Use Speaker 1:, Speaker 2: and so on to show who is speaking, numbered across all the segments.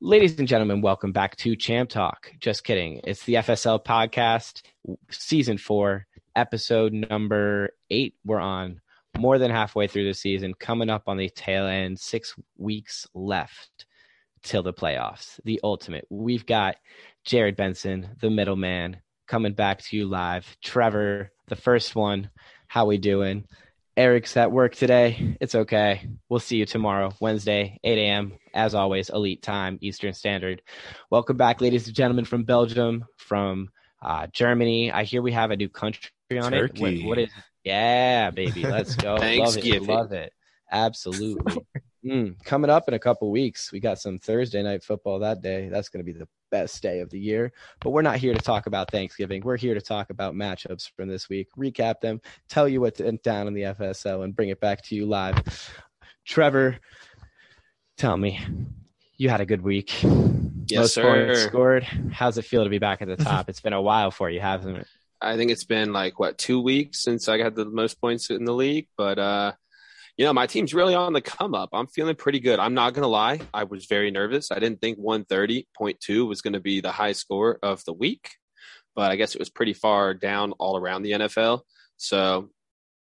Speaker 1: Ladies and gentlemen, welcome back to Champ Talk. Just kidding. It's the FSL podcast, season four, episode number eight. We're on more than halfway through the season, coming up on the tail end, six weeks left till the playoffs, the ultimate. We've got Jared Benson, the middleman, coming back to you live. Trevor, the first one, how we doing? Eric's at work today. It's okay. We'll see you tomorrow, Wednesday, 8 a.m. As always, elite time, Eastern Standard. Welcome back, ladies and gentlemen, from Belgium, from uh, Germany. I hear we have a new country on it.
Speaker 2: Turkey.
Speaker 1: What, what is? Yeah, baby, let's go. love it.
Speaker 3: Thanksgiving.
Speaker 1: Love it. Absolutely. Mm, coming up in a couple weeks, we got some Thursday night football that day. That's going to be the best day of the year. But we're not here to talk about Thanksgiving. We're here to talk about matchups from this week, recap them, tell you what's in- down in the FSL and bring it back to you live. Trevor, tell me, you had a good week.
Speaker 3: Yes,
Speaker 1: Most points
Speaker 3: sir.
Speaker 1: scored. How's it feel to be back at the top? it's been a while for you, hasn't it?
Speaker 3: I think it's been like what two weeks since I got the most points in the league, but uh, you know my team's really on the come up. I'm feeling pretty good. I'm not gonna lie, I was very nervous. I didn't think 130.2 was gonna be the high score of the week, but I guess it was pretty far down all around the NFL. So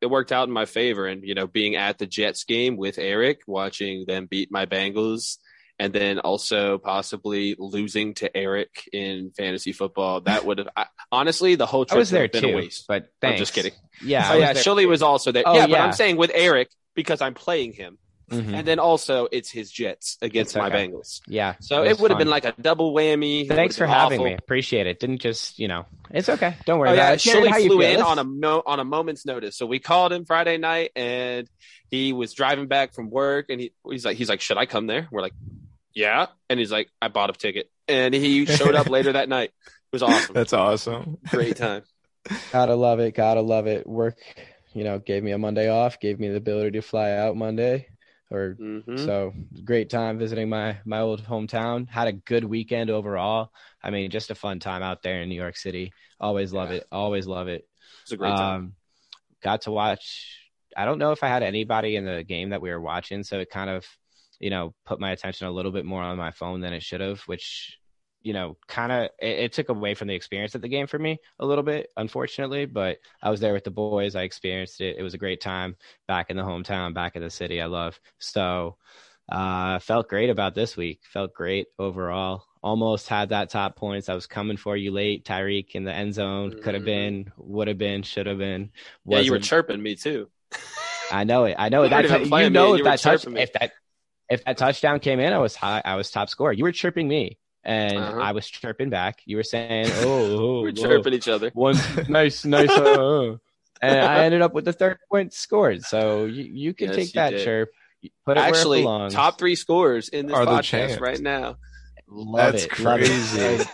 Speaker 3: it worked out in my favor. And you know, being at the Jets game with Eric, watching them beat my Bengals. And then also possibly losing to Eric in fantasy football. That would have I, honestly the whole
Speaker 1: I
Speaker 3: trip
Speaker 1: was
Speaker 3: would
Speaker 1: there
Speaker 3: have been a
Speaker 1: too,
Speaker 3: waste.
Speaker 1: but thanks.
Speaker 3: I'm just kidding.
Speaker 1: Yeah.
Speaker 3: Oh yeah, Shilly was also there.
Speaker 1: Oh,
Speaker 3: yeah, but
Speaker 1: yeah.
Speaker 3: I'm saying with Eric because I'm playing him,
Speaker 1: Mhm.
Speaker 3: and then also it's his Jets against
Speaker 1: It's
Speaker 3: my
Speaker 1: okay.
Speaker 3: Bengals.
Speaker 1: Yeah.
Speaker 3: So
Speaker 1: was
Speaker 3: it would have
Speaker 1: fun.
Speaker 3: been like a double whammy. It
Speaker 1: Thanks
Speaker 3: would've
Speaker 1: for
Speaker 3: been
Speaker 1: having
Speaker 3: awful.
Speaker 1: me. Appreciate it. Didn't just, you know, it's okay. Don't worry
Speaker 3: Oh
Speaker 1: about
Speaker 3: yeah,
Speaker 1: it. Jared, how
Speaker 3: Shilly
Speaker 1: you
Speaker 3: flew
Speaker 1: feel?
Speaker 3: in
Speaker 1: Let's-
Speaker 3: on a mo- on a moment's notice. So we called him Friday night, and he was driving back from work, and he he's like he's like, should I come there? We're like, yeah, and he's like, I bought a ticket, and he showed up later that night. It was awesome.
Speaker 2: That's awesome.
Speaker 3: Great time.
Speaker 1: Gotta love it. Gotta love it. Work, you know, gave me a Monday off, gave me the ability to fly out Monday or
Speaker 3: hmm
Speaker 1: so great time visiting my my old hometown. Had a good weekend overall. I mean, just a fun time out there in New York City. Always love
Speaker 3: Yeah.
Speaker 1: it. Always love it.
Speaker 3: It's a great time.
Speaker 1: Um, got to watch. I don't know if I had anybody in the game that we were watching, so it kind of, you know, put my attention a little bit more on my phone than it should have, which, you know, kind of it, it took away from the experience of the game for me a little bit, unfortunately. But I was there with the boys. I experienced it. It was a great time back in the hometown, back in the city I love. So, uh, felt great about this week. Felt great overall. Almost had that top points. I was coming for you late, Tyreek in the end zone. Could have
Speaker 3: Mhm.
Speaker 1: been, would have been, should have been.
Speaker 3: yeah, you were
Speaker 1: wasn't.
Speaker 3: chirping me too.
Speaker 1: I know it. I know
Speaker 3: You
Speaker 1: it. That
Speaker 3: weren't even
Speaker 1: tou-
Speaker 3: playing
Speaker 1: you
Speaker 3: me,
Speaker 1: know
Speaker 3: you
Speaker 1: if
Speaker 3: were
Speaker 1: that touch,
Speaker 3: chirping me.
Speaker 1: if that if that touchdown came in, I was high. I was top scorer. You were chirping me, and
Speaker 3: Uh-huh.
Speaker 1: I was chirping back. You were saying, "Oh, oh,
Speaker 3: We are
Speaker 1: oh,
Speaker 3: chirping each other.
Speaker 1: one nice, nice." uh, uh. And I ended up with the third point scored. So you, you can
Speaker 3: Yes,
Speaker 1: take
Speaker 3: you
Speaker 1: that
Speaker 3: did.
Speaker 1: chirp, put it where it
Speaker 3: Actually,
Speaker 1: belongs.
Speaker 3: top three scorers in this
Speaker 2: Are the
Speaker 3: podcast
Speaker 2: champs.
Speaker 3: right now.
Speaker 1: Love
Speaker 2: That's
Speaker 1: it, love it.
Speaker 2: crazy.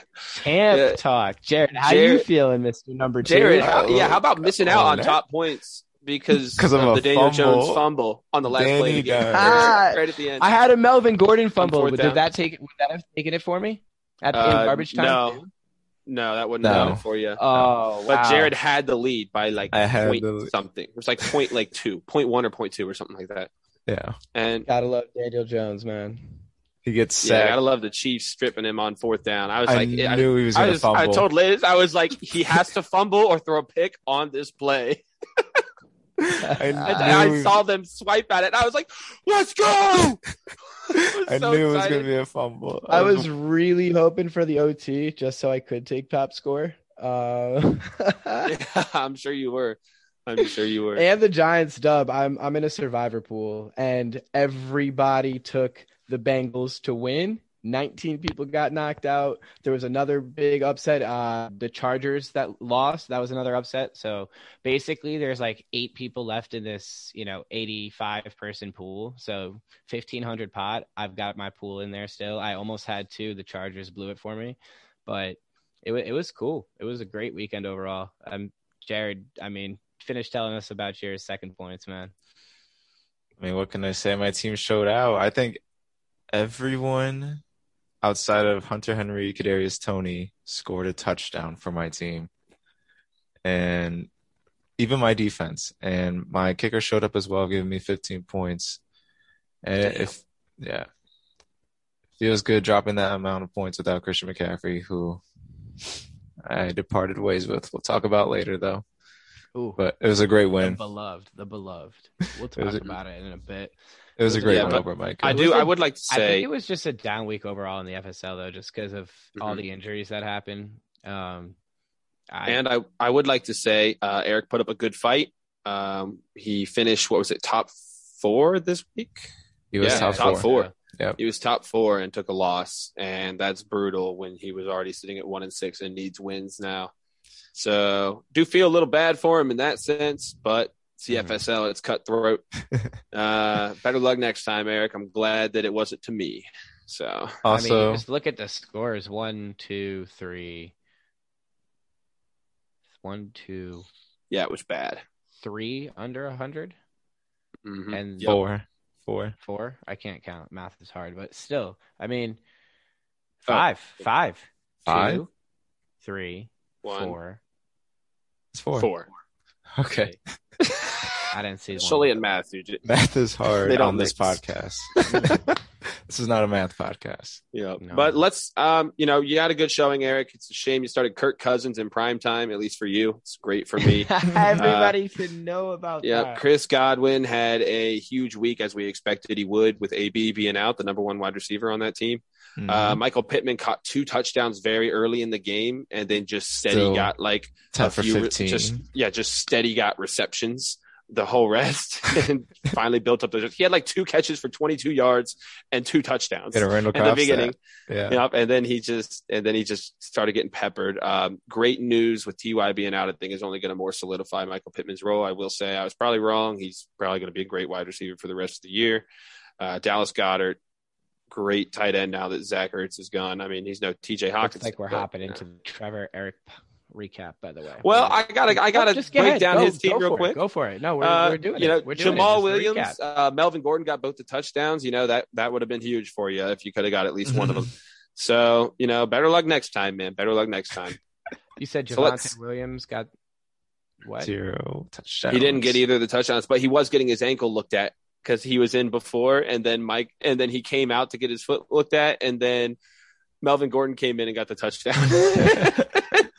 Speaker 1: Camp
Speaker 3: Yeah.
Speaker 1: talk, Jared. How you
Speaker 3: Jared-
Speaker 1: feeling, Mister Number Two?
Speaker 3: Jared, how,
Speaker 2: Oh,
Speaker 3: yeah, how about missing out
Speaker 2: oh,
Speaker 3: on
Speaker 2: that-
Speaker 3: top points because
Speaker 2: 'Cause
Speaker 3: of,
Speaker 2: of a
Speaker 3: the Daniel
Speaker 2: fumble.
Speaker 3: Jones fumble on the last play of
Speaker 2: Danny
Speaker 3: the game,
Speaker 2: died.
Speaker 1: Ah,
Speaker 3: right at the end?
Speaker 1: I had a Melvin Gordon fumble.
Speaker 3: fourth
Speaker 1: Did
Speaker 3: down.
Speaker 1: that take? Would that have taken it for me at in
Speaker 3: Uh,
Speaker 1: garbage time?
Speaker 3: No, no, that wouldn't
Speaker 2: No.
Speaker 3: have done it for you.
Speaker 1: Oh,
Speaker 3: but
Speaker 1: wow.
Speaker 3: Jared had the lead by like
Speaker 2: I had
Speaker 3: point
Speaker 2: the lead.
Speaker 3: something. It was like point like two, point one or point two or something like that.
Speaker 2: Yeah.
Speaker 3: And
Speaker 1: gotta love Daniel Jones, man.
Speaker 2: He gets
Speaker 3: yeah, I
Speaker 2: sacked.
Speaker 3: gotta love the Chiefs stripping him on fourth down. I was
Speaker 2: I,
Speaker 3: like, I,
Speaker 2: knew he was
Speaker 3: I
Speaker 2: going to
Speaker 3: was, I
Speaker 2: fumble.
Speaker 3: told Liz, I was like, he has to fumble or throw a pick on this play. And
Speaker 2: I
Speaker 3: I
Speaker 2: knew-
Speaker 3: saw them swipe at it. And I was like, let's go.
Speaker 2: I knew it was going to be a fumble.
Speaker 1: I was really hoping for the OT just so I could take top score. Uh,
Speaker 3: I'm sure you were. I'm sure you were.
Speaker 1: and the Giants dub. I'm I'm in a survivor pool, and everybody took the Bengals to win. 19 people got knocked out. There was another big upset. Uh, the Chargers that lost. That was another upset. So basically, there's like eight people left in this, you know, 85 person pool. So 1500 pot. I've got my pool in there still. I almost had two. The Chargers blew it for me, but it wa- it was cool. It was a great weekend overall. Um, Jared, I mean, finish telling us about your second points, man.
Speaker 2: I mean, what can I say? My team showed out. I think everyone outside of Hunter Henry, Kadarius Tony scored a touchdown for my team, and even my defense and my kicker showed up as well, giving me 15 points. And
Speaker 3: Damn.
Speaker 2: if yeah, feels good dropping that amount of points without Christian McCaffrey, who I departed ways with. We'll talk about later though.
Speaker 1: Ooh,
Speaker 2: But it was a great
Speaker 1: the
Speaker 2: win.
Speaker 1: beloved, the beloved. We'll
Speaker 2: It
Speaker 1: talk
Speaker 2: was a-
Speaker 1: about it in a bit.
Speaker 2: It was a great
Speaker 3: Yeah,
Speaker 2: win
Speaker 3: but
Speaker 2: over Mike.
Speaker 3: I
Speaker 1: It
Speaker 3: do.
Speaker 1: was a-
Speaker 3: I would like to
Speaker 1: I
Speaker 3: say
Speaker 1: think it was just a down week overall in the FSL though, just because of all
Speaker 3: Mhm.
Speaker 1: the injuries that happened. Um, I,
Speaker 3: And I, I would like to say uh, Eric put up a good fight. Um, he finished, what was it, top four this week?
Speaker 2: He was
Speaker 3: Yeah,
Speaker 2: top,
Speaker 3: top
Speaker 2: four.
Speaker 3: four.
Speaker 2: Yep.
Speaker 3: He was top four and took a loss. And that's brutal when he was already sitting at one and six and needs wins now. So do feel a little bad for him in that sense, but CFSL, it's cutthroat. uh, better luck next time, Eric. I'm glad that it wasn't to me. So
Speaker 1: I mean,
Speaker 2: Also,
Speaker 1: you just look at the scores: one, two, three, one, two,
Speaker 3: yeah, it was bad.
Speaker 1: three under a hundred,
Speaker 3: Mhm.
Speaker 1: and
Speaker 3: Yep.
Speaker 2: four, four.
Speaker 1: four. I can't count; math is hard. But still, I mean, five, five,
Speaker 2: Five?
Speaker 1: two, three,
Speaker 3: One,
Speaker 1: four.
Speaker 2: It's four.
Speaker 3: four.
Speaker 2: Okay.
Speaker 1: I didn't see one.
Speaker 3: Sully and math, dude.
Speaker 2: Math is hard
Speaker 3: They don't
Speaker 2: on this
Speaker 3: mix.
Speaker 2: podcast. this is not a math podcast.
Speaker 3: Yeah,
Speaker 1: No.
Speaker 3: but let's, um, you know, you had a good showing, Eric. It's a shame you started Kirk Cousins in prime time, at least for you. It's great for me.
Speaker 1: Uh, Everybody should know about
Speaker 3: yeah,
Speaker 1: that.
Speaker 3: Chris Godwin had a huge week as we expected he would, with AB being out, the number one wide receiver on that team.
Speaker 2: Mm-hmm.
Speaker 3: Uh, Michael Pittman caught two touchdowns very early in the game, and then just steady
Speaker 2: Still
Speaker 3: got like
Speaker 2: Ten
Speaker 3: a
Speaker 2: for
Speaker 3: few re-
Speaker 2: fifteen.
Speaker 3: just yeah, just steady got receptions the whole rest, and finally built up. The, he had like two catches for 22 yards and two touchdowns
Speaker 2: Get a Randall
Speaker 3: at the
Speaker 2: Cobb
Speaker 3: beginning.
Speaker 2: stat. Yeah.
Speaker 3: Yep. And then he just and then he just started getting peppered. Um, great news with Ty being out. I think is only going to more solidify Michael Pittman's role. I will say I was probably wrong. He's probably going to be a great wide receiver for the rest of the year. Uh, Dallas Goddard, great tight end now that Zach Ertz is gone. I mean, he's no T.J.
Speaker 1: Looks
Speaker 3: Hawkins.
Speaker 1: like we're
Speaker 3: but-
Speaker 1: hopping into the Trevor Eric p- recap, by the way.
Speaker 3: Well, I gotta I gotta
Speaker 1: Oh, just go
Speaker 3: break
Speaker 1: ahead.
Speaker 3: down
Speaker 1: Go-
Speaker 3: his
Speaker 1: go
Speaker 3: team real
Speaker 1: for it.
Speaker 3: quick.
Speaker 1: Go for it. No, we're,
Speaker 3: Uh,
Speaker 1: we're doing
Speaker 3: you know,
Speaker 1: it. We're doing
Speaker 3: Jamal
Speaker 1: it. It's a
Speaker 3: Williams, uh, Melvin Gordon got both the touchdowns. You know that that would have been huge for you if you could have got at least one of them. So you know, better luck next time, man. Better luck next time.
Speaker 1: recap. You said
Speaker 3: So
Speaker 1: Javante
Speaker 3: let's-
Speaker 1: Williams got what?
Speaker 2: Zero touchdowns.
Speaker 3: He didn't get either of the touchdowns, but he was getting his ankle looked at because he was in before, and then Mike, and then he came out to get his foot looked at, and then Melvin Gordon came in and got the touchdown.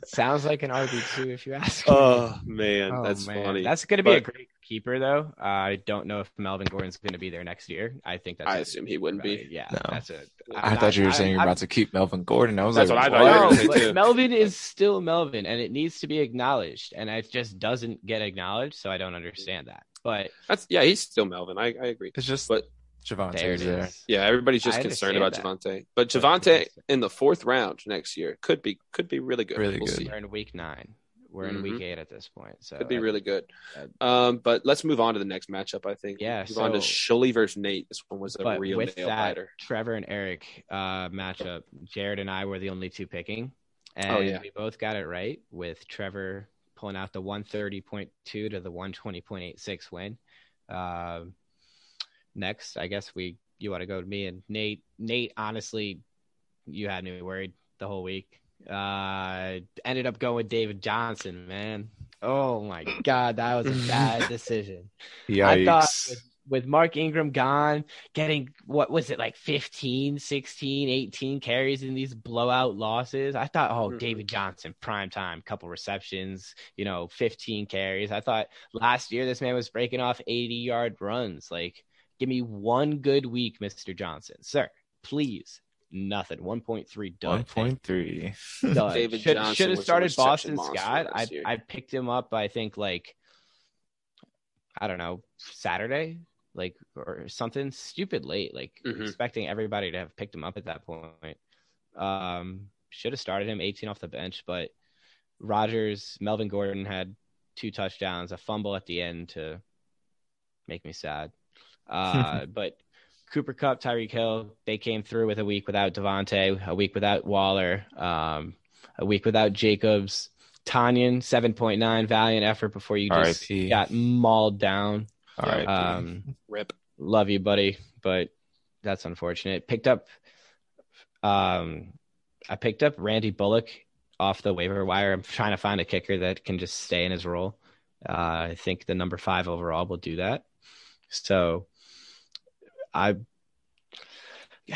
Speaker 1: Sounds like an RB two, if you ask. me.
Speaker 3: oh man,
Speaker 1: Oh,
Speaker 3: that's
Speaker 1: man.
Speaker 3: funny.
Speaker 1: That's going to be a
Speaker 3: But-
Speaker 1: great keeper, though. Uh, I don't know if Melvin Gordon's going to be there next year. I think that's.
Speaker 3: I
Speaker 1: a-
Speaker 3: assume he wouldn't be.
Speaker 1: Yeah,
Speaker 2: No.
Speaker 1: that's it.
Speaker 2: I thought you were saying you're about to keep Melvin Gordon. I was
Speaker 3: That's
Speaker 2: like,
Speaker 3: what I thought you were
Speaker 1: No,
Speaker 3: gonna say,
Speaker 1: but
Speaker 3: too.
Speaker 1: Melvin is still Melvin, and it needs to be acknowledged, and it just doesn't get acknowledged. So I don't understand that. But
Speaker 3: That's yeah, he's still Melvin. I, I agree.
Speaker 2: It's just
Speaker 3: But-
Speaker 2: Javante
Speaker 1: there it
Speaker 2: there.
Speaker 1: is.
Speaker 3: Yeah, everybody's just
Speaker 1: I
Speaker 3: concerned about
Speaker 1: understand
Speaker 3: Javante, but
Speaker 1: But-
Speaker 3: Javante in the fourth round next year could be could be really good.
Speaker 2: Really
Speaker 3: we'll
Speaker 2: good.
Speaker 3: See.
Speaker 1: We're in week nine. We're in week eight at this point. So
Speaker 3: Mm-hmm. Could be
Speaker 1: that-
Speaker 3: really good.
Speaker 1: that-
Speaker 3: Um, but let's move on to the next matchup. I think.
Speaker 1: uh, Yeah,
Speaker 3: Move on to
Speaker 1: so-
Speaker 3: Shuley versus Nate. This one was a
Speaker 1: But
Speaker 3: real nail
Speaker 1: with that
Speaker 3: biter.
Speaker 1: Trevor and Eric uh, matchup, Jared and I were the only two picking, and
Speaker 3: Oh, yeah.
Speaker 1: we both got it right with Trevor pulling out the one thirty point two to the one twenty point eight six win. Um next, I guess we you want to go to me and Nate. Nate, honestly, you had me worried the whole week. Uh, ended up going with David Johnson, man. Oh my god, that was a bad decision. I thought
Speaker 2: Yikes.
Speaker 1: with, with Mark Ingram gone, getting what was it like 15, 16, 18 carries in these blowout losses. I thought, oh,
Speaker 3: Mhm.
Speaker 1: David Johnson, prime time, couple receptions, you know, 15 carries. I thought last year this man was breaking off 80 yard runs. Like, give me one good week, Mr. Johnson. Sir, please. Nothing. 1.3 done.
Speaker 2: One point three.
Speaker 1: Done.
Speaker 3: David
Speaker 1: should,
Speaker 3: Johnson
Speaker 1: should
Speaker 3: was
Speaker 1: have
Speaker 3: the
Speaker 1: started Boston
Speaker 3: reception monster
Speaker 1: Scott. I,
Speaker 3: last year.
Speaker 1: I picked him up. I think like I don't know Saturday, like or something stupid late. Like
Speaker 3: Mhm.
Speaker 1: expecting everybody to have picked him up at that point. Um, should have started him 18 off the bench, but Rogers, Melvin Gordon had two touchdowns, a fumble at the end to make me sad. Uh, but Cooper Cup, Tyreek Hill, they came through with a week without Devontae, a week without Waller, um, a week without Jacobs. Tanyan, 7.9, valiant effort before you just
Speaker 2: RIP.
Speaker 1: got mauled down.
Speaker 2: All right.
Speaker 1: Um,
Speaker 3: Rip.
Speaker 1: love you, buddy, but that's unfortunate. Picked up, um, I picked up Randy Bullock off the waiver wire. I'm trying to find a kicker that can just stay in his role. Uh, I think the number five overall will do that. So, I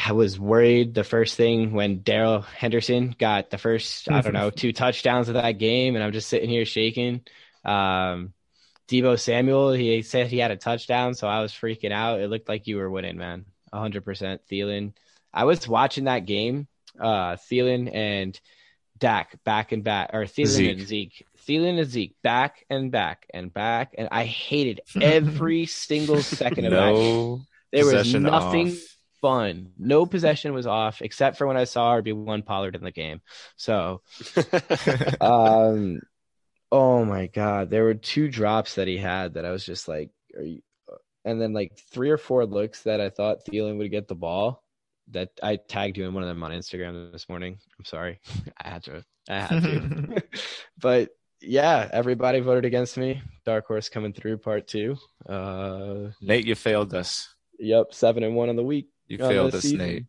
Speaker 1: I was worried the first thing when Daryl Henderson got the first, I don't know, two touchdowns of that game, and I'm just sitting here shaking. Um, Debo Samuel, he said he had a touchdown, so I was freaking out. It looked like you were winning, man. 100% Thielen. I was watching that game, uh, Thielen and Dak back and back, or Thielen
Speaker 2: Zeke.
Speaker 1: and Zeke. Thielen and Zeke back and back and back, and I hated every single second of that. game.
Speaker 2: No,
Speaker 1: There was
Speaker 2: possession
Speaker 1: nothing
Speaker 2: off.
Speaker 1: fun. No possession was off except for when I saw RB1 Pollard in the game. So, um, oh my God, there were two drops that he had that I was just like, are you, and then like three or four looks that I thought Thielen would get the ball that I tagged you in one of them on Instagram this morning. I'm sorry. I had to, I had to, but yeah, everybody voted against me. Dark horse coming through part two. Uh,
Speaker 2: Nate, you failed us.
Speaker 1: yep. Seven and one on the week.
Speaker 2: You
Speaker 1: on
Speaker 2: failed
Speaker 1: the
Speaker 2: us,
Speaker 1: season.
Speaker 2: Nate.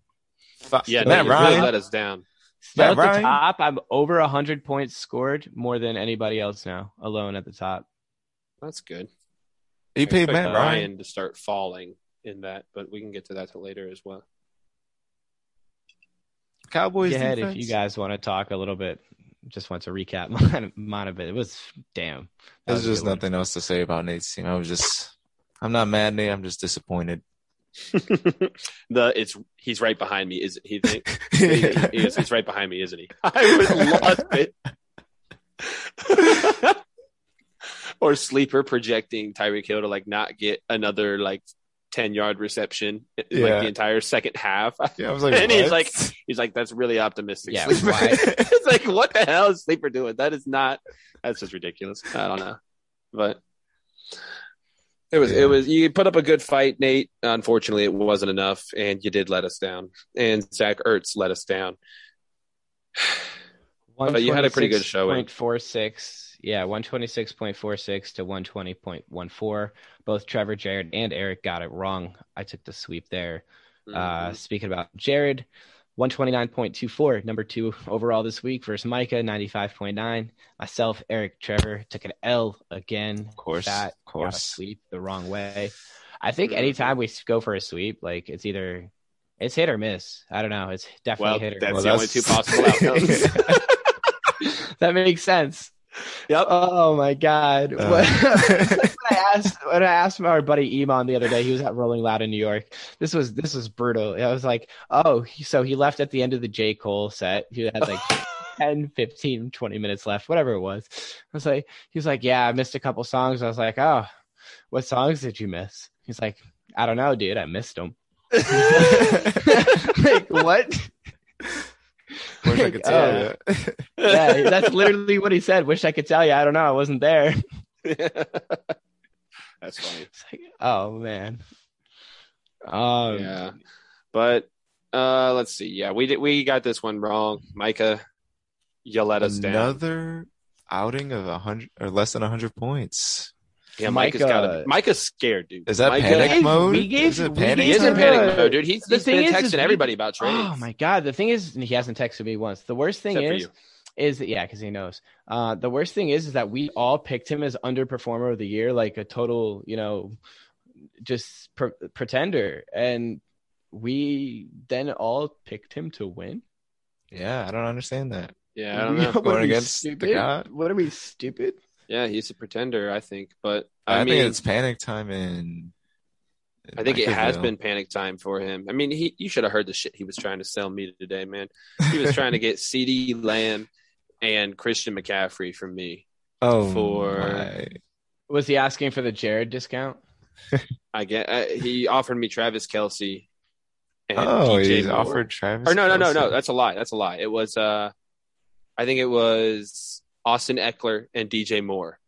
Speaker 2: Fuck.
Speaker 3: yeah,
Speaker 2: Matt
Speaker 3: Matt
Speaker 1: you
Speaker 2: Ryan.
Speaker 3: really let us down.
Speaker 1: Still
Speaker 2: Matt
Speaker 1: at the
Speaker 2: Ryan?
Speaker 1: top. I'm over 100 points scored more than anybody else now, alone at the top.
Speaker 3: That's good.
Speaker 2: he
Speaker 3: I
Speaker 2: paid
Speaker 3: expect
Speaker 2: Matt Ryan.
Speaker 3: to start falling in that, but we can get to that later as well.
Speaker 2: Cowboys.
Speaker 1: Go ahead if
Speaker 2: defense.
Speaker 1: you guys want to talk a little bit. Just want to recap mine, mine a bit. It was damn. That
Speaker 2: There's
Speaker 1: was a
Speaker 2: just
Speaker 1: good one.
Speaker 2: nothing else to say about Nate's team. I was just, I'm not mad, Nate. I'm just disappointed.
Speaker 3: the it's he's right behind me. Is he? Think, he, he is, he's right behind me, isn't he? I would love it. or sleeper projecting Tyreek Hill to like not get another like ten yard reception like
Speaker 2: Yeah.
Speaker 3: the entire second half.
Speaker 2: yeah, I was like,
Speaker 3: And he's
Speaker 2: what?
Speaker 3: like- He's like, that's really optimistic.
Speaker 1: Yeah,
Speaker 3: Sleeper.
Speaker 1: why?
Speaker 3: it's like, what the hell is Sleeper doing? That is not. That's just ridiculous. I don't know, but it was.
Speaker 2: Yeah.
Speaker 3: It was. You put up a good fight, Nate. Unfortunately, it wasn't enough, and you did let us down. And Zach Ertz let us down. But you had a pretty good showing.
Speaker 1: 126.46. Yeah, 126.46 to 120.14. Both Trevor, Jared, and Eric got it wrong. I took the sweep there.
Speaker 2: Mm-hmm.
Speaker 3: Mm-hmm.
Speaker 1: Uh, speaking about Jared, 129.24, number two overall this week versus Micah, 95.9. Myself, Eric, Trevor took an L again.
Speaker 2: Of course,
Speaker 1: That got
Speaker 2: of
Speaker 1: a
Speaker 2: course. Mm-hmm.
Speaker 1: sweep the wrong way. I think anytime we go for a sweep, like it's either it's hit or miss. I don't know. It's definitely
Speaker 3: well,
Speaker 1: hit or
Speaker 3: that's
Speaker 2: Well,
Speaker 3: the only
Speaker 2: that's-
Speaker 3: two possible outcomes.
Speaker 1: that makes sense.
Speaker 3: Yep.
Speaker 1: Oh my god.
Speaker 2: Uh.
Speaker 1: What- when I asked when I asked our buddy Iman the other day, he was at Rolling Loud in New York. This was this was brutal. I was like, oh, he- so he left at the end of the J. Cole set. He had like 10, 15, 20 minutes left, whatever it was. I was like, he was like, yeah, I missed a couple songs. I was like, oh, what songs did you miss? He's like, I don't know, dude. I missed them. like what?
Speaker 2: Wish I could tell
Speaker 1: Oh.
Speaker 2: you.
Speaker 1: Yeah, that's literally what he said. Wish I could tell you. I don't know. I wasn't there.
Speaker 3: that's funny.
Speaker 1: It's like, oh man. Um,
Speaker 3: yeah. But uh let's see. Yeah, we did we got this one wrong. Micah, you let us down.
Speaker 2: Another outing of a hundred or less than a hundred points.
Speaker 3: Yeah, Micah's got
Speaker 1: Micah-
Speaker 3: Micah's scared, dude.
Speaker 2: Is that
Speaker 3: Micah,
Speaker 2: panic
Speaker 1: gave-
Speaker 2: mode?
Speaker 1: we gave-
Speaker 2: is it
Speaker 1: we
Speaker 2: panic
Speaker 3: He is in
Speaker 2: time?
Speaker 3: panic mode, dude. He's,
Speaker 1: The
Speaker 3: he's been
Speaker 1: thing is,
Speaker 3: texting
Speaker 1: is we-
Speaker 3: everybody about trades.
Speaker 1: Oh my god. The thing is, he hasn't texted me once. The worst thing
Speaker 3: Except for
Speaker 1: is,
Speaker 3: you.
Speaker 1: is that yeah, because he knows. Uh, the worst thing is, is that we all picked him as underperformer of the year, like a total, you know, just pr- pretender, and we then all picked him to win.
Speaker 2: Yeah, I don't understand that.
Speaker 3: Yeah, I don't know.
Speaker 1: What are
Speaker 2: Going
Speaker 1: we,
Speaker 2: against the
Speaker 1: stupid?
Speaker 2: guy?
Speaker 1: What are we stupid?
Speaker 3: Yeah, he's a pretender, I think. But
Speaker 2: I,
Speaker 3: I, mean
Speaker 2: think it's panic time in. in
Speaker 3: I think it has
Speaker 2: Micahville.
Speaker 3: been panic time for him. I mean, he you should have heard the shit he was trying to sell me today, man. He was trying to get CD Lamb and Christian McCaffrey from me.
Speaker 2: oh,
Speaker 3: for-
Speaker 2: my.
Speaker 1: Was he asking for the Jared discount?
Speaker 3: I get uh, he offered me Travis Kelsey. And
Speaker 2: Oh,
Speaker 3: DJ
Speaker 2: he's
Speaker 3: Moore.
Speaker 2: offered Travis.
Speaker 3: Or no, no, no,
Speaker 2: Kelce.
Speaker 3: no. That's a lie. That's a lie. It was uh, I think it was Austin Eckler and DJ Moore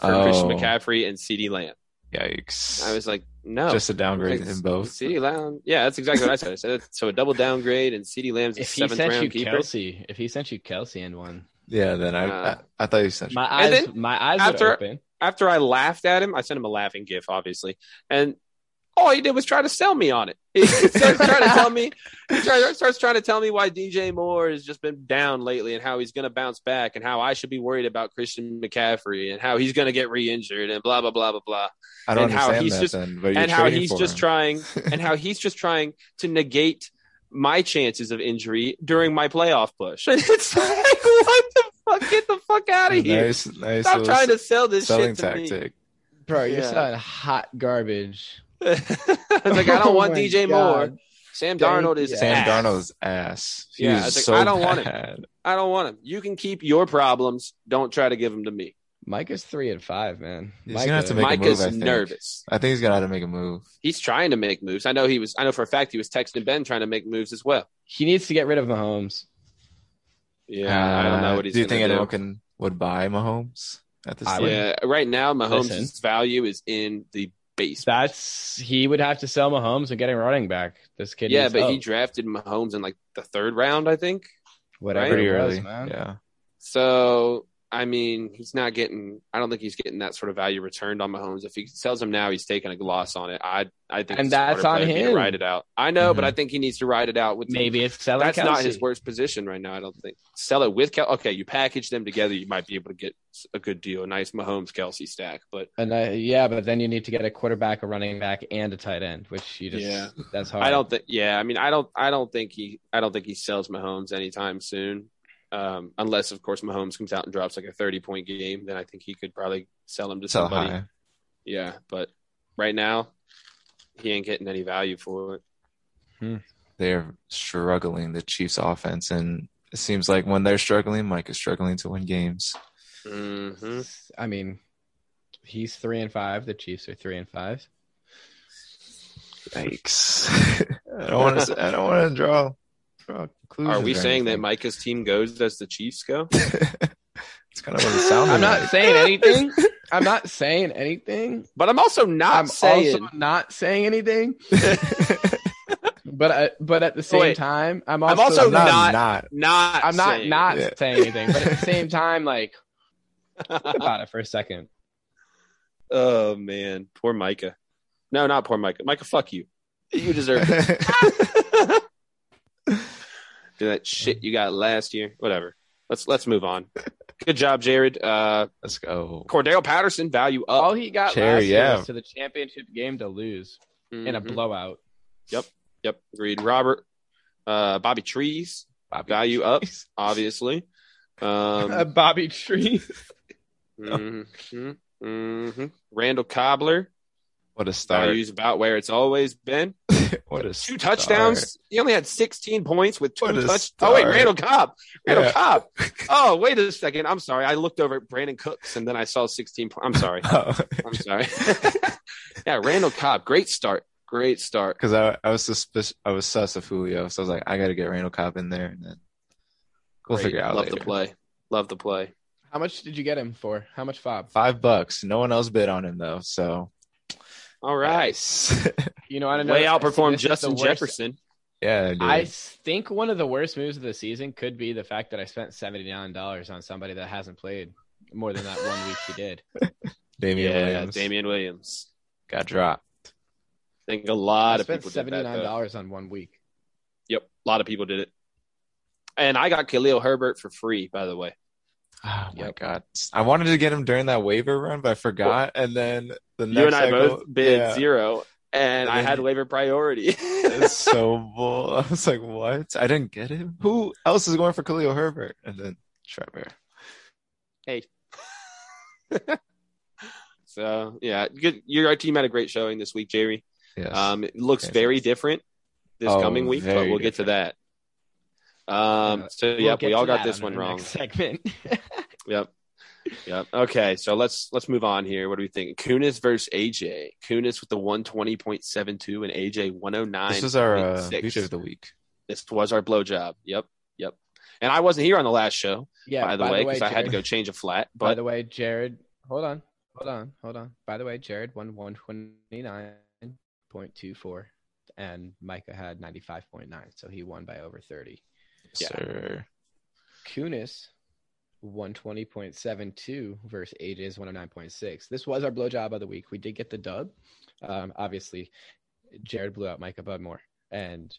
Speaker 3: for
Speaker 2: oh,
Speaker 3: Christian McCaffrey and CD Lamb.
Speaker 2: Yikes!
Speaker 3: I was like, oh, no,
Speaker 2: just a downgrade
Speaker 3: Like,
Speaker 2: in both.
Speaker 3: CD Lamb. Yeah, that's exactly what I said. I said so a double downgrade and CD Lamb's a
Speaker 1: If he
Speaker 3: seventh
Speaker 1: sent you
Speaker 3: round keeper.
Speaker 1: Kelsey, if he sent you Kelsey in one,
Speaker 2: Yeah, then I
Speaker 3: Uh,
Speaker 2: I, I thought you said
Speaker 1: my
Speaker 3: And
Speaker 1: eyes, my eyes would
Speaker 3: after-
Speaker 1: open.
Speaker 3: After I laughed at him, I sent him a laughing gif, obviously, and all he did was try to sell me on it. He starts trying to tell me he try- starts trying to tell me why DJ Moore has just been down lately and how he's going to bounce back and how I should be worried about Christian McCaffrey and how he's going to get re-injured and blah blah blah blah blah
Speaker 2: I don't
Speaker 3: and how
Speaker 2: understand
Speaker 3: he's
Speaker 2: that.
Speaker 3: just-
Speaker 2: then, but you're
Speaker 3: and how
Speaker 2: trading
Speaker 3: he's
Speaker 2: for
Speaker 3: just
Speaker 2: him.
Speaker 3: trying and how he's just trying to negate my chances of injury during my playoff push. it's like, what the fuck? Get the fuck out of here.
Speaker 2: Nice, nice
Speaker 3: Stop
Speaker 2: little
Speaker 3: trying to sell this
Speaker 2: selling
Speaker 3: shit to me.
Speaker 2: tactic.
Speaker 1: Bro, you're
Speaker 3: Yeah.
Speaker 1: selling hot garbage.
Speaker 3: it's like, I don't
Speaker 1: Oh
Speaker 3: want
Speaker 1: my
Speaker 3: DJ
Speaker 1: God.
Speaker 3: Moore. Sam
Speaker 1: Thank
Speaker 3: Darnold is
Speaker 1: you.
Speaker 2: Sam
Speaker 3: ass.
Speaker 2: Darnold's ass. He
Speaker 3: Yeah,
Speaker 2: is
Speaker 3: it's like,
Speaker 2: so
Speaker 3: I don't want it.
Speaker 2: bad.
Speaker 3: I don't want him. You can keep your problems. Don't try to give them to me.
Speaker 1: Mike is three and five, man.
Speaker 2: He's gonna have to
Speaker 1: Micah-
Speaker 2: make- a
Speaker 3: Mike is
Speaker 2: move, I think.
Speaker 3: nervous.
Speaker 2: I think he's gonna have to make a move.
Speaker 3: He's trying to make moves. I know he was. I know for a fact he was texting Ben trying to make moves as well.
Speaker 1: he needs to get rid of Mahomes.
Speaker 3: Yeah, I don't
Speaker 2: Uh,
Speaker 3: know what he's.
Speaker 2: Do you think
Speaker 3: gonna
Speaker 2: anyone can would buy Mahomes at this
Speaker 1: I
Speaker 2: point?
Speaker 1: would.
Speaker 3: Yeah, right now Mahomes'
Speaker 1: Listen.
Speaker 3: value is in the basement.
Speaker 1: That's he would have to sell Mahomes and get a running back. This kid,
Speaker 3: yeah,
Speaker 1: is-
Speaker 3: but
Speaker 1: oh,
Speaker 3: he drafted Mahomes in like the third round, I think.
Speaker 1: whatever
Speaker 2: Pretty
Speaker 1: it was,
Speaker 2: early.
Speaker 1: man.
Speaker 2: Yeah.
Speaker 3: So I mean, he's not getting. I don't think he's getting that sort of value returned on Mahomes. If he sells him now, he's taking a loss on it. I I think
Speaker 1: And
Speaker 3: it's a smarter
Speaker 1: that's on
Speaker 3: play for you to
Speaker 1: him. Mm-hmm.
Speaker 3: Ride it out. I know, but
Speaker 2: Mhm.
Speaker 3: I think he needs to ride it out with. the-
Speaker 1: Maybe it's selling.
Speaker 3: that's not
Speaker 1: Kelce.
Speaker 3: his worst position right now. I don't think sell it with Kel. Okay, you package them together, you might be able to get a good deal, a nice Mahomes Kelsey stack. But
Speaker 1: And I, yeah, but then you need to get a quarterback, a running back, and a tight end, which you just
Speaker 3: Yeah.
Speaker 1: that's hard.
Speaker 3: I don't think. Yeah, I mean, I don't. I don't think he. I don't think he sells Mahomes anytime soon. Um, unless of course Mahomes comes out and drops like a thirty point game, then I think he could probably sell him to
Speaker 2: Sell
Speaker 3: somebody.
Speaker 2: high.
Speaker 3: Yeah, but right now he ain't getting any value for it.
Speaker 2: They're struggling the Chiefs offense and it seems like when they're struggling, Mike is struggling to win games.
Speaker 3: hmm
Speaker 1: I mean, he's three and five. The Chiefs are three and five.
Speaker 2: Yikes. I don't wanna s- I don't wanna draw, draw conclusions.
Speaker 3: Are we
Speaker 2: or
Speaker 3: saying that
Speaker 2: anything.
Speaker 3: Micah's team goes as the Chiefs go?
Speaker 2: it's kind of what it sounded
Speaker 1: I'm not
Speaker 2: like.
Speaker 1: saying anything. I'm not saying anything.
Speaker 3: But I'm also not
Speaker 1: I'm
Speaker 3: saying.
Speaker 1: also not saying anything. but I, but at the same
Speaker 3: Wait.
Speaker 1: time, I'm also,
Speaker 3: also
Speaker 2: I'm not,
Speaker 3: not-
Speaker 2: not.
Speaker 3: not.
Speaker 1: I'm not
Speaker 3: saying.
Speaker 1: not
Speaker 2: Yeah.
Speaker 1: saying anything. But at the same time, like think about it for a second.
Speaker 3: Oh man, poor Micah. No, not poor Micah. Micah, fuck you. You deserve it. Do that shit you got last year. Whatever. Let's let's move on. Good job, Jared. Uh
Speaker 2: Let's go.
Speaker 3: Cordell Patterson value
Speaker 1: All
Speaker 3: up
Speaker 1: he got
Speaker 2: Cherry,
Speaker 1: last year
Speaker 2: yeah.
Speaker 1: was to the championship game to lose in a
Speaker 3: Mhm.
Speaker 1: blowout.
Speaker 3: Yep, agreed. Robert, uh Bobby Trees
Speaker 1: Bobby
Speaker 3: value up, obviously.
Speaker 1: Uh,
Speaker 3: Um
Speaker 1: Bobby Tree.
Speaker 3: mhm, mhm. Randall Cobbler
Speaker 2: What a start.
Speaker 3: values about where it's always been.
Speaker 2: What a
Speaker 3: Two touchdowns. He only had 16 points with two
Speaker 2: What a
Speaker 3: touchdowns. Oh wait,
Speaker 2: start.
Speaker 3: Randall Cobb. Randall
Speaker 2: Yeah.
Speaker 3: Cobb. Oh wait a second. I'm sorry. I looked over at Brandon Cooks and then I saw 16. Po- I'm sorry. I'm sorry. yeah, Randall Cobb. Great start. Great start.
Speaker 2: Because I, I was suspicious. I was sus of Julio, so I was like, I got to get Randall Cobb in there, and then we'll
Speaker 3: Great.
Speaker 2: figure it out
Speaker 3: Love the
Speaker 2: later.
Speaker 3: play. Love the play.
Speaker 1: How much did you get him for? How much fob?
Speaker 2: Five bucks. No one else bid on him though, so
Speaker 3: All right.
Speaker 2: nice.
Speaker 1: You know, I don't know.
Speaker 3: Way
Speaker 1: See,
Speaker 3: outperformed
Speaker 1: this is
Speaker 3: Justin
Speaker 1: the worst-
Speaker 3: Jefferson.
Speaker 2: yeah, dude.
Speaker 1: I think one of the worst moves of the season could be the fact that I spent seventy nine dollars on somebody that hasn't played more than that one week he did.
Speaker 2: Damian
Speaker 3: yeah,
Speaker 2: Williams
Speaker 3: Damian Williams.
Speaker 2: got dropped.
Speaker 3: I think a
Speaker 1: I
Speaker 3: lot of
Speaker 1: spent
Speaker 3: people did
Speaker 1: seventy
Speaker 3: that.
Speaker 1: nine
Speaker 3: though.
Speaker 1: dollars on one week.
Speaker 3: Yep, a lot of people did it. And I got Khalil Herbert for free, by the way.
Speaker 2: Oh my
Speaker 1: Yep.
Speaker 2: god! I wanted to get him during that waiver run, but I forgot. And then the next
Speaker 3: you and I
Speaker 2: cycle-
Speaker 3: both bid
Speaker 2: Yeah.
Speaker 3: zero, and I
Speaker 2: And
Speaker 3: had
Speaker 2: then-
Speaker 3: waiver priority.
Speaker 2: It's so bull. I was like, what? I didn't get him. Who else is going for Khalil Herbert? And then Trevor.
Speaker 3: so yeah, good. Your our team had a great showing this week, Jerry.
Speaker 2: Yes.
Speaker 3: Um, it looks
Speaker 2: Yes,
Speaker 3: very
Speaker 2: yes.
Speaker 3: different this
Speaker 2: Oh,
Speaker 3: coming week, but
Speaker 2: very
Speaker 3: we'll get to that. Um,
Speaker 1: Yeah,
Speaker 3: so
Speaker 1: We'll
Speaker 3: yep,
Speaker 1: get
Speaker 3: we
Speaker 1: to
Speaker 3: all got
Speaker 1: that
Speaker 3: this
Speaker 1: on
Speaker 3: one
Speaker 1: the
Speaker 3: wrong.
Speaker 1: next Segment.
Speaker 3: Yep. Yep. Okay, so let's let's move on here. What do we think? Kunis versus AJ. Kunis with the one twenty point seven two and AJ one oh nine.
Speaker 2: this was our uh,
Speaker 3: six.
Speaker 2: feature of the week.
Speaker 3: This was our blowjob. Yep. Yep. And I wasn't here on the last show,
Speaker 1: Yeah.
Speaker 3: by the way, because I had to
Speaker 1: Jared-
Speaker 3: go change a flat.
Speaker 1: By
Speaker 3: But
Speaker 1: the way, Jared, hold on, hold on, hold on. By the way, Jared won one twenty nine point two four, and Micah had ninety five point nine, so he won by over thirty.
Speaker 3: Yeah.
Speaker 2: Sir.
Speaker 1: Kunis, one twenty point seven two versus AJ's one hundred nine point six. This was our blowjob of the week. We did get the dub. Um, obviously, Jared blew out Micah Budmore, and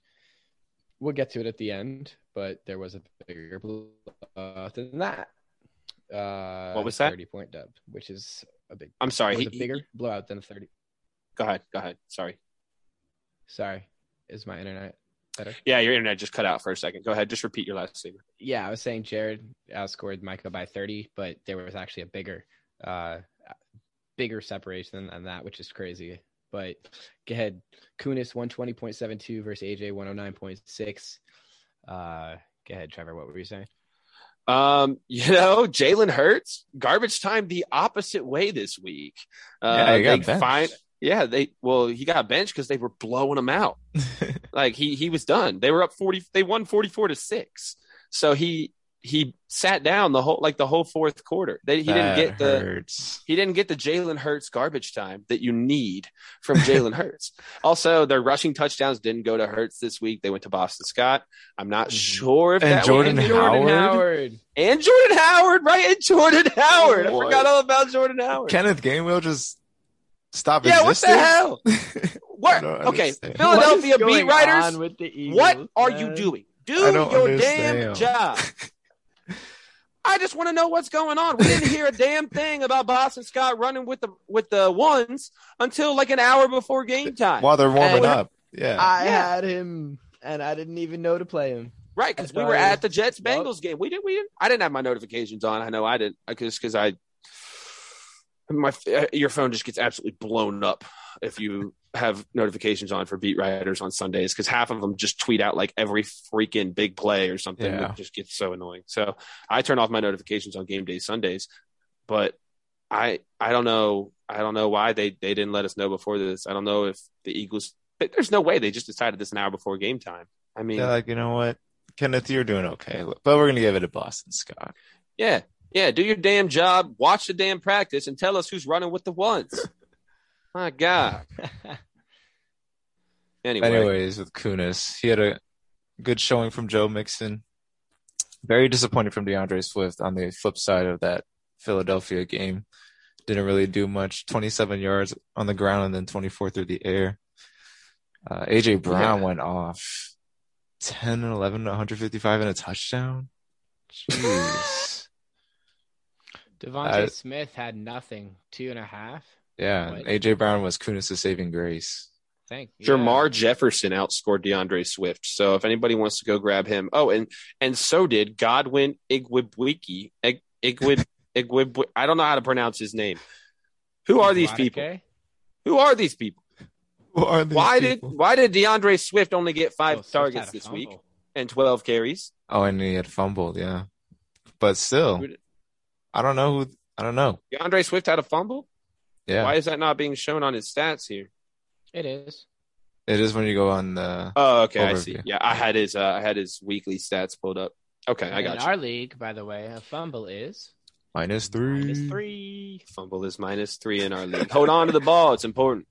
Speaker 1: we'll get to it at the end. But there was a bigger blowout than that. Uh,
Speaker 3: What was that?
Speaker 1: Thirty point dub, which is a big.
Speaker 3: I'm sorry.
Speaker 1: was
Speaker 3: He,
Speaker 1: a bigger blowout than the thirty.
Speaker 3: go ahead. Go ahead. Sorry.
Speaker 1: Sorry, is my internet better?
Speaker 3: Yeah, your internet just cut out for a second. Go ahead, just repeat your last statement.
Speaker 1: Yeah, I was saying Jared outscored Micah by 30, but there was actually a bigger, uh, bigger separation than that, which is crazy. But go ahead, Kunis 120.72 versus AJ 109.6. Uh, go ahead, Trevor. What were you saying?
Speaker 3: Um, you know, Jalen Hurts garbage time the opposite way this week. Uh,
Speaker 2: Yeah, he got
Speaker 3: they
Speaker 2: benched.
Speaker 3: find- yeah, they well, he got benched because they were blowing him out. like he he was done. They were up forty. They won forty four to six. So he he sat down the whole like the whole fourth quarter. They, he
Speaker 2: That
Speaker 3: didn't get the
Speaker 2: hurts.
Speaker 3: he didn't get the Jalen Hurts garbage time that you need from Jalen Hurts. Also, their rushing touchdowns didn't go to Hurts this week. They went to Boston Scott. I'm
Speaker 1: Mhm.
Speaker 3: not sure if
Speaker 2: Mm-hmm. And
Speaker 3: that
Speaker 2: Jordan
Speaker 3: was-
Speaker 2: Howard? Oh,
Speaker 3: and Jordan Howard, right? And Jordan Howard. I
Speaker 2: What?
Speaker 3: forgot all about Jordan Howard.
Speaker 2: Kenneth Gainwell just stop
Speaker 3: yeah, what the
Speaker 2: existing.
Speaker 3: hell? What?
Speaker 2: don't
Speaker 3: Okay,
Speaker 2: understand.
Speaker 3: Philadelphia beat writers.
Speaker 1: With the
Speaker 3: What are you doing? Do
Speaker 2: I
Speaker 3: your
Speaker 2: don't
Speaker 3: damn
Speaker 2: understand.
Speaker 3: job. I just want to know what's going on. We didn't hear a damn thing about Boston Scott running with the with the ones until like an hour before game time.
Speaker 2: While they're warming
Speaker 1: And-
Speaker 2: up. Yeah.
Speaker 1: I
Speaker 3: Yeah.
Speaker 1: had him, and I didn't even know to play him.
Speaker 3: Right, because we
Speaker 1: I
Speaker 3: were
Speaker 1: thought it
Speaker 3: at the Jets
Speaker 1: Yup.
Speaker 3: Bengals game. We didn't. We didn't. I didn't have my notifications on. I know I didn't because because I my uh, your phone just gets absolutely blown up if you have notifications on for beat writers on Sundays because half of them just tweet out like every freaking big play or something.
Speaker 2: Yeah.
Speaker 3: It just gets so annoying. So I turn off my notifications on game day Sundays, but I I don't know I don't know why they they didn't let us know before this. I don't know if the Eagles. There's no way they just decided this an hour before game time. I mean,
Speaker 2: They're like, you know what? Kenneth, you're doing okay, but we're gonna give it to Boston Scott.
Speaker 3: Yeah. Yeah. Do your damn job. Watch the damn practice and tell us who's running with the ones. My God. Anyway.
Speaker 2: Anyways, with Kunis, he had a good showing from Joe Mixon. Very disappointed from DeAndre Swift on the flip side of that Philadelphia game. Didn't really do much. 27 yards on the ground and then 24 through the air. Uh, AJ Brown went off 10 and 11, 155 and a touchdown. Jeez.
Speaker 1: Devontae
Speaker 2: I-
Speaker 1: Smith had nothing, two and a half.
Speaker 2: yeah,
Speaker 1: What?
Speaker 2: AJ Brown was Kunis' saving grace.
Speaker 1: Thank you.
Speaker 3: Jamar Jefferson outscored DeAndre Swift. So if anybody wants to go grab him. Oh, and and so did Godwin Igwibwiki. Ig, Igwib, Igwib, I don't know how to pronounce his name. Who are these people? Who are these people? Why did why did DeAndre Swift only get
Speaker 1: Oh,
Speaker 3: five targets this week and twelve carries?
Speaker 2: Oh, and he had fumbled, yeah. But still,
Speaker 3: Who-
Speaker 2: I don't know who. I don't know.
Speaker 3: DeAndre Swift had a fumble?
Speaker 2: Yeah,
Speaker 3: Why is that not being shown on his stats here?
Speaker 1: It is.
Speaker 2: it is when you go on the.
Speaker 3: Oh, okay, I
Speaker 2: Overview.
Speaker 3: see. Yeah, I had his uh, I had his weekly stats pulled up. Okay, I
Speaker 1: In
Speaker 3: got you.
Speaker 1: our league, by the way, a fumble is
Speaker 2: Minus three.
Speaker 1: minus three.
Speaker 3: Fumble is minus three in our league. Hold on to the ball; it's important.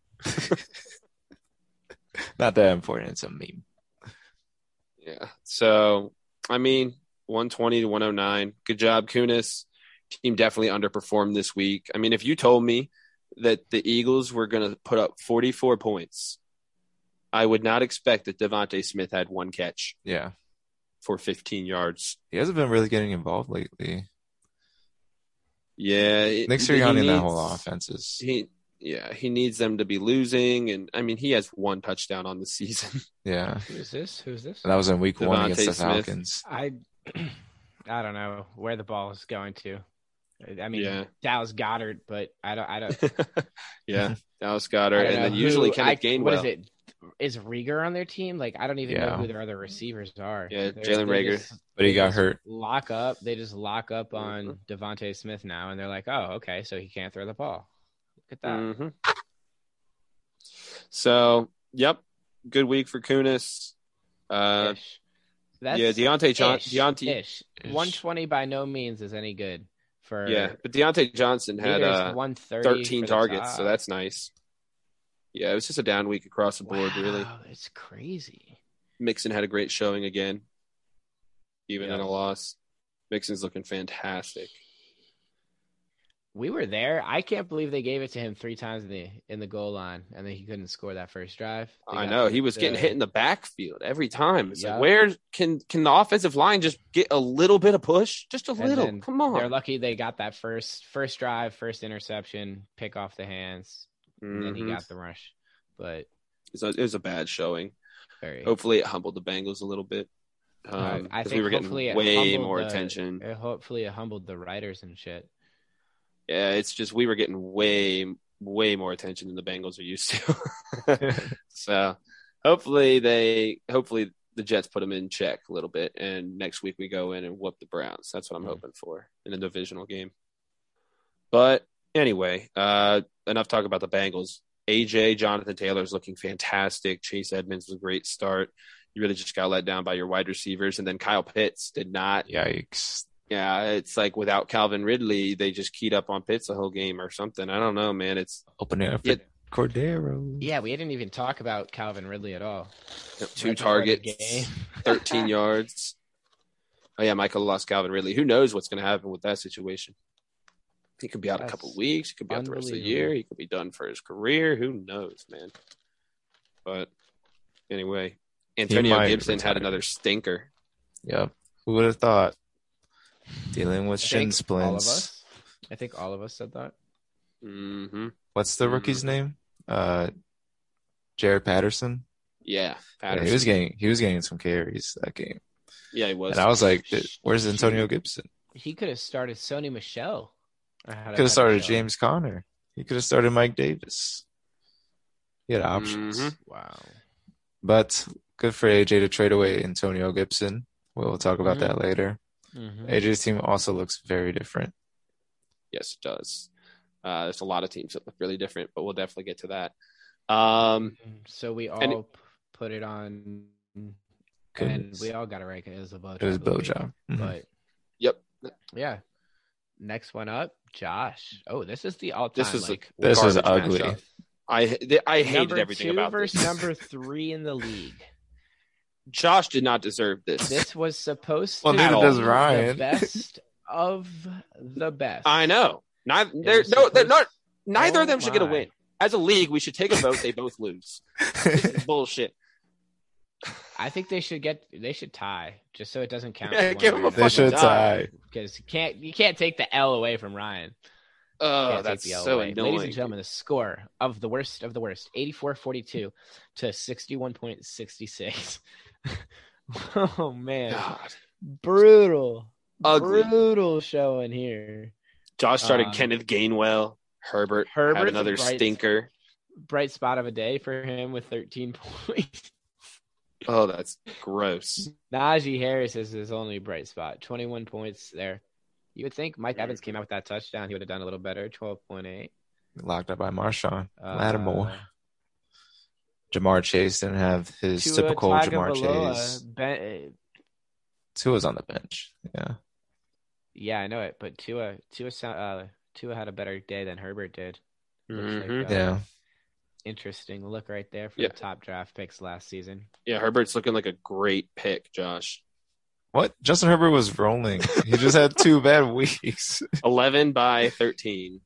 Speaker 2: Not that important. It's a meme.
Speaker 3: Yeah. So, I mean, one twenty to one hundred nine. Good job, Kunis. Team definitely underperformed this week. I mean, if you told me that the Eagles were going to put up forty four points, I would not expect that Devontae Smith had one catch
Speaker 2: Yeah,
Speaker 3: for fifteen yards.
Speaker 2: he hasn't been really getting involved lately.
Speaker 3: Yeah, it-
Speaker 2: Nick
Speaker 3: he
Speaker 2: Sirianni, and that whole
Speaker 3: needs-
Speaker 2: offense is.
Speaker 3: he yeah he needs them to be losing and i mean he has one touchdown on the season
Speaker 2: Yeah,
Speaker 1: Who's this? Who's this?
Speaker 2: and that was in week one against the
Speaker 3: Devontae Smith.
Speaker 2: Falcons.
Speaker 1: I I don't know where the ball is going to. I mean,
Speaker 3: Yeah.
Speaker 1: Dallas Goddard, but I don't. I don't.
Speaker 3: yeah dallas
Speaker 1: I
Speaker 3: goddard
Speaker 1: don't
Speaker 3: and then
Speaker 1: know
Speaker 3: usually
Speaker 1: who-
Speaker 3: kenneth
Speaker 1: I- What is
Speaker 3: gainwell
Speaker 1: it? Is Rieger on their team? Like I don't even know
Speaker 2: Yeah.
Speaker 1: who their other receivers are.
Speaker 3: Yeah,
Speaker 1: They're-
Speaker 3: Jalen
Speaker 1: they
Speaker 3: Rieger.
Speaker 1: just
Speaker 2: But he
Speaker 1: They
Speaker 2: got
Speaker 1: just-
Speaker 2: hurt.
Speaker 1: Lock up. They just lock up
Speaker 3: Mm-hmm.
Speaker 1: on Devonte Smith now, and they're like, "Oh, okay, so he can't throw the ball." Look at that.
Speaker 3: Mhm. so yep good week for kunis uh
Speaker 1: Ish. That's
Speaker 3: yeah Deontay John-
Speaker 1: ish,
Speaker 3: Deontay
Speaker 1: ish. 120 by no means is any good for
Speaker 3: yeah but Deontay Johnson had uh
Speaker 1: 130 for
Speaker 3: 13
Speaker 1: the
Speaker 3: targets so
Speaker 1: top.
Speaker 3: that's nice yeah it was just a down week across the board really
Speaker 1: Wow, It's crazy.
Speaker 3: Mixon had a great showing again, even
Speaker 1: Yeah.
Speaker 3: in a loss. Mixon's looking fantastic.
Speaker 1: We were there. I can't believe they gave it to him three times in the in the goal line, and then he couldn't score that first drive. They
Speaker 3: I
Speaker 1: got
Speaker 3: know he was getting
Speaker 1: the-
Speaker 3: hit in the backfield every time. It's
Speaker 1: Yeah.
Speaker 3: like where can can the offensive line just get a little bit of push, just a
Speaker 1: And
Speaker 3: little?
Speaker 1: then
Speaker 3: Come
Speaker 1: They're
Speaker 3: on.
Speaker 1: lucky they got that first first drive, first interception, pick off the hands, and then he
Speaker 3: Mhm.
Speaker 1: got the rush. But
Speaker 3: It was a, it was a bad showing.
Speaker 1: Very.
Speaker 3: Hopefully, it humbled the Bengals a little bit. Um,
Speaker 1: I
Speaker 3: 'cause
Speaker 1: think
Speaker 3: we were getting
Speaker 1: hopefully it
Speaker 3: way
Speaker 1: humbled
Speaker 3: more
Speaker 1: the-
Speaker 3: attention.
Speaker 1: It hopefully, it humbled the writers and shit.
Speaker 3: Yeah, it's just we were getting way, way more attention than the Bengals are used to. so hopefully they, hopefully the Jets put them in check a little bit, and next week we go in and whoop the Browns. That's what I'm
Speaker 1: Mhm.
Speaker 3: hoping for in a divisional game. But anyway, uh, enough talk about the Bengals. AJ Jonathan Taylor is looking fantastic. Chase Edmonds was a great start. You really just got let down by your wide receivers, and then Kyle Pitts did not
Speaker 2: Yikes.
Speaker 3: yeah, it's like without Calvin Ridley, they just keyed up on Pitts the whole game or something. I don't know, man. It's
Speaker 2: Open it up for
Speaker 3: Yeah.
Speaker 2: Cordero.
Speaker 1: Yeah, we didn't even talk about Calvin Ridley at all.
Speaker 3: two
Speaker 1: Right before the
Speaker 3: targets,
Speaker 1: game.
Speaker 3: 13 yards. Oh, yeah, Michael lost Calvin Ridley. Who knows what's going to happen with that situation? He could be out a
Speaker 1: That's
Speaker 3: couple weeks. He could be out the rest of the
Speaker 1: unbelievable.
Speaker 3: year. He could be done for his career. Who knows, man? But anyway, Antonio
Speaker 2: might
Speaker 3: Gibson
Speaker 2: retire.
Speaker 3: had another stinker.
Speaker 2: Yep. Who would have thought? Dealing with
Speaker 1: I
Speaker 2: shin
Speaker 1: think All of
Speaker 2: splints.
Speaker 1: us. I think all of us said that.
Speaker 3: hmm
Speaker 2: What's the rookie's name? Uh, Jared Patterson.
Speaker 3: Yeah,
Speaker 2: Yeah,
Speaker 3: Patterson.
Speaker 2: he was getting he was getting some carries that game,
Speaker 3: yeah, he was.
Speaker 2: and I was like, "Where's Antonio Gibson?
Speaker 1: He could have started Sony Michelle.
Speaker 2: Could have started James Conner. He could have started Mike Davis. He had
Speaker 1: Mm.
Speaker 2: options,
Speaker 3: Mhm.
Speaker 1: Wow.
Speaker 2: but good for AJ to trade away Antonio Gibson. We'll talk about
Speaker 1: Mhm.
Speaker 2: that later.
Speaker 1: Mhm.
Speaker 2: AJ's team also looks very different.
Speaker 3: Yes, it does. Uh, there's a lot of teams that look really different, but we'll definitely get to that. Um,
Speaker 1: So we all
Speaker 3: and-
Speaker 1: p- put it on, and
Speaker 2: Goodness.
Speaker 1: we all got it right. 'cause It was a blow
Speaker 2: It was a blow job. Mhm.
Speaker 1: But
Speaker 3: Yep.
Speaker 1: yeah. Next one up, Josh. Oh, this is the all-time.
Speaker 3: This is a-
Speaker 1: like,
Speaker 2: This was ugly.
Speaker 3: garbage matchup. I th- I hated
Speaker 1: number
Speaker 3: everything
Speaker 1: two
Speaker 3: about
Speaker 1: versus
Speaker 3: this.
Speaker 1: number three in the league.
Speaker 3: Josh did not deserve this.
Speaker 1: This was supposed
Speaker 2: Well,
Speaker 1: to
Speaker 3: neither
Speaker 1: be
Speaker 3: does
Speaker 1: the
Speaker 2: Ryan.
Speaker 1: best of the best.
Speaker 3: I know. Neither
Speaker 1: It
Speaker 3: they're,
Speaker 1: was
Speaker 3: no, they're
Speaker 1: supposed-
Speaker 3: not. Neither
Speaker 1: Oh
Speaker 3: of them should get a
Speaker 1: my.
Speaker 3: win. As a league, we should take a vote. They both lose. This is bullshit.
Speaker 1: I think they should get they should tie just so it doesn't count.
Speaker 3: Yeah, give them a
Speaker 2: they should tie.
Speaker 1: because you can't you can't take the L away from Ryan.
Speaker 3: Oh,
Speaker 1: Can't take
Speaker 3: that's
Speaker 1: the L
Speaker 3: so
Speaker 1: away.
Speaker 3: annoying.
Speaker 1: Ladies and gentlemen, the score of the worst of the worst 84-42 to 61.66. oh man,
Speaker 3: God.
Speaker 1: brutal.
Speaker 3: Ugly.
Speaker 1: Brutal showing here.
Speaker 3: Josh started
Speaker 1: Uh,
Speaker 3: Kenneth Gainwell, Herbert, Herbert had
Speaker 1: Herbert's a
Speaker 3: another
Speaker 1: bright-
Speaker 3: stinker.
Speaker 1: Bright spot of a day for him with 13 points.
Speaker 3: Oh, that's gross.
Speaker 1: Najee Harris is his only bright spot. 21 points there. You would think Mike Evans came out with that touchdown. He would have done a little better. 12.8.
Speaker 2: Locked up by Marshawn.
Speaker 1: Uh,
Speaker 2: Lattimore. Jamar Chase didn't have his
Speaker 1: Tua
Speaker 2: typical Jamar
Speaker 1: Tagovailoa
Speaker 2: Chase.
Speaker 1: ben-
Speaker 2: Two was on the bench. Yeah.
Speaker 1: yeah, I know it. But Tua, Tua, sou- uh, Tua had a better day than Herbert did. Looks like,
Speaker 3: Mhm.
Speaker 1: uh,
Speaker 2: Yeah.
Speaker 1: Interesting look right there for
Speaker 3: Yeah.
Speaker 1: the top draft picks last season.
Speaker 3: Yeah, Herbert's looking like a great pick, Josh.
Speaker 2: What? Justin Herbert was rolling. He just had two bad weeks.
Speaker 3: 11 by 13.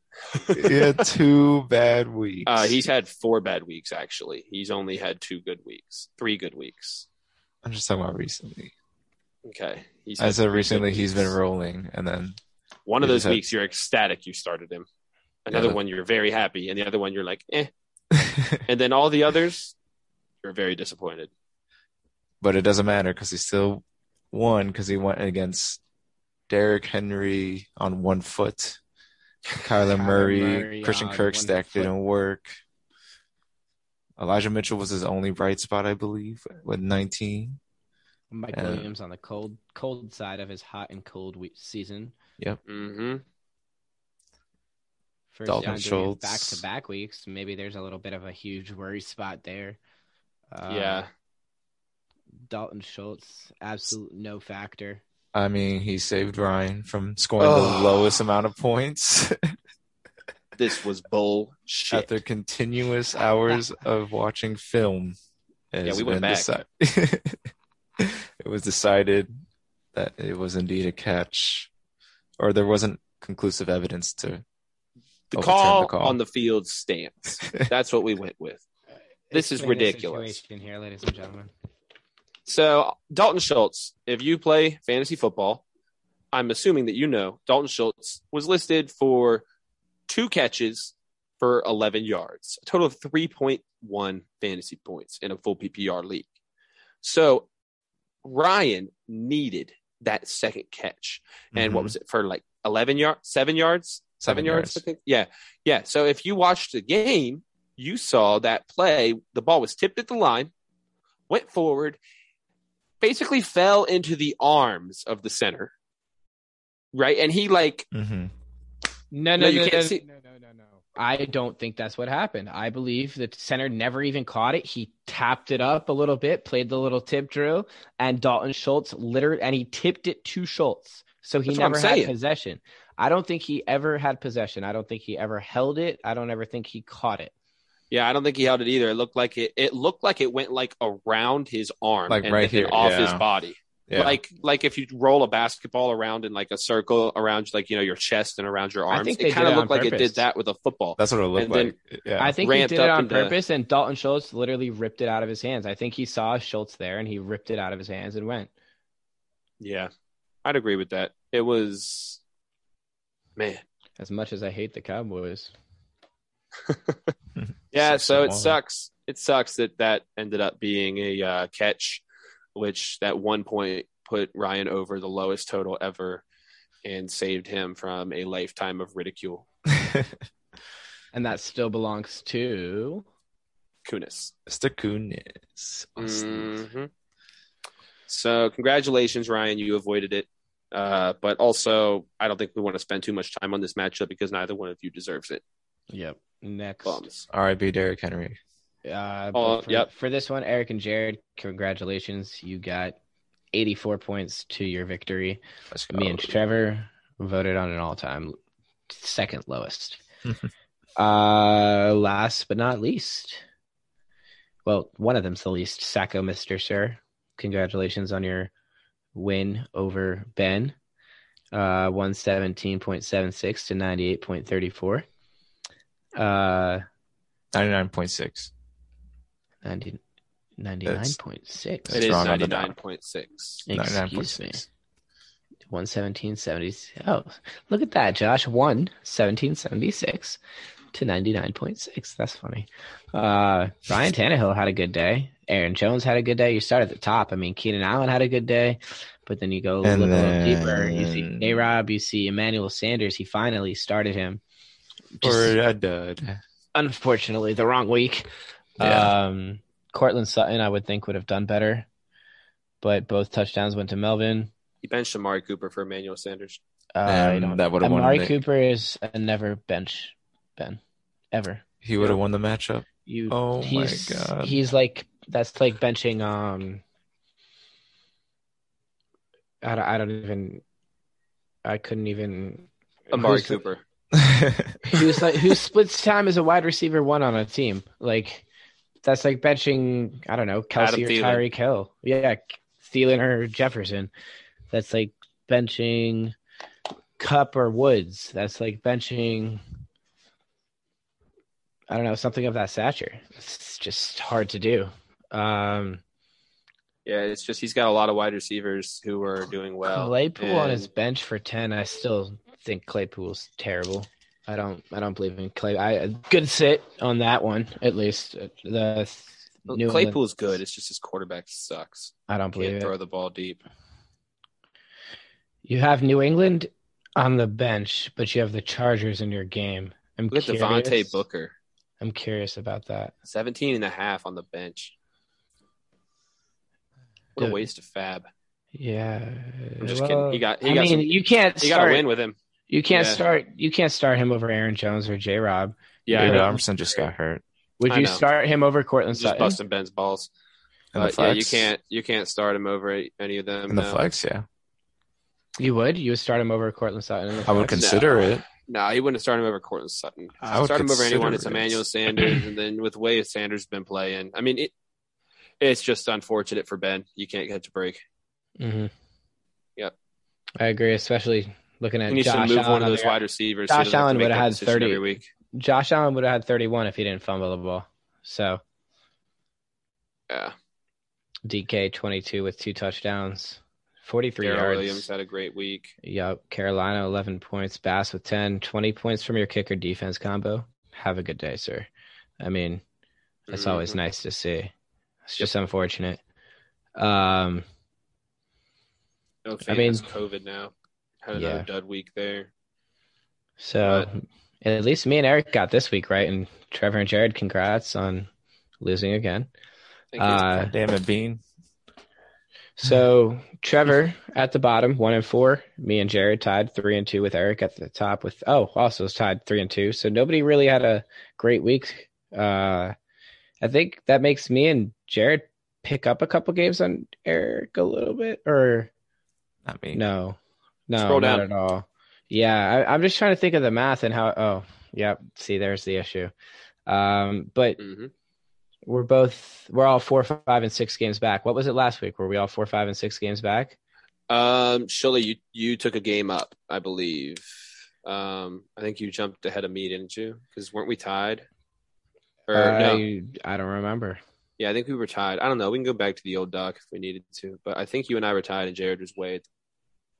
Speaker 2: he had two bad weeks.
Speaker 3: Uh, he's had four bad weeks, actually. He's only had two good weeks, three good weeks.
Speaker 2: I'm just talking about recently.
Speaker 3: Okay. He's
Speaker 2: I
Speaker 3: had
Speaker 2: said
Speaker 3: three
Speaker 2: recently
Speaker 3: good
Speaker 2: he's been
Speaker 3: weeks.
Speaker 2: rolling, and then
Speaker 3: One of
Speaker 2: he
Speaker 3: those
Speaker 2: just had-
Speaker 3: weeks you're ecstatic you started him. Another
Speaker 2: Yeah.
Speaker 3: one you're very happy, and the other one you're like, eh. And then all the others, you're very disappointed.
Speaker 2: but it doesn't matter because he still won because he went against Derrick Henry on one foot, Kyler
Speaker 1: Kyler
Speaker 2: Murray,
Speaker 1: Murray
Speaker 2: Christian
Speaker 1: on
Speaker 2: Kirk
Speaker 1: one
Speaker 2: stack
Speaker 1: foot.
Speaker 2: didn't work. Elijah Mitchell was his only bright spot, I believe, with 19.
Speaker 1: Mike
Speaker 2: Yeah.
Speaker 1: Williams on the cold, cold side of his hot and cold we- season.
Speaker 3: Mm-hmm.
Speaker 1: First
Speaker 2: Dalton Schultz.
Speaker 1: back to back weeks. Maybe there's a little bit of a huge worry spot there. Uh,
Speaker 3: yeah.
Speaker 1: Dalton Schultz, absolute no factor.
Speaker 2: I mean, he saved Ryan from scoring
Speaker 3: Ugh.
Speaker 2: the lowest amount of points
Speaker 3: This was bullshit.
Speaker 2: after continuous hours of watching film. It
Speaker 3: Yeah,
Speaker 2: has
Speaker 3: we went
Speaker 2: been
Speaker 3: back.
Speaker 2: deci- it was decided that it was indeed a catch, or there wasn't conclusive evidence to.
Speaker 3: the,
Speaker 2: overturned
Speaker 3: call
Speaker 2: the call.
Speaker 3: on the field stands. That's what we went with. This is
Speaker 1: Explain the
Speaker 3: ridiculous.
Speaker 1: situation here, ladies and gentlemen.
Speaker 3: So, Dalton Schultz, if you play fantasy football, I'm assuming that you know Dalton Schultz was listed for two catches for 11 yards, a total of 3.1 fantasy points in a full PPR league. So Ryan needed that second catch. And what
Speaker 2: Mhm.
Speaker 3: was it for like 11 yards, seven yards, seven, yards? I think? Yeah. Yeah. So if you watched the game, you saw that play. The ball was tipped at the line, went forward, basically fell into the arms of the center. Right. And he like,
Speaker 2: Mhm.
Speaker 1: No,
Speaker 3: No,
Speaker 1: no,
Speaker 3: you
Speaker 1: no, no,
Speaker 3: can't
Speaker 1: no,
Speaker 3: see-
Speaker 1: no, no, no, no. I don't think that's what happened. I believe the center never even caught it. He tapped it up a little bit, played the little tip drill, and Dalton Schultz littered and he tipped it to Schultz. So he
Speaker 3: That's what I'm
Speaker 1: never had
Speaker 3: saying.
Speaker 1: possession. I don't think he ever had possession. I don't think he ever held it. I don't ever think he caught it.
Speaker 3: yeah, I don't think he held it either. It looked like it, it looked like it went like around his arm
Speaker 2: Like
Speaker 3: and
Speaker 2: right
Speaker 3: then
Speaker 2: here,
Speaker 3: off
Speaker 2: yeah.
Speaker 3: his body.
Speaker 2: Yeah.
Speaker 3: Like, like if you roll a basketball around in like a circle around, like, you know, your chest and around your
Speaker 1: I
Speaker 3: arms,
Speaker 1: think
Speaker 3: it
Speaker 1: they
Speaker 3: kind
Speaker 1: did it
Speaker 3: of
Speaker 1: on
Speaker 3: looked like it
Speaker 1: purpose.
Speaker 3: did that with a football.
Speaker 2: That's what it looked
Speaker 3: And then-
Speaker 2: like. yeah.
Speaker 1: I think he
Speaker 3: ramped
Speaker 1: did it
Speaker 3: up
Speaker 1: on
Speaker 3: into-
Speaker 1: purpose, and Dalton Schultz literally ripped it out of his hands. I think he saw Schultz there and he ripped it out of his hands and went.
Speaker 3: Yeah, I'd agree with that. It was, man.
Speaker 1: As much as I hate the Cowboys,
Speaker 3: Yeah,
Speaker 2: Six
Speaker 3: so
Speaker 2: to
Speaker 3: it
Speaker 2: one.
Speaker 3: sucks. It sucks that that ended up being a uh, catch, which that one point put Ryan over the lowest total ever and saved him from a lifetime of ridicule.
Speaker 1: and that still belongs to
Speaker 3: Kunis.
Speaker 2: Mr. Kunis.
Speaker 3: Mhm. So, congratulations, Ryan. You avoided it. Uh, but also, I don't think we want to spend too much time on this matchup because neither one of you deserves it.
Speaker 1: Yep. Next.
Speaker 3: Bums.
Speaker 2: R.I.B. Derrick Henry.
Speaker 1: Uh,
Speaker 3: Oh,
Speaker 1: but for,
Speaker 3: yep.
Speaker 1: for this one, Eric and Jared, congratulations. You got 84 points to your victory.
Speaker 2: Let's
Speaker 1: Me and
Speaker 2: go.
Speaker 1: Trevor voted on an all time second lowest. uh, last but not least, well, one of them's the least, Sacco Mr. Sir. Congratulations on your win over Ben. Uh, 117.76 to 98.34. Uh,
Speaker 2: 99.6.
Speaker 1: 90,
Speaker 2: That's-
Speaker 1: 99.6.
Speaker 3: It
Speaker 2: It's
Speaker 3: is
Speaker 2: wrong on the dot.
Speaker 3: 99.6.
Speaker 1: Excuse me.
Speaker 2: 99.6.
Speaker 1: 117.76. Oh, look at that, Josh. 1, 1776 to 99.6. That's funny. Uh, Ryan Tannehill had a good day. Aaron Jones had a good day. You start at the top. I mean, Keenan Allen had a good day, but then you go a
Speaker 2: And
Speaker 1: little, little deeper. You see
Speaker 2: then-
Speaker 1: A Rob, you see Emmanuel Sanders. He finally started him. Just-
Speaker 2: Or a dud.
Speaker 1: unfortunately, the wrong week.
Speaker 2: Yeah.
Speaker 1: Um, Cortland Sutton, I would think, would have done better, but both touchdowns went to Melvin.
Speaker 3: He benched Amari Cooper for Emmanuel Sanders.
Speaker 1: Uh, I
Speaker 2: And
Speaker 1: don't-
Speaker 2: that would have won.
Speaker 1: Amari
Speaker 2: the-
Speaker 1: Cooper is a never bench Ben, ever.
Speaker 2: He would have won the matchup.
Speaker 1: You,
Speaker 2: Oh my
Speaker 1: he's,
Speaker 2: God.
Speaker 1: he's like that's like benching. Um, I don't, I don't even. I couldn't even.
Speaker 2: Oh,
Speaker 3: Amari
Speaker 1: who's the-
Speaker 3: Cooper.
Speaker 1: who's like who splits time as a wide receiver one on a team. Like that's like benching I don't know Kelsey
Speaker 3: Adam
Speaker 1: or
Speaker 3: Thielen.
Speaker 1: Tyreek Hill. Yeah, Thielen or Jefferson. That's like benching Cup or Woods. That's like benching. I don't know something of that stature. It's just hard to do. Um,
Speaker 3: Yeah, it's just he's got a lot of wide receivers who are doing well. eh,
Speaker 1: Claypool on his
Speaker 3: and-
Speaker 1: bench for ten. I still think Claypool's terrible. I don't. I don't believe in Clay. I a good sit on that one at least. Uh, The New England-
Speaker 3: Claypool's good. It's just his quarterback sucks.
Speaker 1: I don't believe
Speaker 3: Can't
Speaker 1: it.
Speaker 3: throw the ball deep.
Speaker 1: You have New England on the bench, but you have the Chargers in your game. I'm
Speaker 3: Look at
Speaker 1: curious.
Speaker 3: Devontae Booker.
Speaker 1: I'm curious about that.
Speaker 3: 17 and a half on the bench. What a
Speaker 1: Dude.
Speaker 3: waste of fab.
Speaker 1: Yeah.
Speaker 3: I'm just kidding. He got he
Speaker 1: I
Speaker 3: got
Speaker 1: mean,
Speaker 3: some,
Speaker 1: you can't
Speaker 3: he got a
Speaker 1: start.
Speaker 3: win with him.
Speaker 1: You can't
Speaker 3: Yeah.
Speaker 1: start. You can't start him over Aaron Jones or J. Rob. Yeah.
Speaker 3: Yeah, I
Speaker 2: David
Speaker 3: know.
Speaker 2: Armstrong just got hurt.
Speaker 1: Would
Speaker 3: I
Speaker 1: you
Speaker 3: know.
Speaker 1: start him over Cortland
Speaker 3: just
Speaker 1: Sutton?
Speaker 3: busting Ben's balls.
Speaker 2: And the
Speaker 3: But yeah, you
Speaker 2: flex.
Speaker 3: can't you can't start him over any of them.
Speaker 2: And the
Speaker 3: no.
Speaker 2: flex, yeah.
Speaker 1: You would. You would start him over Cortland Sutton. in the
Speaker 2: I would
Speaker 1: flex?
Speaker 2: consider
Speaker 3: No.
Speaker 2: it.
Speaker 3: No, he wouldn't start him over Cortland Sutton.
Speaker 2: I would
Speaker 3: start him over anyone.
Speaker 2: consider
Speaker 3: It's
Speaker 2: it.
Speaker 3: Emmanuel Sanders, and then with the way Sanders been playing, I mean, it it's just unfortunate for Ben. You can't catch a break.
Speaker 1: Mm-hmm.
Speaker 3: Yep.
Speaker 1: I agree, especially looking at
Speaker 3: He needs
Speaker 1: Josh
Speaker 3: to move
Speaker 1: Allen.
Speaker 3: one of
Speaker 1: on
Speaker 3: those
Speaker 1: there.
Speaker 3: wide receivers.
Speaker 1: Josh
Speaker 3: doesn't have to
Speaker 1: Allen
Speaker 3: make
Speaker 1: would've
Speaker 3: that
Speaker 1: had
Speaker 3: decision
Speaker 1: 30.
Speaker 3: every week.
Speaker 1: Josh Allen would have had 31 if he didn't fumble the ball. So
Speaker 3: Yeah,
Speaker 1: DK 22 with two touchdowns, 43
Speaker 3: Darrell
Speaker 1: yards.
Speaker 3: Williams had a great week.
Speaker 1: Yep. Carolina 11 points. Bass with 10, 20 points from your kicker defense combo. have a good day, sir. I mean, that's always
Speaker 3: Mhm.
Speaker 1: nice to see. It's just unfortunate. Um,
Speaker 3: Mm-hmm. No
Speaker 1: I
Speaker 3: I
Speaker 1: mean-
Speaker 3: mean, COVID now. Had another
Speaker 1: Yeah.
Speaker 3: dud week there.
Speaker 1: so at least me and Eric got this week right, and Trevor and Jared, congrats on losing again.
Speaker 3: Thank you.
Speaker 1: Uh,
Speaker 2: Damn it, Bean.
Speaker 3: Mm-hmm.
Speaker 1: So Trevor at the bottom, one and four. Me and Jared tied three and two with Eric at the top. With oh, also is tied three and two. So nobody really had a great week. Uh, I think that makes me and Jared pick up a couple games on Eric a little bit, or
Speaker 2: Not me.
Speaker 1: no, no,
Speaker 3: Scroll
Speaker 1: not at
Speaker 3: down.
Speaker 1: all. Yeah, I, I'm just trying to think of the math and how. Oh, yep. See, there's the issue. Um, but
Speaker 3: Mhm.
Speaker 1: we're both we're all four, five, and six games back. What was it last week? Were we all four, five, and six games back?
Speaker 3: Um, Shirley, you you took a game up, I believe. Um, I think you jumped ahead of me, didn't you? Because weren't we tied? Or no?
Speaker 1: I, I don't remember.
Speaker 3: Yeah, I think we were tied. I don't know. We can go back to the old doc if we needed to, but I think you and I were tied, and Jared was way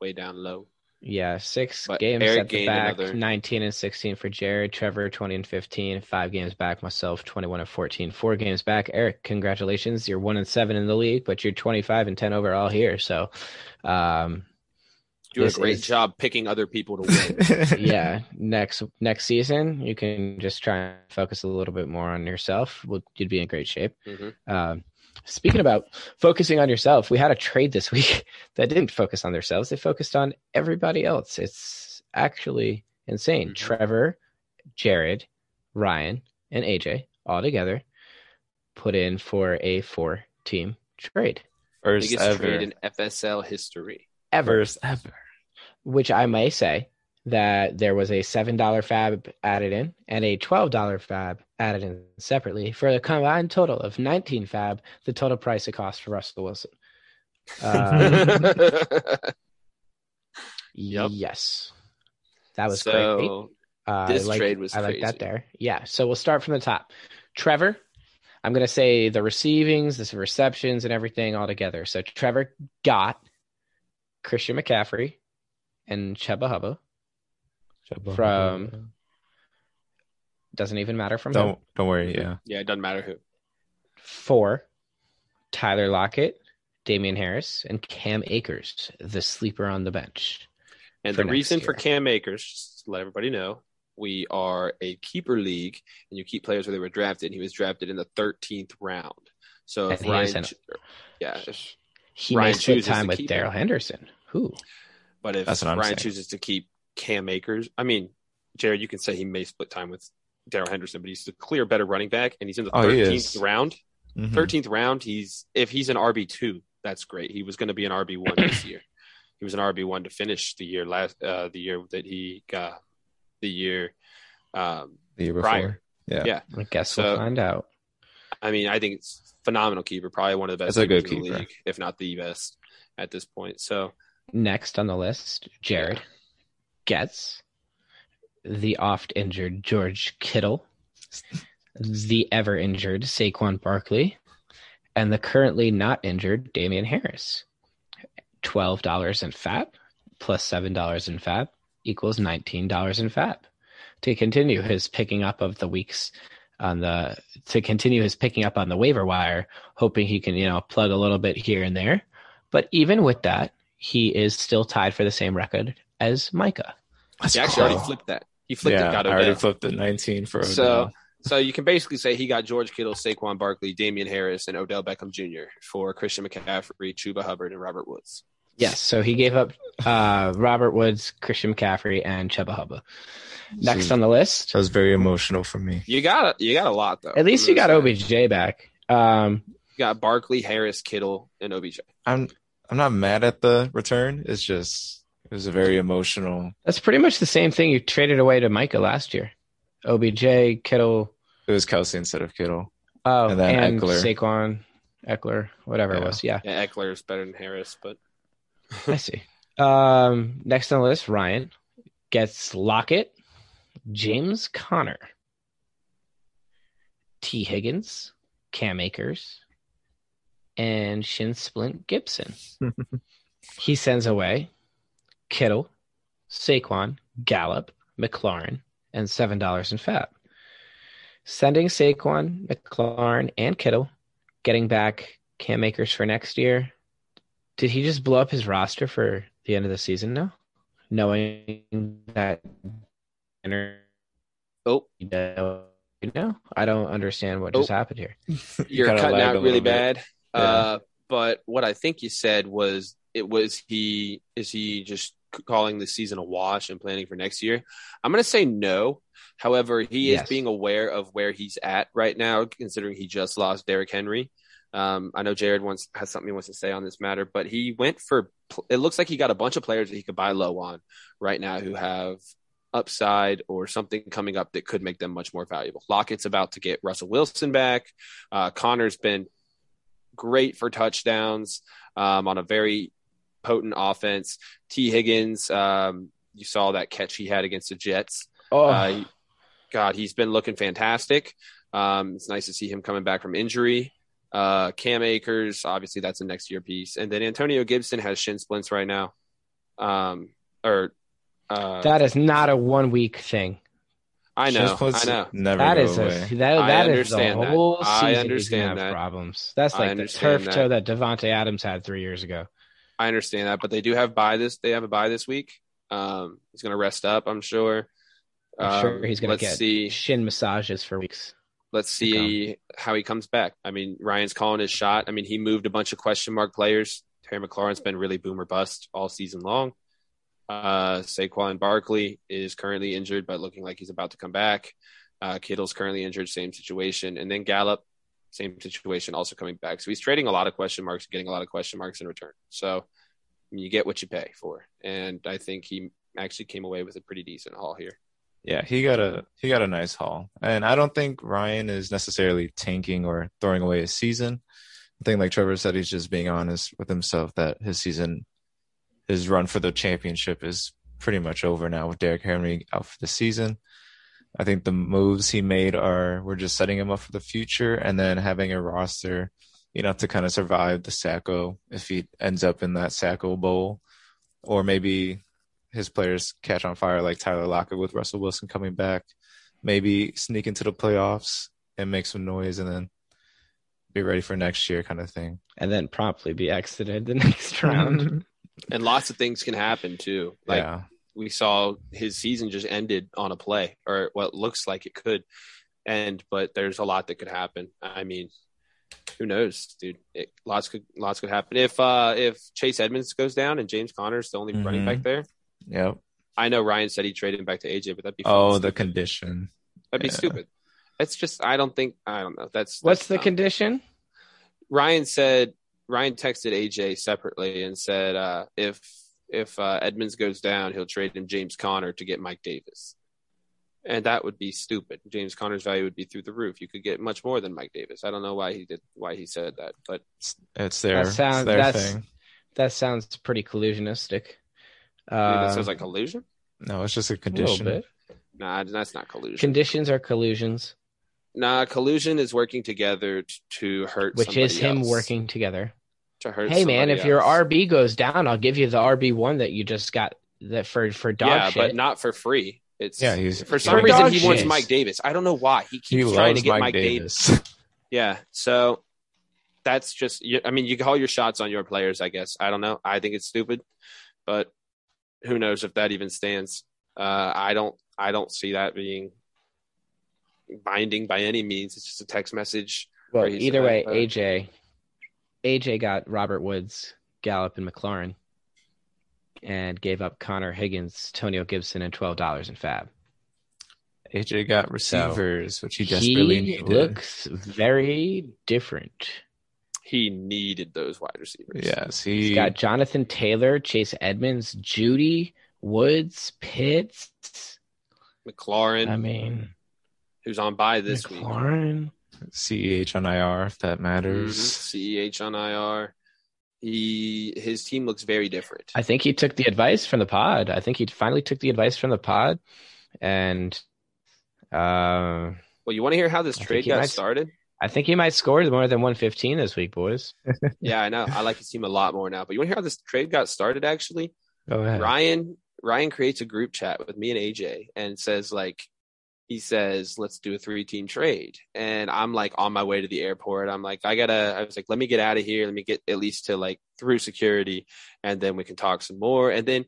Speaker 3: way down low.
Speaker 1: Yeah, six
Speaker 3: But
Speaker 1: games
Speaker 3: Eric
Speaker 1: at the
Speaker 3: gained
Speaker 1: back,
Speaker 3: another.
Speaker 1: 19 and 16 for Jared, Trevor 20 and 15, five games back myself, 21 and 14, four games back. Eric, congratulations, you're one and seven in the league, but you're 25 and 10 overall here. So, um,
Speaker 3: Doing
Speaker 1: This
Speaker 3: a great
Speaker 1: is-
Speaker 3: job picking other people to win.
Speaker 1: yeah, next next season you can just try and focus a little bit more on yourself. Well, you'd be in great shape.
Speaker 3: Mhm.
Speaker 1: Um, speaking about focusing on yourself, we had a trade this week that didn't focus on themselves. They focused on everybody else. It's actually insane.
Speaker 3: Mhm.
Speaker 1: Trevor, Jared, Ryan, and AJ all together put in for a four team trade
Speaker 2: First
Speaker 3: Biggest
Speaker 2: ever.
Speaker 3: trade in FSL history.
Speaker 1: ever.
Speaker 2: First ever.
Speaker 1: which I may say that there was a $7 fab added in and a $12 fab added in separately for a combined total of 19 fab, the total price it cost for Russell Wilson. Uh,
Speaker 3: Yep.
Speaker 1: Yes. That was great.
Speaker 3: so,
Speaker 1: Uh,
Speaker 3: This
Speaker 1: I like,
Speaker 3: trade was
Speaker 1: I like that
Speaker 3: crazy.
Speaker 1: there. Yeah. So we'll start from the top. Trevor, I'm going to say the receivings, the receptions, and everything all together. So Trevor got Christian McCaffrey and Chuba Hubba. From- Doesn't even matter from who.
Speaker 2: Don't don't worry. Yeah.
Speaker 3: Yeah, it doesn't matter who.
Speaker 1: Four, Tyler Lockett, Damian Harris, and Cam Akers, the sleeper on the bench.
Speaker 3: And
Speaker 1: for
Speaker 3: the
Speaker 1: next
Speaker 3: reason for
Speaker 1: year.
Speaker 3: Cam Akers, just to let everybody know, we are a keeper league, and you keep players where they were drafted. And he was drafted in the 13th round. So if
Speaker 1: And he is
Speaker 3: Ryan,
Speaker 1: an-
Speaker 3: Ch- yeah, if-
Speaker 1: He
Speaker 3: Ryan
Speaker 1: may split
Speaker 3: chooses
Speaker 1: time
Speaker 3: to
Speaker 1: with
Speaker 3: keep him.
Speaker 1: Daryl Henderson. Who?
Speaker 3: but if
Speaker 2: That's what I'm
Speaker 3: Ryan
Speaker 2: saying.
Speaker 3: chooses to keep Cam Akers, I mean, Jared, you can say he may split time with Daryl Henderson, but he's the clear better running back, and he's in the
Speaker 2: Oh, he
Speaker 3: 13th
Speaker 2: is.
Speaker 3: round.
Speaker 2: Mhm.
Speaker 3: 13th round, he's if he's an RB two, that's great. He was going to be an RB one this year. He was an RB one to finish the year last uh, the year that he got the year. Um,
Speaker 2: The year before.
Speaker 3: prior.
Speaker 2: Yeah.
Speaker 3: Yeah.
Speaker 1: I guess
Speaker 3: So-
Speaker 1: we'll find out.
Speaker 3: I mean, I think it's phenomenal keeper, probably one of the best.
Speaker 2: That's a good
Speaker 3: keepers in
Speaker 2: keeper.
Speaker 3: the league, if not the best at this point. So
Speaker 1: Next on the list, Jared gets the oft injured George Kittle, the ever injured Saquon Barkley, and the currently not injured Damian Harris. $12 in FAB plus $7 in FAB equals $19 in FAB. To continue his picking up of the weeks on the to continue his picking up on the waiver wire, hoping he can, you know, plug a little bit here and there. But even with that, he is still tied for the same record as Micah.
Speaker 2: Let's
Speaker 3: he actually
Speaker 2: go.
Speaker 3: already flipped that. He flipped
Speaker 2: yeah,
Speaker 3: it. Got
Speaker 2: I already
Speaker 3: Odell.
Speaker 2: flipped the 19 for Odell.
Speaker 3: So- so you can basically say he got George Kittle, Saquon Barkley, Damian Harris, and Odell Beckham Jr. for Christian McCaffrey, Chuba Hubbard, and Robert Woods.
Speaker 1: Yes, so he gave up uh, Robert Woods, Christian McCaffrey, and Chuba Hubba. Next on the list,
Speaker 2: that was very emotional for me.
Speaker 3: You got you got a lot though.
Speaker 1: at least you got
Speaker 3: Obi.
Speaker 1: OBJ back. Um,
Speaker 3: You got Barkley, Harris, Kittle, and OBJ.
Speaker 2: I'm I'm not mad at the return. It's just it was a very emotional.
Speaker 1: that's pretty much the same thing you traded away to Micah last year. OBJ, Kittle,
Speaker 2: It was Kelsey instead of Kittle.
Speaker 1: oh, and,
Speaker 2: And then Eckler.
Speaker 1: Saquon, Eckler, whatever it
Speaker 2: Yeah.
Speaker 1: was. Yeah,
Speaker 3: Yeah, Eckler is better than Harris, but
Speaker 1: I see. Um, next on the list, Ryan gets Lockett, James Connor, T. Higgins, Cam Akers, and Shin Splint Gibson. he sends away Kittle, Saquon, Gallup, McLaurin, and seven dollars in fab. sending Saquon, McLaurin, and Kittle, getting back Cam Akers for next year. Did he just blow up his roster for the end of the season now? Knowing that
Speaker 3: Oh,
Speaker 1: you know, you know, I don't understand what just
Speaker 3: Oh.
Speaker 1: happened here.
Speaker 3: you're
Speaker 2: kinda
Speaker 3: cutting
Speaker 2: lagged a
Speaker 3: out
Speaker 2: little
Speaker 3: really
Speaker 2: bit.
Speaker 3: bad. Uh, but what I think you said was it was he is he just c- calling the season a wash and planning for next year? I'm going to say no. However, he
Speaker 1: Yes.
Speaker 3: is being aware of where he's at right now, considering he just lost Derrick Henry. Um, I know Jared wants has something he wants to say on this matter, but he went for. pl- It looks like he got a bunch of players that he could buy low on right now who have upside or something coming up that could make them much more valuable. Lockett's about to get Russell Wilson back. Uh, Connor's been great for touchdowns um, on a very potent offense. T. Higgins, um, you saw that catch he had against the Jets.
Speaker 1: Oh,
Speaker 3: Uh, he- God, he's been looking fantastic. Um, it's nice to see him coming back from injury. Uh, Cam Akers, obviously, that's a next year piece. And then Antonio Gibson has shin splints right now. Um, or uh,
Speaker 1: that is not a one week thing.
Speaker 3: I
Speaker 2: Shin
Speaker 3: know, I
Speaker 2: splints
Speaker 3: know.
Speaker 2: Never
Speaker 1: That
Speaker 2: go
Speaker 1: is a,
Speaker 2: away.
Speaker 1: that, that is the
Speaker 3: understand that.
Speaker 1: whole
Speaker 3: I
Speaker 1: season. he's gonna
Speaker 3: understand
Speaker 1: have
Speaker 3: that.
Speaker 1: problems. That's
Speaker 3: I
Speaker 1: like the
Speaker 3: understand
Speaker 1: turf
Speaker 3: that.
Speaker 1: toe that Devonte Adams had three years ago.
Speaker 3: I understand that, but they do have buy this. They have a buy this week. Um, he's going to rest up, I'm sure.
Speaker 1: I'm sure
Speaker 3: Um,
Speaker 1: he's gonna
Speaker 3: let's
Speaker 1: get
Speaker 3: see.
Speaker 1: shin massages for weeks.
Speaker 3: Let's see how he comes back. I mean, Ryan's calling his shot. I mean, he moved a bunch of question mark players. Terry McLaurin's been really boom or bust all season long. Uh, Saquon Barkley is currently injured, but looking like he's about to come back. Uh, Kittle's currently injured, same situation. And then Gallup, same situation, also coming back. So he's trading a lot of question marks, getting a lot of question marks in return. So I mean, you get what you pay for. And I think he actually came away with a pretty decent haul here.
Speaker 2: Yeah, he got a he got a nice haul, and I don't think Ryan is necessarily tanking or throwing away his season. I think, like Trevor said, he's just being honest with himself that his season, his run for the championship is pretty much over now with Derrick Henry out for the season. I think the moves he made are we're just setting him up for the future, and then having a roster enough to kind of survive the Sacco if he ends up in that Sacco Bowl, or maybe his players catch on fire like Tyler Lockett with Russell Wilson coming back, maybe sneak into the playoffs and make some noise and then be ready for next year kind of thing.
Speaker 1: And then promptly be exited the next round.
Speaker 3: And lots of things can happen too. Like
Speaker 2: yeah.
Speaker 3: we saw his season just ended on a play or what looks like it could end, but there's a lot that could happen. I mean, who knows, dude? It, lots could lots could happen. If uh if Chase Edmonds goes down and James Connor's the only running
Speaker 2: Mhm.
Speaker 3: back there,
Speaker 2: Yep.
Speaker 3: I know Ryan said he traded him back to AJ, but that'd be
Speaker 2: Oh,
Speaker 3: fucking
Speaker 2: the
Speaker 3: stupid.
Speaker 2: condition.
Speaker 3: that'd be
Speaker 2: yeah.
Speaker 3: stupid. That's just I don't think I don't know. That's
Speaker 1: What's
Speaker 3: that's
Speaker 1: the
Speaker 3: dumb.
Speaker 1: condition?
Speaker 3: Ryan said Ryan texted AJ separately and said uh, if if uh, Edmonds goes down, he'll trade him James Conner to get Mike Davis, and that would be stupid. James Conner's value would be through the roof. You could get much more than Mike Davis. I don't know why he did why he said that, but
Speaker 2: It's, it's their,
Speaker 1: That sounds-
Speaker 2: it's their
Speaker 1: that's-
Speaker 2: thing.
Speaker 1: That sounds pretty collusionistic.
Speaker 3: I think
Speaker 1: Uh,
Speaker 3: that sounds like collusion.
Speaker 2: No, it's just a
Speaker 1: a little
Speaker 2: condition.
Speaker 1: bit.
Speaker 3: Nah, that's not collusion.
Speaker 1: Conditions are collusions,
Speaker 3: nah, collusion is working together t- to hurt.
Speaker 1: which is
Speaker 3: somebody
Speaker 1: him
Speaker 3: else.
Speaker 1: working together.
Speaker 3: to hurt.
Speaker 1: hey man,
Speaker 3: somebody
Speaker 1: if your
Speaker 3: else.
Speaker 1: RB goes down, I'll give you the RB one that you just got that for for dog
Speaker 3: yeah,
Speaker 1: shit.
Speaker 3: but not for free. It's
Speaker 2: Yeah, he's
Speaker 3: for some
Speaker 1: For
Speaker 3: reason
Speaker 1: dog
Speaker 3: he wants
Speaker 1: shit.
Speaker 3: Mike Davis. I don't know why he
Speaker 2: He
Speaker 3: keeps
Speaker 2: loves
Speaker 3: trying to get
Speaker 2: Mike,
Speaker 3: Mike, Davis.
Speaker 2: Davis.
Speaker 3: Yeah. So that's just, you- I mean, you call your shots on your players, I guess. I don't know. I think it's stupid, but who knows if that even stands. Uh, I don't, I don't see that being binding by any means. It's just a text message.
Speaker 1: well,
Speaker 3: Crazy
Speaker 1: either way,
Speaker 3: about that.
Speaker 1: AJ, AJ got Robert Woods, Gallup, and McLaurin, and gave up Connor Higgins, Tonio Gibson, and twelve dollars in Fab.
Speaker 2: AJ got
Speaker 1: So,
Speaker 2: receivers, which he
Speaker 1: He
Speaker 2: desperately needed.
Speaker 1: looks very different.
Speaker 3: He needed those wide receivers.
Speaker 2: yes,
Speaker 1: He's
Speaker 2: he
Speaker 1: got Jonathan Taylor, Chase Edmonds, Judy Woods, Pitts.
Speaker 3: McLaurin,
Speaker 1: I mean,
Speaker 3: who's on by this week.
Speaker 1: McLaurin.
Speaker 2: CEH E on IR if that
Speaker 3: Mm-hmm.
Speaker 2: matters.
Speaker 3: CEH E on IR. He, his team looks very different.
Speaker 1: I think he took the advice from the pod. I think he finally took the advice from the pod, and uh,
Speaker 3: well, you want to hear how this
Speaker 1: I think
Speaker 3: trade
Speaker 1: he
Speaker 3: got
Speaker 1: might-
Speaker 3: started?
Speaker 1: I think he might score more than 115 this week, boys.
Speaker 3: Yeah, I know. I like his team a lot more now. But you want to hear how this trade got started? Actually,
Speaker 2: Go ahead.
Speaker 3: Ryan Ryan creates a group chat with me and AJ and says like, he says, let's do a three team trade. And I'm like on my way to the airport. I'm like, I gotta, I was like, let me get out of here. Let me get at least to like through security and then we can talk some more. And then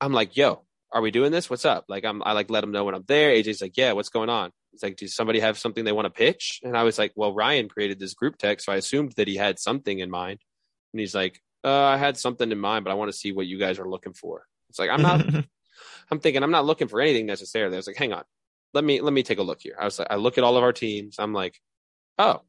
Speaker 3: I'm like, yo, are we doing this? What's up? Like, I'm, I like let him know when I'm there. AJ's like, yeah, what's going on? He's like, does somebody have something they want to pitch? And I was like, well, Ryan created this group text. So I assumed that he had something in mind. And he's like, uh, I had something in mind, but I want to see what you guys are looking for. It's like, Mm-hmm. I'm not, I'm thinking I'm not looking for anything necessarily. I was like, hang on, let me let me take a look here. I was like, I look at all of our teams. I'm like, oh,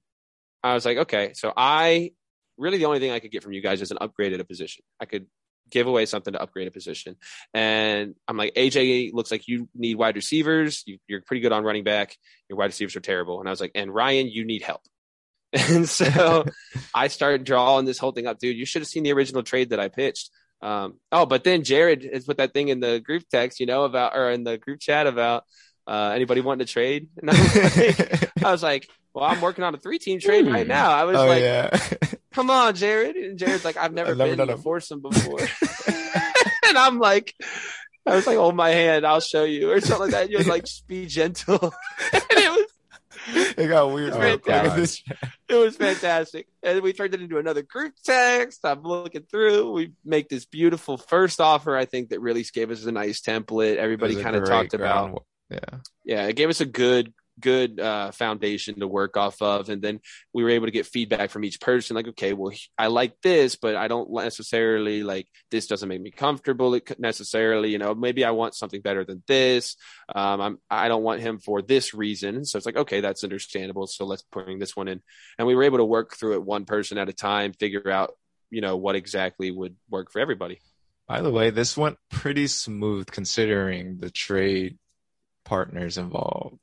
Speaker 3: I was like, okay. So I really the only thing I could get from you guys is an upgrade at a position. I could give away something to upgrade a position. And I'm like, AJ looks like you need wide receivers. You, you're pretty good on running back. Your wide receivers are terrible. And I was like, and Ryan, you need help. And so I started drawing this whole thing up, dude. You should have seen the original trade that I pitched. Um, oh, but then Jared has put that thing in the group text, you know, about or in the group chat about uh, anybody wanting to trade. And I was, like, I was like, well, I'm working on a three team trade right now. I was
Speaker 2: oh
Speaker 3: like,
Speaker 2: yeah.
Speaker 3: come on, Jared. And Jared's like, I've never
Speaker 2: I've never
Speaker 3: been
Speaker 2: done
Speaker 3: to
Speaker 2: it.
Speaker 3: foursome before. and I'm like, I was like, hold my hand, I'll show you, or something like that. You're like, just be gentle. and it was
Speaker 2: it got weird.
Speaker 3: It's
Speaker 2: real
Speaker 3: right
Speaker 2: quick in
Speaker 1: there.
Speaker 2: this-
Speaker 3: it was fantastic. And we turned it into another group text. I'm looking through. We make this beautiful first offer, I think, that really gave us a nice template.
Speaker 2: it
Speaker 3: Everybody
Speaker 2: was a
Speaker 3: kind of
Speaker 2: great
Speaker 3: talked about
Speaker 2: ground- Yeah.
Speaker 3: yeah it gave us a good good uh, foundation to work off of and then we were able to get feedback from each person like okay well he- i like this but i don't necessarily like this doesn't make me comfortable it could- necessarily you know maybe i want something better than this um, I'm, i don't want him for this reason so it's like okay that's understandable so let's bring this one in and we were able to work through it one person at a time figure out you know what exactly would work for everybody
Speaker 2: By the way, this went pretty smooth considering the trade partners involved.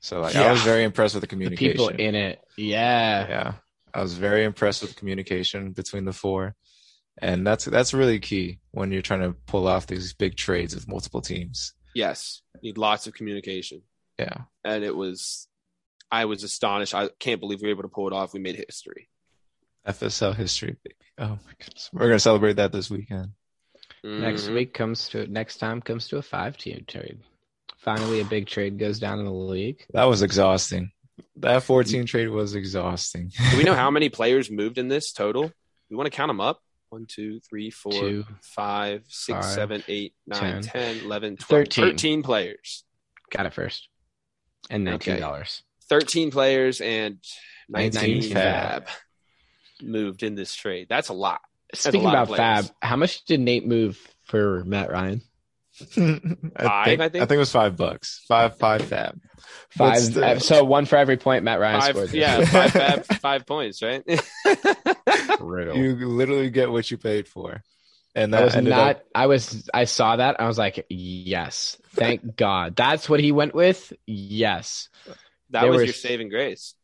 Speaker 2: So like I was
Speaker 1: Yeah.
Speaker 2: very impressed with the
Speaker 1: The
Speaker 2: communication.
Speaker 1: people in it. Yeah.
Speaker 2: yeah. I was very impressed with the communication between the four. And that's that's really key when you're trying to pull off these big trades with multiple teams.
Speaker 3: yes need lots of communication
Speaker 2: Yeah.
Speaker 3: and it was I was astonished. I can't believe we were able to pull it off. We made history.
Speaker 2: FSL history. baby. Oh my goodness. We're gonna celebrate that this weekend.
Speaker 1: Next
Speaker 3: Mhm.
Speaker 1: week comes to next time comes to a five team trade. Finally, a big trade goes down in the league.
Speaker 2: That was exhausting. That 14 trade was exhausting.
Speaker 3: Do we know how many players moved in this total? We want to count them up. One, two, three, four,
Speaker 1: Two.
Speaker 3: five, six,
Speaker 1: five,
Speaker 3: seven, eight, nine,
Speaker 1: ten,
Speaker 3: 10, 11, 12,
Speaker 1: 13.
Speaker 3: 13 players.
Speaker 1: Got it first, and
Speaker 3: Okay.
Speaker 1: nineteen dollars.
Speaker 3: 13 players and 19,
Speaker 1: 19
Speaker 3: fab
Speaker 1: fab.
Speaker 3: moved in this trade. That's a lot.
Speaker 1: Speaking
Speaker 3: lot of
Speaker 1: about
Speaker 3: players.
Speaker 1: Fab, how much did Nate move for Matt Ryan?
Speaker 3: Five, I think?
Speaker 2: I think it was five bucks. Five, five fab.
Speaker 1: Five. uh,
Speaker 2: That's the-
Speaker 1: so one for every point Matt Ryan scored.
Speaker 3: Five,
Speaker 1: this
Speaker 3: yeah,
Speaker 1: year.
Speaker 3: five fab, five points, right?
Speaker 1: brutal.
Speaker 2: You literally get what you paid for. And
Speaker 1: I
Speaker 2: that
Speaker 1: was
Speaker 2: ended
Speaker 1: not.
Speaker 2: up
Speaker 1: I was. I saw that. I was like, yes, thank God, that's what he went with. Yes.
Speaker 3: that
Speaker 1: They
Speaker 3: was
Speaker 1: were-
Speaker 3: your saving grace.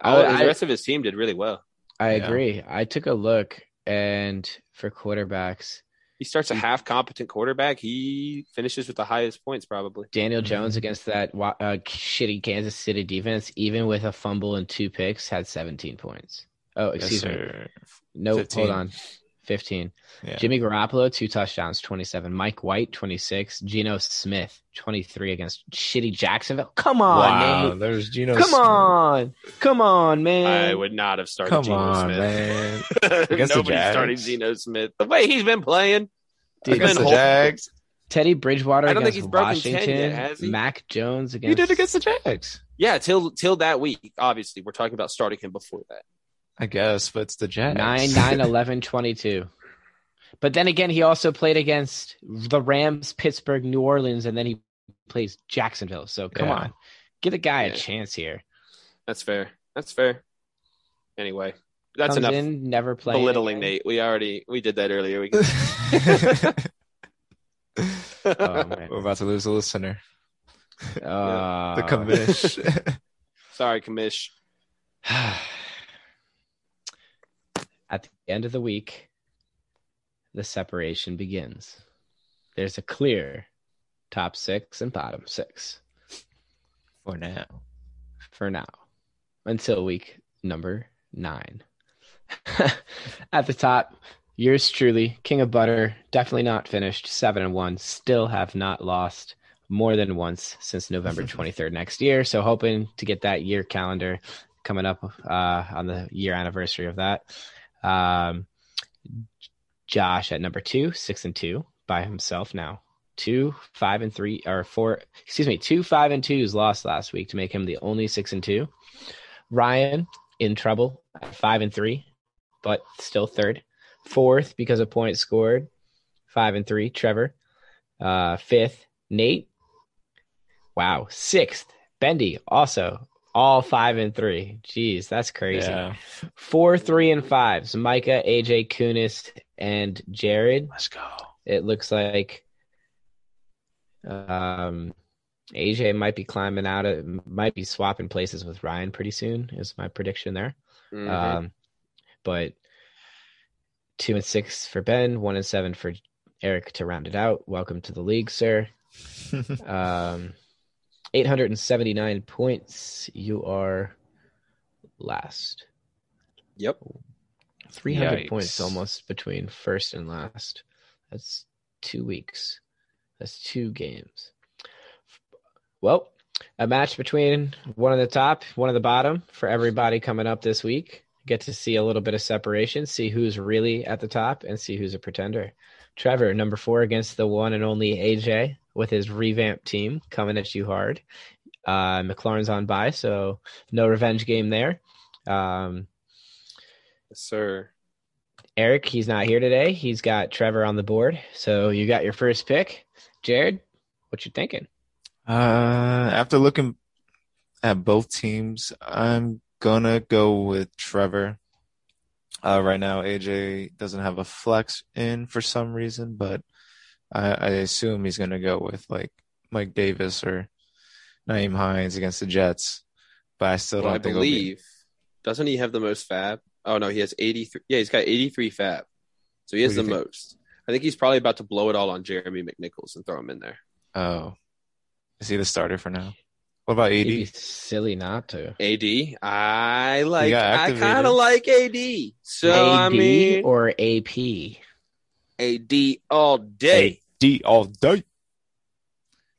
Speaker 1: I-
Speaker 3: All- the
Speaker 1: I-
Speaker 3: rest of his team did really well.
Speaker 1: I
Speaker 2: Yeah.
Speaker 1: agree. I took a look, and for quarterbacks,
Speaker 3: He starts a half competent quarterback. He finishes with the highest points probably.
Speaker 1: Daniel Jones
Speaker 2: Mhm.
Speaker 1: against that wa- uh, shitty Kansas City defense, even with a fumble and two picks, had 17 points. Oh,
Speaker 2: Yes,
Speaker 1: excuse me.
Speaker 2: sir.
Speaker 1: No,
Speaker 2: 15.
Speaker 1: hold on. 15.
Speaker 2: Yeah.
Speaker 1: Jimmy Garoppolo, two touchdowns, 27. Mike White, 26. Geno Smith, 23 against shitty Jacksonville. Come on,
Speaker 2: wow,
Speaker 1: Nate.
Speaker 2: there's Geno.
Speaker 1: Come
Speaker 2: Smith.
Speaker 1: on. Come on, man.
Speaker 3: I would not have started
Speaker 2: Come
Speaker 3: Geno
Speaker 2: on,
Speaker 3: Smith.
Speaker 2: man.
Speaker 3: Nobody
Speaker 2: Against the Jags?
Speaker 3: started Geno Smith. The way he's been playing,
Speaker 1: Dude,
Speaker 2: against the
Speaker 3: Holden-
Speaker 2: Jags.
Speaker 1: Teddy Bridgewater
Speaker 3: I don't think
Speaker 1: against
Speaker 3: he's broken 10 yet,
Speaker 1: Washington.
Speaker 3: has he?
Speaker 1: Mac Jones
Speaker 2: He
Speaker 1: against.
Speaker 2: did against the Jags.
Speaker 3: yeah, till till that week. Obviously, we're talking about starting him before that.
Speaker 2: I guess, but it's the Jags.
Speaker 1: 9 9 11 22 but then again he also played against the rams pittsburgh new orleans and then he plays jacksonville so come
Speaker 2: Yeah.
Speaker 1: on give the guy
Speaker 3: Yeah.
Speaker 1: a chance here
Speaker 3: That's fair. That's fair. Anyway, that's
Speaker 1: Comes
Speaker 3: enough
Speaker 1: in, never playing
Speaker 3: belittling
Speaker 1: again.
Speaker 3: Nate. We already we did that earlier. We
Speaker 1: oh, man.
Speaker 2: We're about to lose a listener.
Speaker 1: Uh,
Speaker 2: the commish.
Speaker 3: sorry, Commish.
Speaker 1: at the end of the week the separation begins there's a clear top six and bottom six
Speaker 2: For now.
Speaker 1: for now until week number nine. At the top, yours truly, King of Butter, definitely not finished, seven and one, still have not lost. more than once since November 23rd next year. So hoping to get that year calendar coming up uh, on the year anniversary of that. Um, Josh at number two, six and two by himself now. Two, five, and three, or four, excuse me, two, five, and twos lost last week to make him the only six and two. Ryan in trouble at five and three, but still third. Fourth because of points scored, five and three. Trevor, uh, fifth. Nate, wow, sixth. Bendy also all five and three. Jeez, that's crazy.
Speaker 2: Yeah.
Speaker 1: Four, three, and fives. Micah, AJ, Kunis, and Jared.
Speaker 2: Let's go.
Speaker 1: It looks like um, AJ might be climbing out of, might be swapping places with Ryan pretty soon. Is my prediction there.
Speaker 2: Uh,
Speaker 3: Mhm.
Speaker 1: Um, but two and six for Ben, one and seven for Eric to round it out. Welcome to the league, sir. Um, 879 points. You are last.
Speaker 3: yep.
Speaker 1: 300
Speaker 2: Yikes.
Speaker 1: points almost between first and last. That's two weeks. That's two games. Well, a match between one on the top, one on the bottom for everybody coming up this week. Get to see a little bit of separation, see who's really at the top, and see who's a pretender. Trevor, number four, against the one and only AJ with his revamped team coming at you hard. Uh, McLaurin's on by, so no revenge game there. Um,
Speaker 3: Yes, sir.
Speaker 1: Eric, he's not here today. He's got Trevor on the board. So you got your first pick. Jared, what you thinking?
Speaker 2: Uh, after looking at both teams, I'm gonna go with Trevor. Uh, right now, AJ doesn't have a flex in for some reason, but I, I assume he's gonna go with like Mike Davis or Naeem Hines against the Jets. But I still
Speaker 3: Well,
Speaker 2: don't
Speaker 3: I
Speaker 2: think it'll be-
Speaker 3: believe doesn't he have the most fab? Oh no, he has eighty three. Yeah, he's got eighty three fab, so he
Speaker 2: What
Speaker 3: has
Speaker 2: do
Speaker 3: the
Speaker 2: you think?
Speaker 3: most. I think he's probably about to blow it all on Jeremy McNichols and throw him in there.
Speaker 2: Oh, is he the starter for now? What about
Speaker 1: You'd be
Speaker 2: AD?
Speaker 1: silly not to.
Speaker 3: AD, I like.
Speaker 2: got
Speaker 3: I
Speaker 2: activated.
Speaker 3: kind of like AD. So I
Speaker 1: AD
Speaker 3: mean,
Speaker 1: or AP?
Speaker 3: AD all day.
Speaker 2: D all day.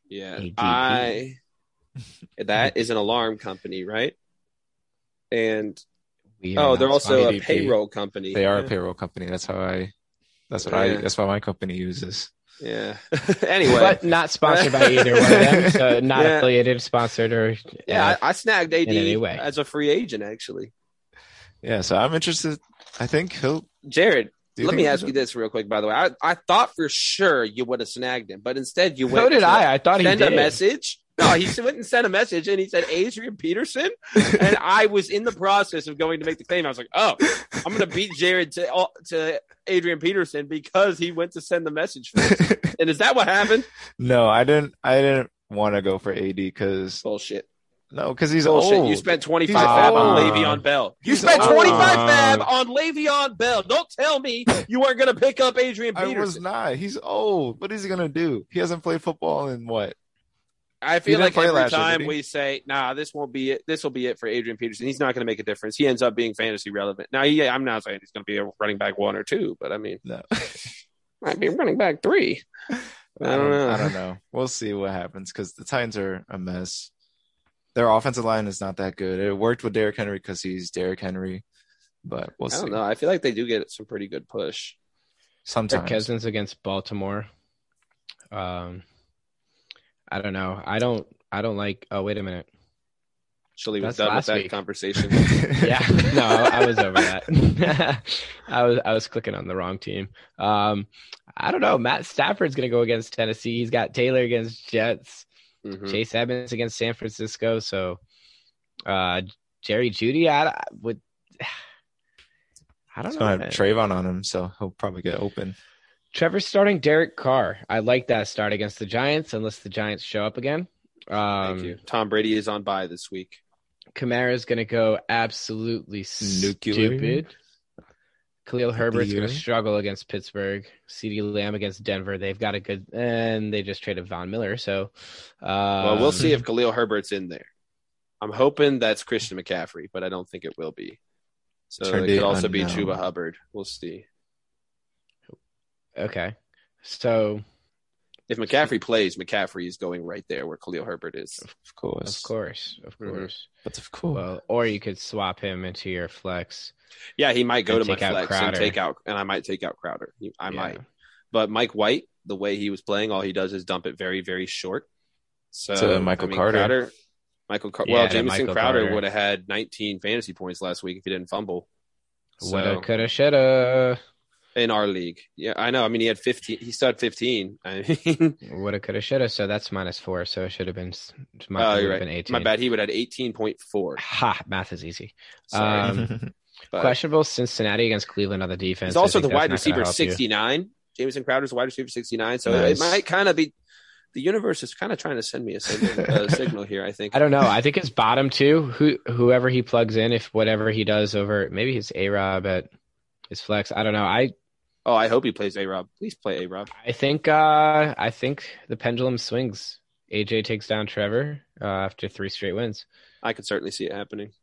Speaker 3: Yeah,
Speaker 1: ADP.
Speaker 3: I. That is an alarm company, right? And
Speaker 1: We are
Speaker 3: oh,
Speaker 1: not
Speaker 3: they're also a
Speaker 2: ADP.
Speaker 3: payroll company.
Speaker 2: They are a
Speaker 3: Yeah.
Speaker 2: payroll company. That's how I. That's what I.
Speaker 3: Yeah.
Speaker 2: That's why my company uses.
Speaker 3: Yeah.
Speaker 1: sponsored.
Speaker 3: anyway,
Speaker 1: But not sponsored by either one of them. So not
Speaker 3: Yeah.
Speaker 1: affiliated, sponsored, or
Speaker 3: yeah,
Speaker 1: uh,
Speaker 3: I, I snagged AD
Speaker 1: in any way.
Speaker 3: as a free agent actually.
Speaker 2: Yeah, so I'm interested. I think he'll.
Speaker 3: Jared,
Speaker 2: do you
Speaker 3: let
Speaker 2: think
Speaker 3: me
Speaker 2: he'll-
Speaker 3: ask you this real quick. By the way, I, I thought for sure you would have snagged him, but instead you went.
Speaker 1: so did
Speaker 3: to
Speaker 1: I. I thought he
Speaker 3: Send
Speaker 1: did.
Speaker 3: a message. No, he went and sent a message, and he said Adrian Peterson, and I was in the process of going to make the claim. I was like, oh, I'm going to beat Jared to all- to Adrian Peterson because he went to send the message. first. And is that what happened?
Speaker 2: no, I didn't. I didn't want to go for AD because
Speaker 3: Bullshit.
Speaker 2: no, because he's
Speaker 3: Bullshit.
Speaker 2: old.
Speaker 3: You spent 25
Speaker 2: Oh, He's
Speaker 3: fab on
Speaker 2: old.
Speaker 3: Le'Veon Bell. You
Speaker 2: He's
Speaker 3: spent
Speaker 2: old.
Speaker 1: Uh,
Speaker 3: 25 fab on Le'Veon Bell. Don't tell me you weren't going to pick up Adrian
Speaker 2: I was
Speaker 3: Peterson.
Speaker 2: not. He's old. What is he gonna do? He hasn't played football in what?
Speaker 3: I
Speaker 2: He
Speaker 3: feel
Speaker 2: didn't
Speaker 3: like
Speaker 2: play
Speaker 3: every
Speaker 2: last year, did
Speaker 3: time
Speaker 2: he?
Speaker 3: we say, "Nah, this won't be it. This will be it for Adrian Peterson. He's not going to make a difference. He ends up being fantasy relevant." Now, yeah, I'm not saying he's going to be a running back one or two, but I mean,
Speaker 2: No,
Speaker 3: might be running back three. I don't know.
Speaker 2: I don't know. We'll see what happens because the Titans are a mess. Their offensive line is not that good. It worked with Derrick Henry because he's Derrick Henry, but we'll
Speaker 3: I
Speaker 2: see.
Speaker 3: don't know. I feel like they do get some pretty good push.
Speaker 1: Kirk
Speaker 2: Sometimes
Speaker 1: Cousins against Baltimore. Um, I don't know. I don't. I don't like. Oh, wait a minute.
Speaker 3: Shelly was
Speaker 1: That's
Speaker 3: done with
Speaker 1: last
Speaker 3: that
Speaker 1: week.
Speaker 3: conversation.
Speaker 1: yeah no i was over that i was i was clicking on the wrong team um i don't know matt stafford's gonna go against tennessee he's got taylor against jets
Speaker 3: Mhm.
Speaker 1: chase evans against san francisco so uh jerry judy i, I would i don't
Speaker 2: He's
Speaker 1: know
Speaker 2: gonna
Speaker 1: man.
Speaker 2: have Trayvon on him, so he'll probably get open.
Speaker 1: trevor's starting derek carr i like that start against the giants unless the giants show up again um
Speaker 3: Thank you. Tom Brady is on bye this week.
Speaker 1: Kamara's going to go absolutely
Speaker 2: Nuclear.
Speaker 1: stupid. Khalil Herbert's going to
Speaker 2: Nuclear.
Speaker 1: struggle against Pittsburgh. CeeDee Lamb against Denver. They've got a good, and they just traded Von Miller. So, uh,
Speaker 3: Well, we'll see
Speaker 2: um,
Speaker 3: if Khalil Herbert's in there. I'm hoping that's Christian McCaffrey, but I don't think it will be. So
Speaker 2: Turned
Speaker 3: it could
Speaker 2: it
Speaker 3: also be
Speaker 2: unknown.
Speaker 3: Chuba Hubbard. We'll see.
Speaker 1: Okay. So,
Speaker 3: If McCaffrey plays, McCaffrey is going right there where Khalil Herbert is.
Speaker 2: Of course.
Speaker 1: Of course, of
Speaker 3: Mhm.
Speaker 1: course.
Speaker 2: But of course.
Speaker 1: Well, or you could swap him into your flex.
Speaker 3: Yeah, he might go
Speaker 1: And
Speaker 3: to my
Speaker 1: take out
Speaker 3: flex and
Speaker 1: Crowder.
Speaker 3: take out, and I might take out Crowder. He- I
Speaker 1: Yeah.
Speaker 3: might, but Mike White, the way he was playing, all he does is dump it very, very short. So
Speaker 2: To Michael Carter.
Speaker 3: Michael Carter.
Speaker 1: Yeah,
Speaker 3: well,
Speaker 1: to
Speaker 3: Jamison
Speaker 1: Michael
Speaker 3: Crowder
Speaker 1: Carter.
Speaker 3: would have had 19 fantasy points last week if he didn't fumble.
Speaker 1: Woulda,
Speaker 3: So-
Speaker 1: coulda, shoulda.
Speaker 3: in our league. Yeah, I know. I mean, he had 15. He still had 15. I mean,
Speaker 1: Woulda, coulda, shoulda. So that's minus four. So it should have been. s- My,
Speaker 3: Oh,
Speaker 1: would
Speaker 3: you're
Speaker 1: have
Speaker 3: right.
Speaker 1: been 18.
Speaker 3: my bad. He would have had 18.4.
Speaker 1: Ha! Math is easy.
Speaker 3: Sorry.
Speaker 1: um,
Speaker 3: but
Speaker 1: Questionable Cincinnati against Cleveland on the defense.
Speaker 3: he's
Speaker 1: I
Speaker 3: also
Speaker 1: think
Speaker 3: the
Speaker 1: that's
Speaker 3: wide
Speaker 1: not gonna
Speaker 3: receiver
Speaker 1: help you.
Speaker 3: 69. Jameson Crowder's the wide receiver 69. So
Speaker 2: Nice.
Speaker 3: it might kind of be the universe is kind of trying to send me a signal, uh, signal here, I think.
Speaker 1: I don't know. I think it's bottom two. Who whoever he plugs in, if whatever he does over, maybe it's a Rob at his flex. I don't know. I
Speaker 3: Oh, I hope he plays A Rob. Please play A Rob.
Speaker 1: I think uh I think the pendulum swings. AJ takes down Trevor uh, after three straight wins.
Speaker 3: I could certainly see it happening.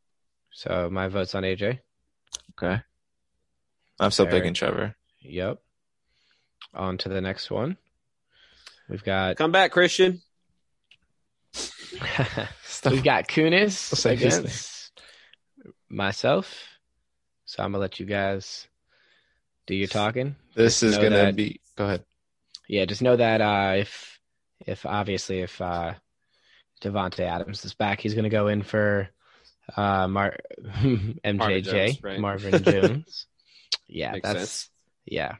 Speaker 1: So my vote's on AJ.
Speaker 2: okay. I'm still
Speaker 1: Fair.
Speaker 2: picking Trevor.
Speaker 1: Yep. On to the next one. We've got
Speaker 3: Come back, Christian.
Speaker 1: we've got
Speaker 2: I'll
Speaker 1: Kunis
Speaker 2: say his
Speaker 1: against myself. So I'm gonna let you guys do your talking.
Speaker 2: This is
Speaker 1: know
Speaker 2: gonna
Speaker 1: that-
Speaker 2: be go ahead.
Speaker 1: yeah, just know that uh, if if obviously if uh, Devonte Adams is back, he's going to go in for uh, Mar- MJJ
Speaker 3: Marvin Jones, right?
Speaker 1: Marvin Jones. yeah,
Speaker 3: Makes
Speaker 1: that's
Speaker 3: sense.
Speaker 1: yeah.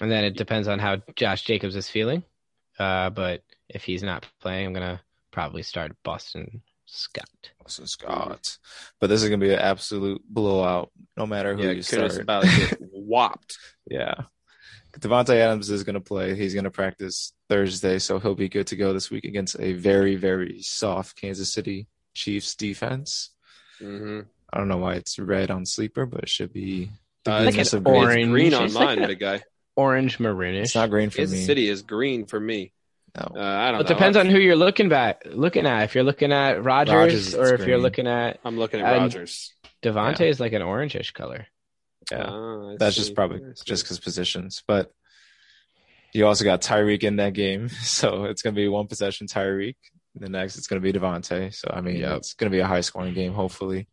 Speaker 1: And then it depends on how Josh Jacobs is feeling. Uh, but if he's not playing, I'm gonna probably start Boston Scott.
Speaker 2: Wilson Scott. But this is gonna be an absolute blowout, no matter who
Speaker 3: Yeah,
Speaker 2: you
Speaker 3: Kunis
Speaker 2: start.
Speaker 3: about to get whopped.
Speaker 2: Yeah. Devontae Adams is going to play. He's going to practice Thursday, so he'll be good to go this week against a very, very soft Kansas City Chiefs defense.
Speaker 3: hmm
Speaker 2: I don't know why it's red on sleeper, but it should be.
Speaker 3: Uh,
Speaker 2: the
Speaker 3: it's
Speaker 2: business
Speaker 1: an
Speaker 2: of green.
Speaker 1: orange-
Speaker 3: Green on
Speaker 1: It's like
Speaker 3: mine,
Speaker 1: a-
Speaker 3: big guy.
Speaker 1: Orange maroonish.
Speaker 2: It's not green for
Speaker 3: Kansas
Speaker 2: me.
Speaker 3: City is green for me. Uh,
Speaker 2: No.
Speaker 3: I don't
Speaker 1: it
Speaker 3: know.
Speaker 1: depends on who you're looking at. Looking at if you're looking at Rogers,
Speaker 2: Rodgers,
Speaker 1: or if
Speaker 2: it's
Speaker 1: you're
Speaker 2: green.
Speaker 1: looking at
Speaker 3: I'm looking at
Speaker 1: And-
Speaker 3: Rogers.
Speaker 1: Devonte
Speaker 2: Yeah.
Speaker 1: is like an orangish color.
Speaker 2: Yeah.
Speaker 3: Ah, I
Speaker 2: That's
Speaker 3: see.
Speaker 2: just probably
Speaker 3: I see.
Speaker 2: just because positions. But you also got Tyreek in that game, so it's going to be one possession Tyreek. The next, it's going to be Devontae. So I mean,
Speaker 1: Yep.
Speaker 2: it's going to be a high scoring game, hopefully.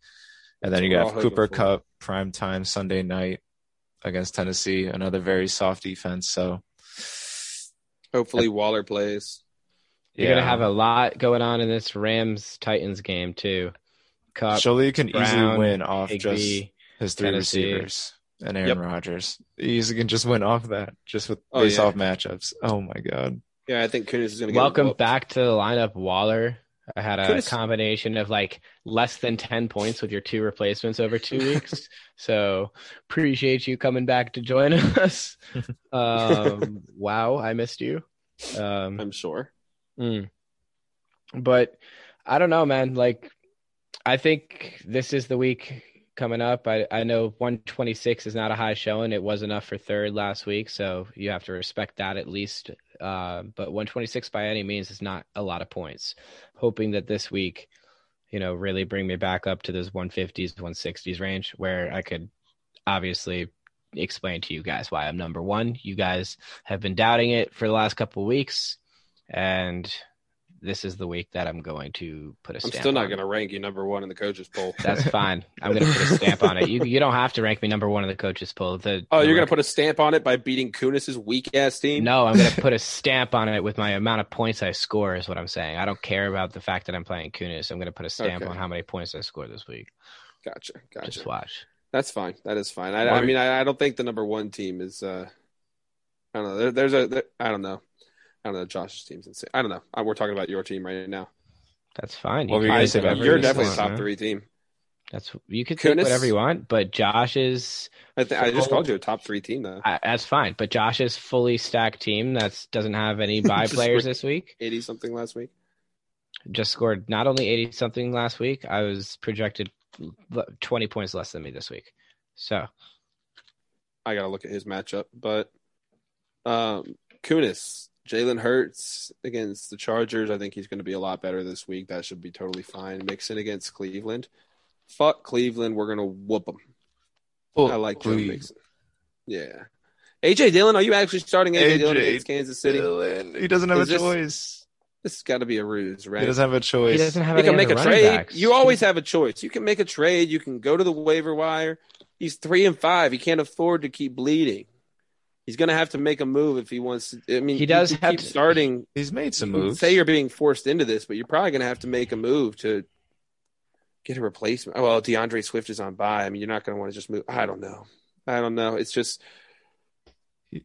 Speaker 2: And then you
Speaker 3: We're all
Speaker 2: got
Speaker 3: hoping
Speaker 2: Cooper
Speaker 3: for.
Speaker 2: Cup prime time Sunday night against Tennessee, another very soft defense. So
Speaker 3: Hopefully Waller plays.
Speaker 1: You're gonna have a lot going on in this Rams Titans game too.
Speaker 3: Uh,
Speaker 1: Cup,
Speaker 2: Surely can easily
Speaker 1: Brown,
Speaker 2: win off just
Speaker 1: Higby,
Speaker 2: his three
Speaker 1: Tennessee.
Speaker 2: receivers and Aaron
Speaker 3: Yep.
Speaker 2: Rodgers. He easily can just win off that just with
Speaker 3: Oh,
Speaker 2: based
Speaker 3: yeah.
Speaker 2: off matchups. Oh my god.
Speaker 3: Yeah, I think Kunis is going to
Speaker 1: welcome back to the lineup. Waller, I had a
Speaker 3: Could've-
Speaker 1: combination of like less than ten points with your two replacements over two weeks. so appreciate you coming back to join us. Um, wow, I missed you. Um,
Speaker 3: I'm sure.
Speaker 1: Mm. But I don't know, man. Like, I think this is the week coming up. I, I know 126 is not a high showing. It was enough for third last week. So you have to respect that at least. Uh, but 126 by any means is not a lot of points. Hoping that this week, you know, really bring me back up to those 150s, 160s range where I could obviously explain to you guys why I'm number one. You guys have been doubting it for the last couple weeks and this is the week that I'm going to put a
Speaker 3: I'm
Speaker 1: stamp.
Speaker 3: still not
Speaker 1: on it.
Speaker 3: going to rank you number one in the coaches poll.
Speaker 1: That's fine. I'm going to put a stamp on it. You you don't have to rank me number one in the coaches poll. The,
Speaker 3: oh,
Speaker 1: the
Speaker 3: you're going
Speaker 1: rec-
Speaker 3: to put a stamp on it by beating Kunis's weak ass team?
Speaker 1: No, I'm going to put a stamp on it with my amount of points I score. Is what I'm saying. I don't care about the fact that I'm playing Kunis. I'm going to put a stamp
Speaker 3: Okay.
Speaker 1: on how many points I score this week.
Speaker 3: Gotcha. Gotcha.
Speaker 1: Just watch.
Speaker 3: That's fine. That is fine. I, I
Speaker 2: Marvin-
Speaker 3: mean, I, I don't think the number one team is. Uh, I don't know. There, there's a. There, I don't know. I don't know. Josh's team's insane. I don't know. I, we're talking about your team right now.
Speaker 1: That's fine.
Speaker 2: What were you
Speaker 1: can
Speaker 2: gonna
Speaker 1: pick
Speaker 2: say about
Speaker 1: whatever
Speaker 3: You're
Speaker 1: you
Speaker 3: definitely a
Speaker 1: want,
Speaker 3: top
Speaker 1: man.
Speaker 3: three team.
Speaker 1: That's you could pick
Speaker 3: Kunis?
Speaker 1: whatever you want, but Josh is
Speaker 3: I, th- I just called you a top three team uh, though.
Speaker 1: I, that's fine. But Josh's fully stacked team that doesn't have any bye
Speaker 3: Just
Speaker 1: players
Speaker 3: re-
Speaker 1: this week.
Speaker 3: Eighty something last week.
Speaker 1: just scored not only 80 something last week, I was projected l- 20 points less than me this week. So,
Speaker 3: I gotta look at his matchup, but um Kunis, Jalen Hurts against the Chargers. I think he's gonna be a lot better this week. That should be totally fine. Mixon against Cleveland. Fuck Cleveland, we're gonna whoop them. I like Joe
Speaker 2: Hopefully-
Speaker 3: Mixon. Yeah. AJ Dillon, are you actually starting AJ, Dillon
Speaker 2: AJ
Speaker 3: against Kansas City?
Speaker 2: Dylan, He doesn't have
Speaker 3: Is
Speaker 2: a
Speaker 3: this-
Speaker 2: choice.
Speaker 3: This has got to be a ruse,
Speaker 2: He
Speaker 3: right?
Speaker 2: doesn't have a
Speaker 1: He
Speaker 2: choice.
Speaker 1: doesn't have
Speaker 3: You
Speaker 1: any
Speaker 3: can make
Speaker 1: other
Speaker 3: a
Speaker 1: running
Speaker 3: trade.
Speaker 1: backs.
Speaker 3: You always have a choice. You can make a trade. You can go to the waiver wire. He's three and five. He can't afford to keep bleeding. He's going to have to make a move if he wants. To, I mean,
Speaker 1: He does
Speaker 3: you can
Speaker 1: have
Speaker 3: keep
Speaker 1: to-
Speaker 3: starting.
Speaker 2: He's made some
Speaker 3: you can
Speaker 2: moves.
Speaker 3: Say you're being forced into this, but you're probably going to have to make a move to get a replacement. Oh, Well, DeAndre Swift is on bye. I mean, you're not going to want to just move. I don't know. I don't know. It's just
Speaker 2: He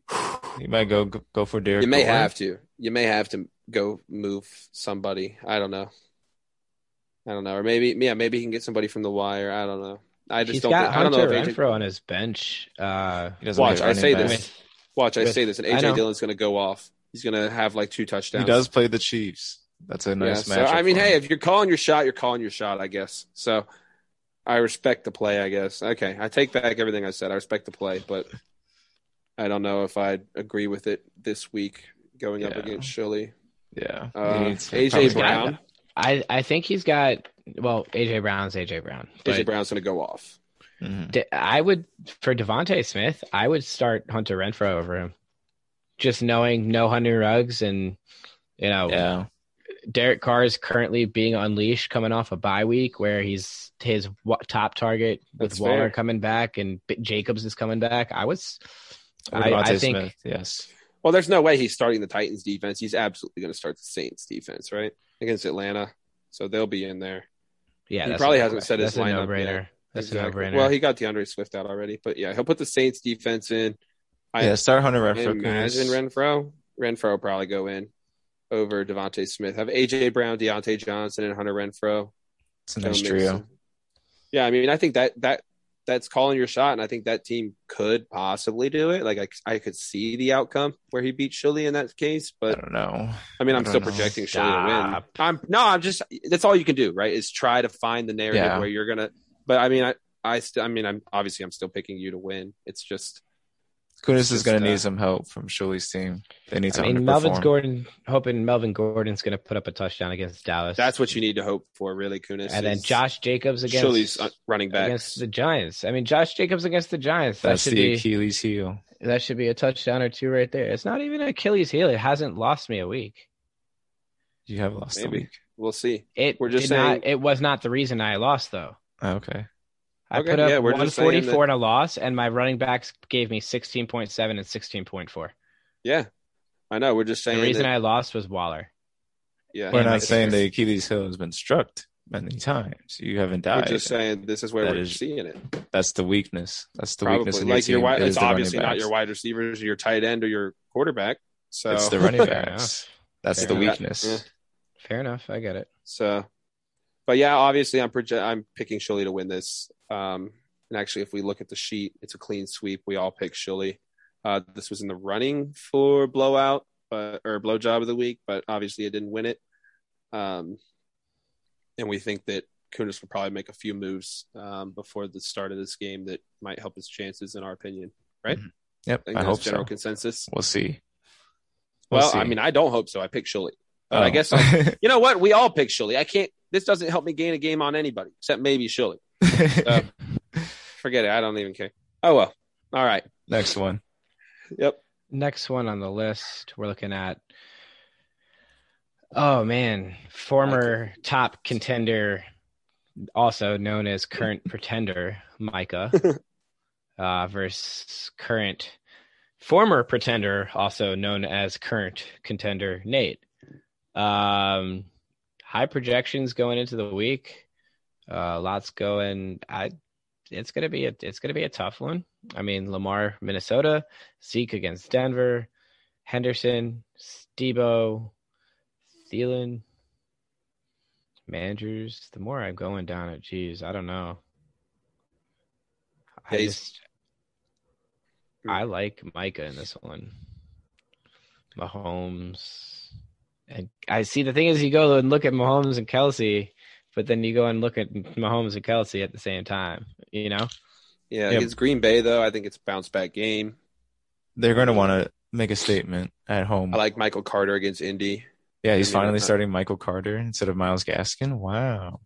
Speaker 2: might go go, go for Derek.
Speaker 3: you may
Speaker 2: Gore.
Speaker 3: have to. You may have to go move somebody. I don't know. I don't know. Or maybe yeah, maybe he can get somebody from the wire. I don't know. I just
Speaker 1: He's
Speaker 3: don't.
Speaker 1: got
Speaker 3: I don't know
Speaker 1: Hunter
Speaker 3: if AJ,
Speaker 1: Renfro on his bench. Uh,
Speaker 2: He doesn't
Speaker 3: Watch,
Speaker 2: play
Speaker 3: I
Speaker 2: running
Speaker 3: say
Speaker 2: back.
Speaker 3: this. Watch, I
Speaker 1: with-
Speaker 3: say this, and
Speaker 1: I know.
Speaker 3: AJ Dillon's going to go off. He's going to have like two touchdowns.
Speaker 2: He does play the Chiefs. That's a nice
Speaker 3: yeah,
Speaker 2: matchup.
Speaker 3: so, I mean,
Speaker 2: for
Speaker 3: hey,
Speaker 2: him.
Speaker 3: if you're calling your shot, you're calling your shot, I guess. So I respect the play, I guess. Okay, I take back everything I said. I respect the play, but I don't know if I'd agree with it this week going up
Speaker 2: Yeah.
Speaker 3: against Shilly.
Speaker 2: yeah,
Speaker 3: Uh,
Speaker 2: He needs to probably
Speaker 3: AJ
Speaker 2: get
Speaker 3: Brown.
Speaker 1: I I think he's got well AJ Brown's AJ Brown. but
Speaker 3: AJ Brown's going to go off.
Speaker 2: that. Mhm.
Speaker 1: De- I would for Devonte Smith, I would start Hunter Renfro over him. Just knowing no Hunter Ruggs and you
Speaker 3: Oh.
Speaker 1: know
Speaker 2: Yeah,
Speaker 1: Derek Carr is currently being unleashed coming off a bye week where he's his wa- top target with
Speaker 3: That's
Speaker 1: Waller
Speaker 3: fair.
Speaker 1: coming back and B- Jacobs is coming back. I was
Speaker 2: Or
Speaker 1: I, I
Speaker 2: Devontae
Speaker 1: think
Speaker 2: Smith, yes.
Speaker 3: Well, there's no way he's starting the Titans defense. He's absolutely going to start the Saints defense, right? Against Atlanta. So they'll be in there.
Speaker 1: yeah,
Speaker 3: He
Speaker 1: that's
Speaker 3: probably
Speaker 1: a-
Speaker 3: hasn't set his
Speaker 1: that's a
Speaker 3: lineup
Speaker 1: no-brainer.
Speaker 3: yet.
Speaker 1: That's
Speaker 3: Exactly.
Speaker 1: a no-brainer.
Speaker 3: Well, he got DeAndre Swift out already, but yeah, he'll put the Saints defense in. I
Speaker 2: yeah, start Hunter Renfro.
Speaker 3: imagine Renfro. Renfro will probably go in over Devontae Smith. Have AJ Brown, Deontay Johnson, and Hunter Renfro.
Speaker 2: It's a nice
Speaker 3: Joe
Speaker 2: trio.
Speaker 3: Mixon. Yeah, I mean, I think that that that's calling your shot, and I think that team could possibly do it. Like I, I could see the outcome where he beat Shilly in that case,
Speaker 2: I
Speaker 3: but
Speaker 2: don't know.
Speaker 3: I mean,
Speaker 2: I
Speaker 3: I'm
Speaker 2: don't
Speaker 3: still
Speaker 2: know.
Speaker 3: projecting Shilly to win.
Speaker 1: Stop.
Speaker 3: I'm no, I'm just that's all you can do, right? Is try to find the narrative
Speaker 2: Yeah.
Speaker 3: where you're gonna. But I mean, I I still I mean, I'm obviously I'm still picking you to win. It's just
Speaker 2: Kunis is
Speaker 3: just,
Speaker 2: going
Speaker 3: uh,
Speaker 2: to need some help from Shuli's team. They need to
Speaker 1: I mean,
Speaker 2: underperform.
Speaker 1: Melvin's Gordon hoping Melvin Gordon's going to put up a touchdown against Dallas.
Speaker 3: that's what you need to hope for, really, Kunis.
Speaker 1: and then
Speaker 3: is
Speaker 1: Josh Jacobs against
Speaker 3: Shilly's uh, running back.
Speaker 1: against the Giants. I mean, Josh Jacobs against the Giants. That
Speaker 2: That's
Speaker 1: should be
Speaker 2: the Achilles heel.
Speaker 1: that should be a touchdown or two right there. It's not even an Achilles heel. It hasn't lost me a week.
Speaker 2: You have lost a
Speaker 3: Maybe.
Speaker 2: week.
Speaker 3: We'll see.
Speaker 1: It
Speaker 3: We're just
Speaker 1: did not-
Speaker 3: saying-
Speaker 1: it was not the reason I lost though.
Speaker 2: Oh, okay.
Speaker 1: I
Speaker 3: Okay,
Speaker 1: put up
Speaker 3: yeah, we're just saying
Speaker 1: 144 and a loss, and my running backs gave me 16.7 and 16.4.
Speaker 3: Yeah, I know. We're just saying
Speaker 1: The reason
Speaker 3: that-
Speaker 1: I lost was Waller.
Speaker 3: yeah.
Speaker 2: We're
Speaker 1: Yeah,
Speaker 2: not
Speaker 1: it's-
Speaker 2: saying the Achilles heel has been struck many times. You haven't
Speaker 3: We're
Speaker 2: died.
Speaker 3: just saying this is where
Speaker 2: That
Speaker 3: we're
Speaker 2: is
Speaker 3: seeing it.
Speaker 2: That's the weakness. That's the
Speaker 3: Probably
Speaker 2: weakness in
Speaker 3: like
Speaker 2: your
Speaker 3: your
Speaker 2: team.
Speaker 3: wide,
Speaker 2: is
Speaker 3: it's
Speaker 2: the running
Speaker 3: obviously not your
Speaker 2: backs.
Speaker 3: wide receivers, or your tight end, or your quarterback. So
Speaker 2: It's the running
Speaker 1: Fair
Speaker 2: backs. That's
Speaker 1: Fair
Speaker 2: the
Speaker 3: enough.
Speaker 2: weakness.
Speaker 3: Yeah.
Speaker 1: Fair enough. I get it.
Speaker 3: so, but yeah, obviously I'm proje- I'm picking Shilly to win this. Um, and actually, if we look at the sheet, it's a clean sweep. We all pick Shilly. Uh, this was in the running for blowout but, or blow job of the week, but obviously it didn't win it. Um, and we think that Kunis will probably make a few moves um, before the start of this game that might help his chances, in our opinion.
Speaker 2: Yep.
Speaker 3: I think
Speaker 2: I
Speaker 3: that's
Speaker 2: hope
Speaker 3: general
Speaker 2: so.
Speaker 3: consensus.
Speaker 2: We'll see.
Speaker 3: Well,
Speaker 2: see.
Speaker 3: I mean, I don't hope so. I pick Shuley. but
Speaker 2: Oh.
Speaker 3: I guess You know what? We all pick Shuley. I can't. This doesn't help me gain a game on anybody except maybe Shuley. uh, Forget it. I don't even care. Oh well. All right.
Speaker 2: Next one.
Speaker 3: Yep.
Speaker 1: Next one on the list, we're looking at. Oh man, former top contender, also known as current pretender, Micah, uh, versus current former pretender, also known as current contender, Nate. Um, high projections going into the week. Uh, lots going. I. It's gonna be a. It's gonna be a tough one. I mean, Lamar, Minnesota. Zeke against Denver, Henderson, Stebo, Thielen, Mandrews. The more I'm going down it, geez, I don't know. I
Speaker 3: Hayes.
Speaker 1: just I like Micah in this one. Mahomes. And I see the thing is you go and look at Mahomes and Kelsey, but then you go and look at Mahomes and Kelsey at the same time. You know?
Speaker 3: Yeah.
Speaker 2: Yep.
Speaker 3: It's Green Bay though. I think it's a bounce back game.
Speaker 2: They're going to want to make a statement at home.
Speaker 3: I like Michael Carter against Indy.
Speaker 2: yeah, he's
Speaker 3: I mean,
Speaker 2: finally
Speaker 3: uh,
Speaker 2: starting Michael Carter instead of Miles Gaskin. Wow.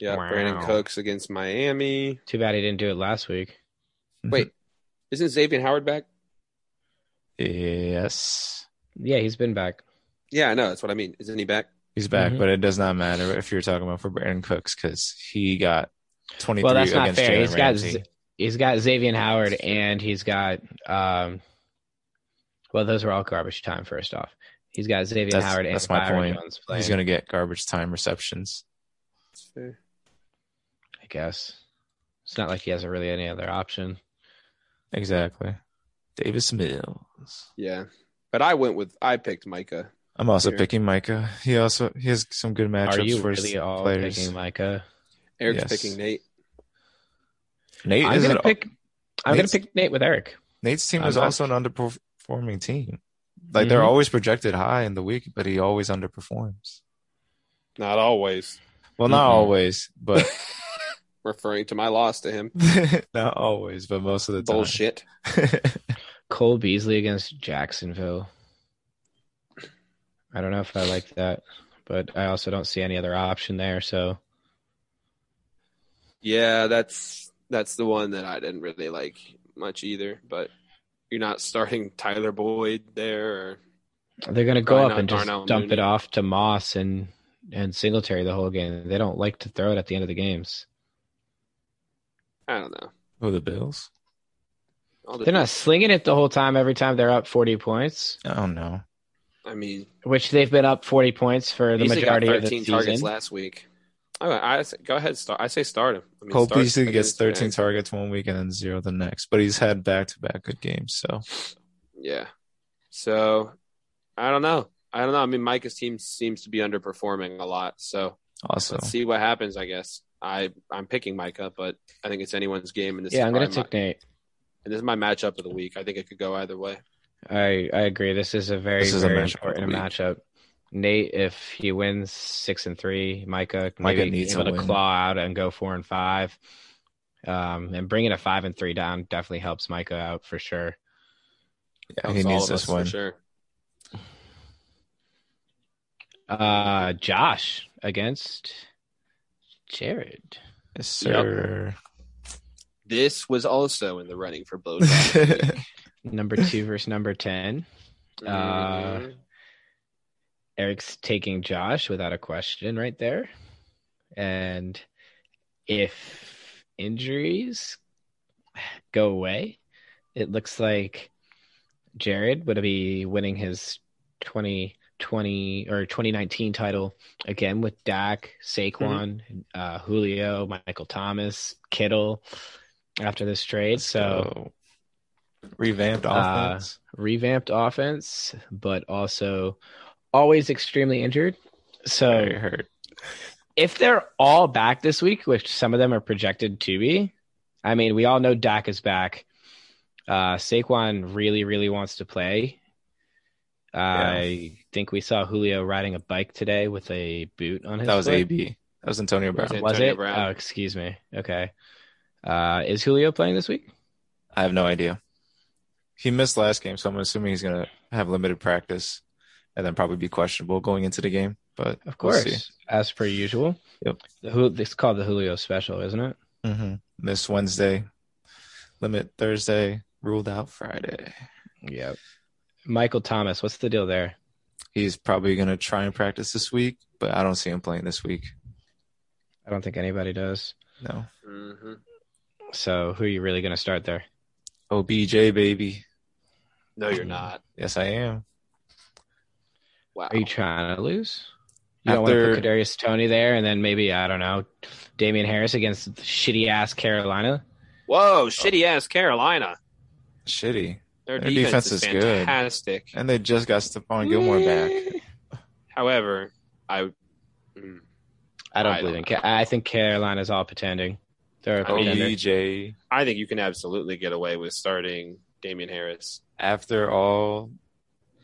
Speaker 3: Yeah.
Speaker 1: Wow.
Speaker 3: Brandon Cooks against Miami.
Speaker 1: Too bad he didn't do it last week.
Speaker 3: Wait. Isn't Xavier Howard back?
Speaker 2: Yes.
Speaker 1: Yeah, he's been back.
Speaker 3: Yeah, I know. That's what I mean. Isn't he back?
Speaker 2: He's back,
Speaker 1: Mhm.
Speaker 2: but it does not matter if you're talking about for Brandon Cooks because he got 23
Speaker 1: Well, that's not
Speaker 2: against
Speaker 1: fair.
Speaker 2: Jalen
Speaker 1: He's got
Speaker 2: Ramsey.
Speaker 1: Z- he's got Xavier Howard and he's got um well those were all garbage time first off. He's got Xavier
Speaker 2: That's-
Speaker 1: Howard and
Speaker 2: that's my
Speaker 1: Byron
Speaker 2: point.
Speaker 1: Jones
Speaker 2: He's
Speaker 1: playing,
Speaker 2: going to get garbage time receptions.
Speaker 3: That's fair.
Speaker 1: I guess. It's not like he has really any other option.
Speaker 2: Exactly. Davis Mills.
Speaker 3: Yeah. But I went with I picked Micah.
Speaker 2: I'm also
Speaker 3: Sure.
Speaker 2: picking Micah. He also he has some good matchups
Speaker 1: Are you
Speaker 2: for his
Speaker 1: really all
Speaker 2: players.
Speaker 1: picking uh, Micah?
Speaker 3: Eric's
Speaker 2: Yes.
Speaker 3: picking Nate.
Speaker 2: Nate
Speaker 1: I'm
Speaker 2: is
Speaker 1: gonna
Speaker 2: an-
Speaker 1: pick I'm gonna
Speaker 2: Nate's-
Speaker 1: pick Nate with Eric.
Speaker 2: Nate's team
Speaker 1: I'm
Speaker 2: was
Speaker 1: not-
Speaker 2: also an underperforming team. Like they're
Speaker 1: Mhm.
Speaker 2: always projected high in the week, but he always underperforms.
Speaker 3: Not always.
Speaker 2: Well, not
Speaker 1: Mhm.
Speaker 2: always, but
Speaker 3: Referring to my loss to him.
Speaker 2: not always, but most of the time.
Speaker 3: Bullshit.
Speaker 1: Cole Beasley against Jacksonville. I don't know if I like that, but I also don't see any other option there, so
Speaker 3: Yeah, that's that's the one that I didn't really like much either. But you're not starting Tyler Boyd there or
Speaker 1: They're going to go
Speaker 3: Probably
Speaker 1: up
Speaker 3: not
Speaker 1: and just
Speaker 3: Darnell
Speaker 1: dump it
Speaker 3: Mooney.
Speaker 1: off to Moss and and Singletary the whole game. They don't like to throw it at the end of the games.
Speaker 3: I don't know.
Speaker 2: Who the Bills?
Speaker 3: All the-
Speaker 1: They're not slinging it the whole time. Every time they're up forty points,
Speaker 2: I don't know.
Speaker 3: I mean
Speaker 1: which they've been up forty points for the
Speaker 3: Beasley got
Speaker 1: majority of the
Speaker 3: 13
Speaker 1: season.
Speaker 3: targets last week. I, I say- go ahead, start. I say start him. I mean,
Speaker 2: Cole
Speaker 3: start
Speaker 2: Beasley gets
Speaker 3: against
Speaker 2: 13
Speaker 3: Jags.
Speaker 2: targets one week and then zero the next, but he's had back to back good games. So
Speaker 3: Yeah. So I don't know. I don't know. I mean, Micah's team seems to be underperforming a lot. So
Speaker 2: also,
Speaker 3: let's see what happens. I guess I I'm picking Micah, but I think it's anyone's game. And this
Speaker 1: yeah,
Speaker 3: is
Speaker 1: I'm going to
Speaker 3: probably my-
Speaker 1: take Nate.
Speaker 3: and this is my matchup of the week. I think it could go either way.
Speaker 1: I I agree. This is a very
Speaker 2: This is a
Speaker 1: very
Speaker 2: matchup of the
Speaker 1: important
Speaker 2: week.
Speaker 1: matchup. Nate, if he wins six and three, Micah,
Speaker 2: Micah
Speaker 1: maybe
Speaker 2: needs
Speaker 1: able
Speaker 2: a
Speaker 1: to
Speaker 2: win.
Speaker 1: claw out and go four and five. Um, and bringing a five and three down definitely helps Micah out for sure.
Speaker 2: yeah, he
Speaker 3: Helps all
Speaker 2: needs
Speaker 3: of us
Speaker 2: this
Speaker 3: for
Speaker 2: one.
Speaker 3: sure.
Speaker 1: Uh, Josh against Jared.
Speaker 2: Yes,
Speaker 3: Yep.
Speaker 2: sir.
Speaker 3: This was also in the running for blow. job.
Speaker 1: Number two versus number 10. Uh,
Speaker 3: Mhm.
Speaker 1: Eric's taking Josh without a question right there. And if injuries go away, it looks like Jared would be winning his 2020 or 2019 title again with Dak, Saquon,
Speaker 2: Mm-hmm.
Speaker 1: uh, Julio, Michael Thomas, Kittle after this trade.
Speaker 2: Let's
Speaker 1: So
Speaker 2: go. revamped
Speaker 1: Uh,
Speaker 2: offense.
Speaker 1: revamped offense, but also always extremely injured. So
Speaker 2: Very hurt.
Speaker 1: if they're all back this week, which some of them are projected to be, I mean, we all know Dak is back. Uh, Saquon really, really wants to play. I think we saw Julio riding a bike today with a boot on his.
Speaker 2: That was
Speaker 1: foot.
Speaker 2: AB. That was Antonio Brown.
Speaker 3: Was it?
Speaker 1: Was
Speaker 3: Antonio
Speaker 1: it?
Speaker 3: Brown.
Speaker 1: Oh, excuse me. Okay. Uh, is Julio playing this week?
Speaker 2: I have no idea. He missed last game, so I'm assuming he's going to have limited practice and then probably be questionable going into the game. But
Speaker 1: Of
Speaker 2: We'll
Speaker 1: course,
Speaker 2: see.
Speaker 1: as per usual.
Speaker 2: Yep.
Speaker 1: The Hul- this is called the Julio special, isn't it? Mm-hmm.
Speaker 2: mhm. miss Wednesday, limit Thursday, ruled out Friday.
Speaker 1: Yep. Michael Thomas, what's the deal there?
Speaker 2: He's probably going to try and practice this week, but I don't see him playing this week.
Speaker 1: I don't think anybody does.
Speaker 2: No.
Speaker 3: Mhm.
Speaker 1: So who are you really going to start there?
Speaker 2: OBJ, baby.
Speaker 3: No, you're not.
Speaker 2: Yes, I am.
Speaker 3: Wow.
Speaker 1: Are you trying to lose? You don't want
Speaker 2: After-
Speaker 1: to put Kadarius Tony there, and then maybe I don't know, Damian Harris against shitty ass Carolina.
Speaker 3: Whoa, shitty ass Carolina.
Speaker 2: Shitty.
Speaker 3: Their,
Speaker 2: Their
Speaker 3: defense,
Speaker 2: defense
Speaker 3: is
Speaker 2: is good.
Speaker 3: fantastic.
Speaker 2: And they just got Stephon Gilmore back.
Speaker 3: However, I mm,
Speaker 1: I don't
Speaker 3: I
Speaker 1: believe
Speaker 3: don't
Speaker 1: in. Ca- I think Carolina's all pretending. They're a
Speaker 3: I mean,
Speaker 1: pretender.
Speaker 2: OBJ,
Speaker 3: I think you can absolutely get away with starting Damian Harris.
Speaker 2: after all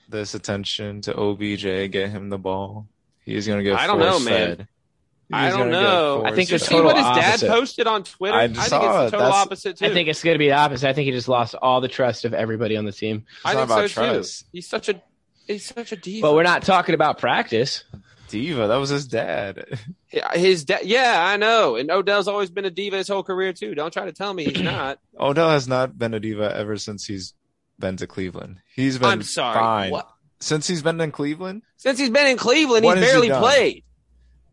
Speaker 2: this attention to OBJ, get him the ball. He's going to get
Speaker 3: I don't know,
Speaker 2: force-fed.
Speaker 3: man.
Speaker 2: He's
Speaker 3: I don't
Speaker 2: gonna get
Speaker 3: know.
Speaker 1: I think
Speaker 3: Did you
Speaker 1: the
Speaker 2: force-fed.
Speaker 3: see what his
Speaker 1: total
Speaker 3: dad
Speaker 1: opposite.
Speaker 3: posted on Twitter?
Speaker 2: I
Speaker 3: I, think it's
Speaker 2: saw
Speaker 3: the
Speaker 2: it.
Speaker 3: total
Speaker 2: That's-
Speaker 3: opposite too.
Speaker 1: I think it's going to be the opposite. I think he just lost all the trust of everybody on the team.
Speaker 3: I
Speaker 2: It's not
Speaker 3: think
Speaker 2: about
Speaker 3: so
Speaker 2: trust.
Speaker 3: too. He's such a he's such a diva.
Speaker 1: But we're not talking about practice.
Speaker 2: Diva, that was his dad.
Speaker 3: his dad. Yeah, I know. And Odell's always been a diva his whole career too. Don't try to tell me he's not.
Speaker 2: Odell has not been a diva ever since he's been to Cleveland. He's been
Speaker 3: I'm sorry.
Speaker 2: fine.
Speaker 3: What?
Speaker 2: since he's been in Cleveland.
Speaker 3: Since he's been in Cleveland,
Speaker 2: What
Speaker 3: he's
Speaker 2: has he
Speaker 3: barely
Speaker 2: done?
Speaker 3: played.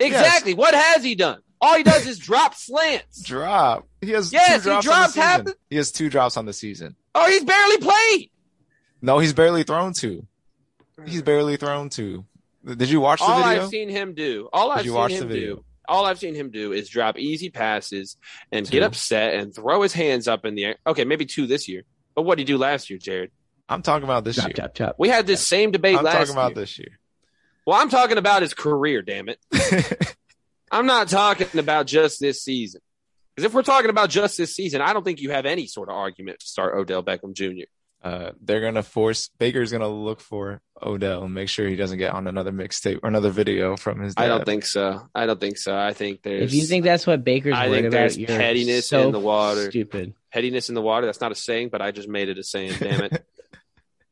Speaker 3: Exactly. What has he done? All he does is drop slants.
Speaker 2: Drop. He has
Speaker 3: Yes,
Speaker 2: two drops
Speaker 3: he
Speaker 2: on the
Speaker 3: dropped half
Speaker 2: season. He has two drops on the season.
Speaker 3: Oh, he's barely played.
Speaker 2: No, he's barely thrown to. He's barely thrown to. Did you watch the
Speaker 3: all
Speaker 2: video?
Speaker 3: I've seen him do, all I've
Speaker 2: you
Speaker 3: seen
Speaker 2: watch the
Speaker 3: him
Speaker 2: video?
Speaker 3: do, all I've seen him do is drop easy passes and
Speaker 2: Two.
Speaker 3: get upset and throw his hands up in the air. Okay, maybe two this year, but what did he do last year, Jared?
Speaker 2: I'm talking about this
Speaker 1: Chop,
Speaker 2: year.
Speaker 1: chop, chop.
Speaker 3: We had this same debate
Speaker 2: I'm
Speaker 3: last
Speaker 2: talking about
Speaker 3: year.
Speaker 2: this year.
Speaker 3: Well, I'm talking about his career. Damn it, I'm not talking about just this season. Because if we're talking about just this season, I don't think you have any sort of argument to start Odell Beckham Jr.
Speaker 2: uh, they're gonna force Baker's gonna look for Odell and make sure he doesn't get on another mixtape or another video from his. Dad.
Speaker 3: I don't think so. I don't think so. I think there's
Speaker 1: If you think that's what Baker's
Speaker 3: I
Speaker 1: worried
Speaker 3: think
Speaker 1: about,
Speaker 3: there's
Speaker 1: you're
Speaker 3: pettiness
Speaker 1: so
Speaker 3: in the water.
Speaker 1: Stupid.
Speaker 3: pettiness in the water. That's not a saying, but I just made it a saying. Damn it.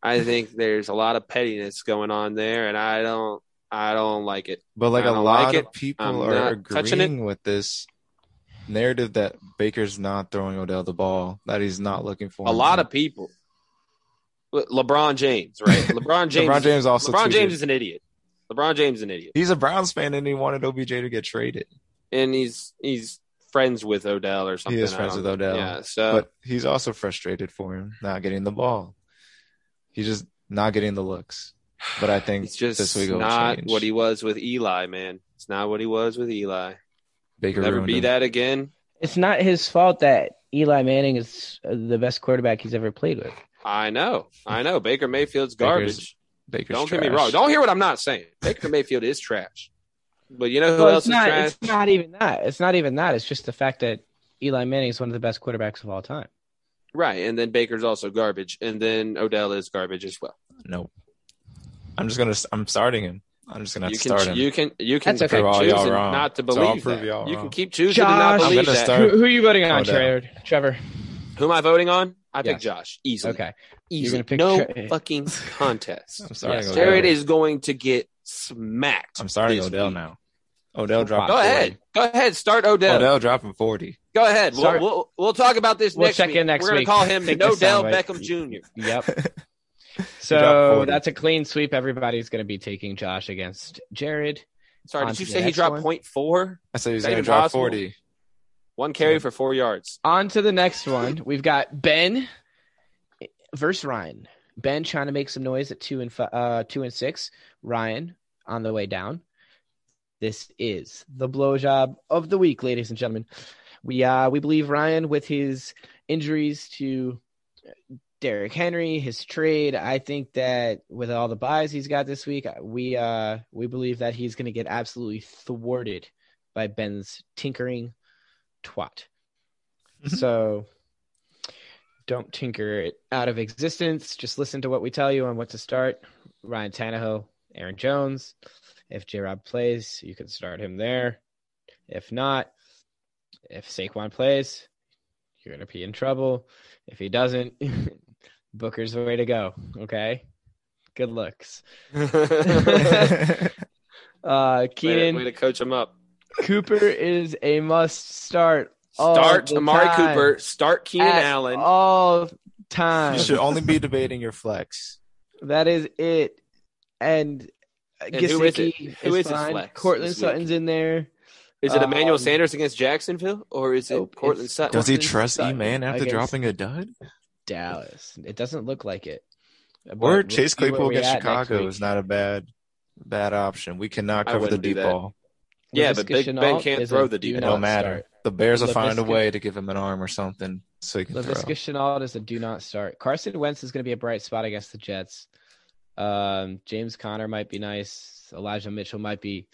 Speaker 3: I think there's a lot of pettiness going on there, and I don't, I don't like it.
Speaker 2: But like
Speaker 3: I
Speaker 2: a
Speaker 3: don't
Speaker 2: lot
Speaker 3: like
Speaker 2: of
Speaker 3: it.
Speaker 2: people
Speaker 3: I'm
Speaker 2: are
Speaker 3: not touching it.
Speaker 2: agreeing with this narrative that Baker's not throwing Odell the ball, that he's not looking for.
Speaker 3: A
Speaker 2: him.
Speaker 3: lot of people. Le- LeBron James, right? LeBron James.
Speaker 2: LeBron James also.
Speaker 3: LeBron
Speaker 2: tweeted-
Speaker 3: James is an idiot. LeBron James is an idiot,
Speaker 2: He's a Browns fan and he wanted OBJ to get traded,
Speaker 3: and he's he's friends with Odell or something.
Speaker 2: is
Speaker 3: I
Speaker 2: friends
Speaker 3: don't-
Speaker 2: with Odell,
Speaker 3: Yeah. So
Speaker 2: but he's also frustrated for him not getting the ball. He's just not getting the looks. But I think
Speaker 3: it's just
Speaker 2: this week will
Speaker 3: not
Speaker 2: change.
Speaker 3: what he was with Eli, man. It's not what he was with Eli.
Speaker 2: Baker
Speaker 3: Never
Speaker 2: ruined
Speaker 3: be
Speaker 2: him.
Speaker 3: that again.
Speaker 1: It's not his fault that Eli Manning is uh, the best quarterback he's ever played with.
Speaker 3: I know. I know. Baker Mayfield's garbage.
Speaker 2: Baker's- Baker's
Speaker 3: Don't get me
Speaker 2: trash.
Speaker 3: wrong. Don't hear what I'm not saying. Baker Mayfield is trash. But you know who
Speaker 1: Well,
Speaker 3: else
Speaker 1: it's not.
Speaker 3: is
Speaker 1: It's
Speaker 3: trash?
Speaker 1: not even that. It's not even that. It's just the fact that Eli Manning is one of the best quarterbacks of all time.
Speaker 3: Right. And then Baker's also garbage. And then Odell is garbage as well.
Speaker 2: Nope. I'm just gonna. I'm starting him. I'm just gonna
Speaker 3: you can
Speaker 2: start him.
Speaker 3: you can you can
Speaker 1: That's okay.
Speaker 3: keep
Speaker 1: Prove all
Speaker 3: choosing
Speaker 2: y'all wrong.
Speaker 3: not to
Speaker 2: So I'll
Speaker 3: believe
Speaker 2: prove
Speaker 3: that.
Speaker 2: y'all
Speaker 3: You
Speaker 2: wrong.
Speaker 3: can keep choosing to not
Speaker 1: Josh- I'm
Speaker 3: believe
Speaker 2: gonna
Speaker 3: that.
Speaker 2: start- Who-
Speaker 1: are you voting
Speaker 2: on, Odell.
Speaker 1: Trevor.
Speaker 3: Who am I voting on? I pick
Speaker 1: Yes.
Speaker 3: Josh. Easily.
Speaker 1: Okay.
Speaker 3: Easily.
Speaker 1: gonna pick
Speaker 3: no
Speaker 1: Tra-
Speaker 3: fucking contest.
Speaker 2: I'm starting
Speaker 1: Yes,
Speaker 2: Odell.
Speaker 3: Jared is going to get smacked.
Speaker 2: I'm starting
Speaker 3: this
Speaker 2: Odell
Speaker 3: week.
Speaker 2: now. Odell dropped.
Speaker 3: Go ahead. Go ahead. Start Odell.
Speaker 2: Odell dropping forty.
Speaker 3: Go ahead. We'll,
Speaker 1: Sorry.
Speaker 3: we'll, we'll talk about this
Speaker 1: We'll
Speaker 3: next
Speaker 1: check
Speaker 3: week.
Speaker 1: in next
Speaker 3: We're gonna
Speaker 1: week.
Speaker 3: call him
Speaker 1: Take the
Speaker 3: Odell
Speaker 1: soundbite.
Speaker 3: Beckham Jr.
Speaker 1: Yep.
Speaker 2: dropped
Speaker 1: so
Speaker 2: 40.
Speaker 1: that's a clean sweep. Everybody's going to be taking Josh against Jared.
Speaker 3: Sorry,
Speaker 1: On
Speaker 3: did you
Speaker 1: to the
Speaker 3: say he
Speaker 1: next
Speaker 3: dropped
Speaker 1: one.
Speaker 3: point four?
Speaker 2: I said he's
Speaker 3: That
Speaker 2: gonna
Speaker 3: even
Speaker 2: drop
Speaker 3: possible?
Speaker 2: forty.
Speaker 3: One carry
Speaker 2: Yeah.
Speaker 3: for four yards.
Speaker 1: On to the next one. We've got Ben versus Ryan. Ben trying to make some noise at two and fi- uh, two and six. Ryan on the way down. This is the blowjob of the week, ladies and gentlemen. We uh, we believe Ryan with his injuries to Derrick Henry, his trade. I think that with all the buys he's got this week, we uh, we believe that he's going to get absolutely thwarted by Ben's tinkering twat
Speaker 3: Mm-hmm.
Speaker 1: so don't tinker it out of existence. Just listen to what we tell you on what to start. Ryan Tannehill, Aaron Jones. If J Rob plays, you can start him there. If not, if Saquon plays, you're going to be in trouble. If he doesn't, Booker's the way to go. Okay. Good looks.
Speaker 3: way,
Speaker 1: Uh,
Speaker 3: to,
Speaker 1: Keenan
Speaker 3: way to coach him up.
Speaker 1: Cooper is a must start. all
Speaker 3: Start
Speaker 1: the
Speaker 3: Amari
Speaker 1: time.
Speaker 3: Cooper. Start Keenan
Speaker 1: At
Speaker 3: Allen.
Speaker 1: All time.
Speaker 2: you should only be debating your flex.
Speaker 1: That is it. And,
Speaker 3: And who is it?
Speaker 1: Gesicki
Speaker 3: Who
Speaker 1: is
Speaker 3: is it
Speaker 1: fine.
Speaker 3: flex
Speaker 1: Cortland
Speaker 3: this
Speaker 1: Sutton's in there.
Speaker 3: is it Emmanuel
Speaker 1: um,
Speaker 3: Sanders against Jacksonville or is it
Speaker 1: nope,
Speaker 3: Cortland
Speaker 1: it's-
Speaker 3: Sutton?
Speaker 2: Does he
Speaker 1: Cortland
Speaker 2: trust E
Speaker 1: Sutton
Speaker 2: Man after
Speaker 1: against-
Speaker 2: dropping a dud?
Speaker 1: Dallas. It doesn't look like it. But
Speaker 2: Or
Speaker 1: we'll
Speaker 2: Chase
Speaker 1: see where
Speaker 2: Claypool
Speaker 1: we
Speaker 2: against
Speaker 1: at next
Speaker 2: Chicago
Speaker 1: week.
Speaker 2: is not a bad bad option. We cannot
Speaker 3: I
Speaker 2: cover the
Speaker 3: wouldn't do
Speaker 2: deep
Speaker 3: that.
Speaker 2: ball.
Speaker 3: Yeah,
Speaker 1: Lavisca
Speaker 3: but Big
Speaker 1: Chenault
Speaker 3: Ben can't
Speaker 1: is
Speaker 3: throw
Speaker 1: a
Speaker 3: the
Speaker 1: do
Speaker 3: deep
Speaker 2: It
Speaker 1: not
Speaker 2: don't matter.
Speaker 1: start.
Speaker 2: The Bears will find a
Speaker 1: LaVisca-
Speaker 2: way to give him an arm or something so he can throw.
Speaker 1: LaVisca Chenault is a do not start. Carson Wentz is going to be a bright spot against the Jets. Um, James Conner might be nice. Elijah Mitchell might be.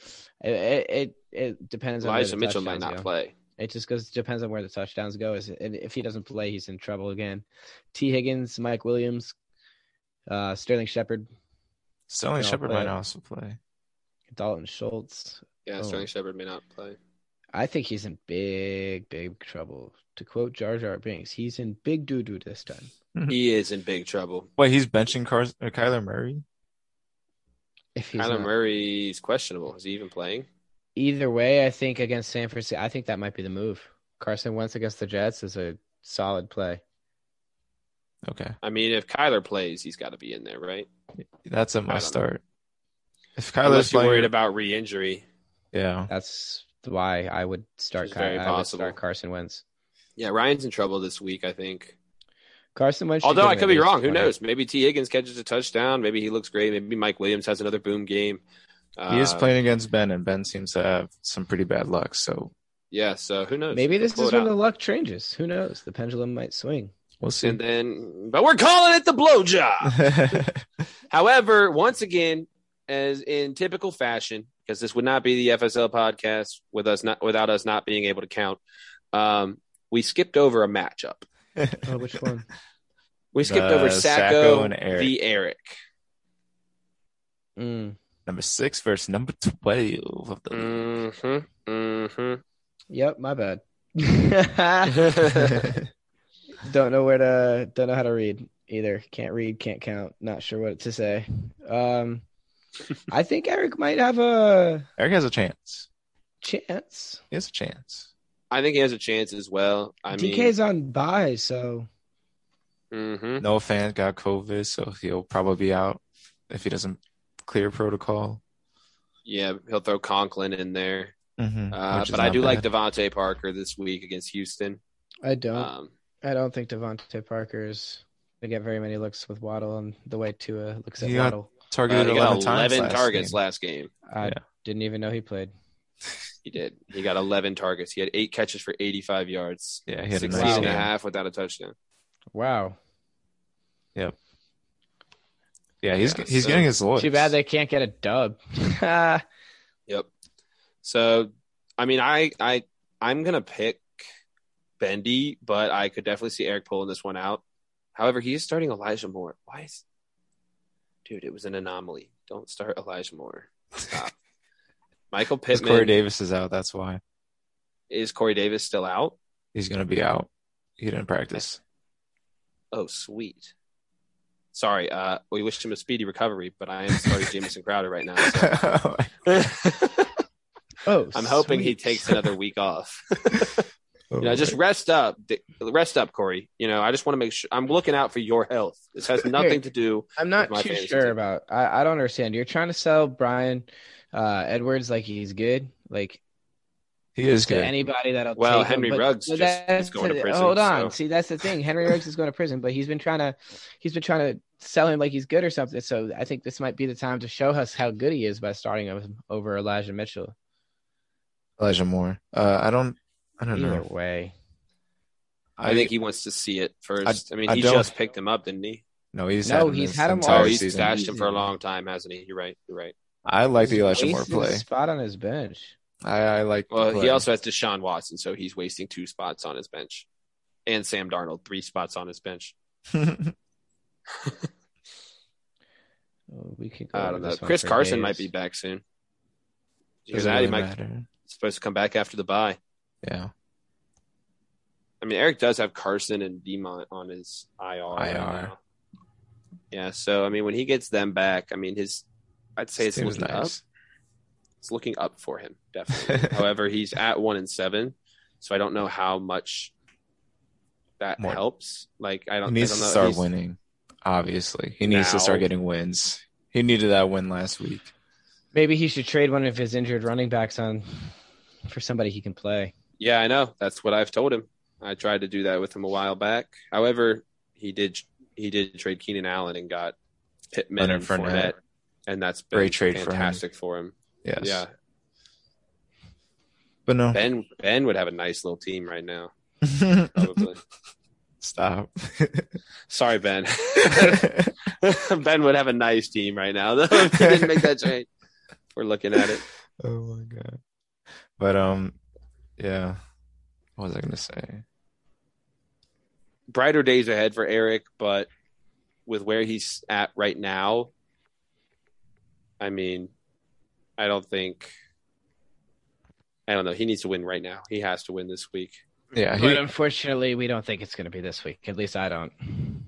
Speaker 1: It it, it, it depends on where
Speaker 3: Elijah
Speaker 1: the
Speaker 3: Mitchell might
Speaker 1: touchdowns
Speaker 3: not
Speaker 1: go.
Speaker 3: play.
Speaker 1: It just goes depends on where the touchdowns go. Is and if he doesn't play, he's in trouble again. T. Higgins, Mike Williams, uh, Sterling Shepard,
Speaker 2: Sterling
Speaker 1: No,
Speaker 2: Shepard
Speaker 1: but-
Speaker 2: might also play.
Speaker 1: Dalton Schultz.
Speaker 3: Yeah,
Speaker 1: Oh.
Speaker 3: Sterling Shepard may not play.
Speaker 1: I think he's in big, big trouble. To quote Jar Jar Binks, he's in big doo doo this time.
Speaker 3: He is in big trouble.
Speaker 2: Wait, he's benching Cars- uh, Kyler Murray?
Speaker 1: If he's
Speaker 3: Kyler
Speaker 1: not-
Speaker 3: Murray's questionable. Is he even playing?
Speaker 1: either way, I think against San Francisco, I think that might be the move. Carson Wentz against the Jets is a solid play.
Speaker 2: Okay.
Speaker 3: I mean, if Kyler plays, he's got to be in there, right?
Speaker 2: That's a
Speaker 3: don't know.
Speaker 2: must start. If Kyler's
Speaker 3: Unless you're
Speaker 2: playing,
Speaker 3: worried about re-injury.
Speaker 2: yeah,
Speaker 1: That's why I would start.
Speaker 3: Which is
Speaker 1: Ky-
Speaker 3: very
Speaker 1: I would
Speaker 3: possible.
Speaker 1: start Carson Wentz.
Speaker 3: Yeah, Ryan's in trouble this week, I think.
Speaker 1: Carson Wentz. should
Speaker 3: Although
Speaker 1: give
Speaker 3: I
Speaker 1: him
Speaker 3: could
Speaker 1: at
Speaker 3: be
Speaker 1: least
Speaker 3: wrong. Who
Speaker 1: 20.
Speaker 3: knows? Maybe T. Higgins catches a touchdown. Maybe he looks great. Maybe Mike Williams has another boom game.
Speaker 2: he is
Speaker 3: Uh,
Speaker 2: playing against Ben, and Ben seems to have some pretty bad luck. So
Speaker 3: Yeah, so who knows?
Speaker 1: Maybe
Speaker 3: We'll
Speaker 1: this
Speaker 3: pull
Speaker 1: is
Speaker 3: it
Speaker 1: when the
Speaker 3: out.
Speaker 1: luck changes. Who knows? The pendulum might swing.
Speaker 2: we'll see.
Speaker 3: And then, but we're calling it the blowjob. However, once again, as in typical fashion, because this would not be the FSL podcast with us not without us not being able to count. Um, we skipped over a matchup.
Speaker 1: Oh, which one?
Speaker 3: We skipped
Speaker 2: The
Speaker 3: over
Speaker 2: Sacco
Speaker 3: Sacco
Speaker 2: and Eric.
Speaker 3: the Eric.
Speaker 1: Mm.
Speaker 2: number six versus number twelve of the
Speaker 3: Mm-hmm. Mm-hmm.
Speaker 1: Yep, my bad. don't know where to. Don't know how to read either. Can't read. Can't count. Not sure what to say. Um, I think Eric might have a
Speaker 2: Eric has a chance.
Speaker 1: chance.
Speaker 2: He has a chance.
Speaker 3: I think he has a chance as well. I
Speaker 1: DK's on bye, so
Speaker 3: mean, hmm
Speaker 2: No fan got COVID, so he'll probably be out if he doesn't clear protocol.
Speaker 3: yeah, he'll throw Conklin in there.
Speaker 2: Mm-hmm.
Speaker 3: Uh, but I do like Devontae Parker this week against Houston.
Speaker 1: I don't.
Speaker 3: Um,
Speaker 1: I don't think Devontae Parker's gonna get very many looks with Waddle and the way Tua looks at
Speaker 2: Yeah.
Speaker 1: Waddle.
Speaker 2: targeted
Speaker 3: Uh, he got
Speaker 2: eleven, times
Speaker 3: 11
Speaker 2: last
Speaker 3: targets
Speaker 2: game.
Speaker 3: last game.
Speaker 1: I
Speaker 2: Yeah.
Speaker 1: didn't even know he played.
Speaker 3: He did. He got 11 targets. He had eight catches for 85 yards,
Speaker 2: Yeah, he had a
Speaker 3: 16
Speaker 2: nice
Speaker 1: Wow.
Speaker 3: and a
Speaker 2: game.
Speaker 3: half without a touchdown.
Speaker 1: Wow.
Speaker 2: Yeah, he's
Speaker 3: Yeah,
Speaker 2: he's
Speaker 3: so-
Speaker 2: getting his looks.
Speaker 1: Too bad they can't get a dub. Ah,
Speaker 3: Yep. So, I mean, I I I'm gonna pick Bendy, but I could definitely see Eric pulling this one out. However, he is starting Elijah Moore. Why is, dude? It was an anomaly. Don't start Elijah Moore. Stop. Michael
Speaker 2: 'Cause Corey
Speaker 3: Pittman
Speaker 2: Davis is out. That's why
Speaker 3: is Corey Davis still out?
Speaker 2: he's gonna be out. He didn't practice.
Speaker 3: Oh, sweet. Sorry. Uh, we wished him a speedy recovery, but I am starting Jamison Crowder right now. so-
Speaker 1: oh,
Speaker 3: I'm hoping he
Speaker 1: sweet.
Speaker 3: takes another week off. You know, just
Speaker 2: Lord.
Speaker 3: rest up, D- rest up, Corey. You know, I just want to make sure I'm looking out for your health. This has nothing to do.
Speaker 1: I'm
Speaker 3: with my
Speaker 1: not too
Speaker 3: fantasy
Speaker 1: sure
Speaker 3: team.
Speaker 1: about. I, I don't understand. You're trying to sell Brian uh, Edwards like he's good, like
Speaker 2: he is
Speaker 1: to
Speaker 2: good.
Speaker 1: anybody that'll.
Speaker 3: Well,
Speaker 1: take
Speaker 3: Henry
Speaker 1: him, but-
Speaker 3: Ruggs
Speaker 1: but
Speaker 3: just
Speaker 1: that's-
Speaker 3: is going to prison,
Speaker 1: Hold on,
Speaker 3: so-
Speaker 1: see that's the thing. Henry Ruggs is going to prison, but he's been trying to, he's been trying to sell him like he's good or something. So I think this might be the time to show us how good he is by starting him over Elijah Mitchell.
Speaker 2: Elijah Moore. Uh, I don't. I don't
Speaker 1: Either
Speaker 2: know.
Speaker 1: way,
Speaker 3: I think he wants to see it first. I, mean,
Speaker 2: I
Speaker 3: he
Speaker 2: don't-
Speaker 3: just picked him up, didn't he?
Speaker 2: no. He's
Speaker 1: No,
Speaker 2: had him
Speaker 1: he's
Speaker 2: this
Speaker 1: had him
Speaker 2: entire
Speaker 3: Oh,
Speaker 1: Sorry, all
Speaker 3: he's
Speaker 2: season.
Speaker 3: stashed him for a
Speaker 1: Season.
Speaker 3: long time, hasn't he? You're right. You're right.
Speaker 2: I like the Elijah Moore
Speaker 1: Wasted a
Speaker 2: play.
Speaker 1: spot on his bench.
Speaker 2: I, I like. the
Speaker 3: Well,
Speaker 2: play.
Speaker 3: he also has Deshaun Watson, so he's wasting two spots on his bench, and Sam Darnold three spots on his bench.
Speaker 1: Oh, we could. Go
Speaker 3: I
Speaker 1: over
Speaker 3: don't know.
Speaker 1: this one
Speaker 3: Chris
Speaker 1: for
Speaker 3: Carson
Speaker 1: days.
Speaker 3: might be back soon. Because
Speaker 2: Doesn't
Speaker 3: that he
Speaker 2: really
Speaker 3: might
Speaker 2: matter.
Speaker 3: supposed to come back after the bye.
Speaker 2: Yeah.
Speaker 3: I mean, Eric does have Carson and Demont on his IR. right
Speaker 2: IR.
Speaker 3: now. Yeah, so I mean, when he gets them back, I mean, his I'd say it's
Speaker 2: It was
Speaker 3: looking up.
Speaker 2: nice.
Speaker 3: It's looking up for him, definitely. However, he's at one and seven, so I don't know how much that
Speaker 2: More.
Speaker 3: helps. Like, I don't.
Speaker 2: he needs
Speaker 3: I
Speaker 2: to
Speaker 3: don't know.
Speaker 2: start
Speaker 3: He's-
Speaker 2: winning. Obviously, he needs to
Speaker 3: Now.
Speaker 2: start getting wins. He needed that win last week.
Speaker 1: Maybe he should trade one of his injured running backs on for somebody he can play.
Speaker 3: Yeah, I know. That's what I've told him. I tried to do that with him a while back. However, he did he did trade Keenan Allen and got Pittman
Speaker 2: Leonard
Speaker 3: and Fournette,
Speaker 2: Fournette.
Speaker 3: and that's been
Speaker 2: Great trade for him.
Speaker 3: fantastic for him.
Speaker 2: Yes.
Speaker 3: Yeah,
Speaker 2: But no.
Speaker 3: Ben Ben would have a nice little team right now, probably.
Speaker 2: Stop.
Speaker 3: Sorry, Ben. ben would have a nice team right now, though. If he didn't make that trade. We're looking at it.
Speaker 2: Oh my god. But um, yeah. What was I gonna say?
Speaker 3: Brighter days ahead for Eric, but with where he's at right now, I mean, I don't think. I don't know. He needs to win right now. He has to win this week.
Speaker 2: Yeah,
Speaker 1: but
Speaker 3: um,
Speaker 2: he,
Speaker 1: unfortunately, we don't think it's going to be this week. At least I don't.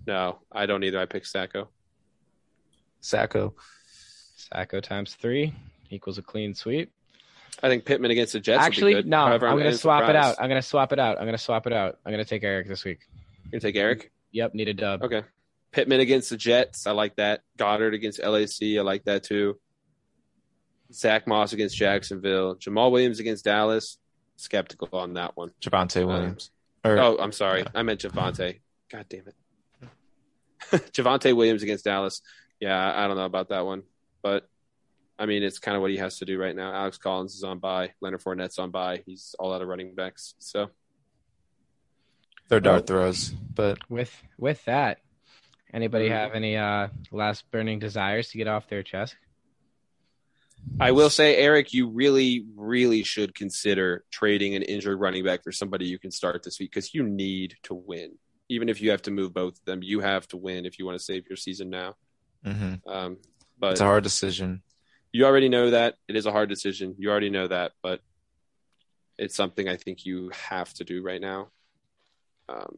Speaker 3: No, I don't either. I picked Sacco.
Speaker 2: Sacco.
Speaker 1: Sacco times three equals a clean sweep.
Speaker 3: I think Pittman against the Jets. would be
Speaker 1: Actually,
Speaker 3: good.
Speaker 1: no,
Speaker 3: However,
Speaker 1: I'm, going
Speaker 3: I'm
Speaker 1: to swap it
Speaker 3: surprised.
Speaker 1: out. I'm going to swap it out. I'm going to swap it out. I'm going to take Eric this week.
Speaker 3: You're gonna take Eric.
Speaker 1: Yep, need a dub.
Speaker 3: Okay. Pittman against the Jets. I like that. Goddard against LAC. I like that too. Zach Moss against Jacksonville. Jamal Williams against Dallas. Skeptical on that one.
Speaker 2: Javante Williams. Or-
Speaker 3: Uh, Oh, I'm sorry.
Speaker 2: Yeah.
Speaker 3: I meant Javante. God damn it. Javante Williams against Dallas. Yeah, I don't know about that one. But I mean it's kind of what he has to do right now. Alex Collins is on by. Leonard Fournette's on by. He's all out of running backs. So
Speaker 2: They're
Speaker 3: oh.
Speaker 2: dart throws, but
Speaker 1: With with that, anybody
Speaker 3: Mhm.
Speaker 1: have any uh last burning desires to get off their chest?
Speaker 3: I will say, Eric, you really, really should consider trading an injured running back for somebody you can start this week because you need to win. Even if you have to move both of them, you have to win if you want to save your season now.
Speaker 2: mhm.
Speaker 3: Um, but
Speaker 2: it's a hard decision.
Speaker 3: you already know that it is a hard decision. You already know that, but it's something I think you have to do right now. Um,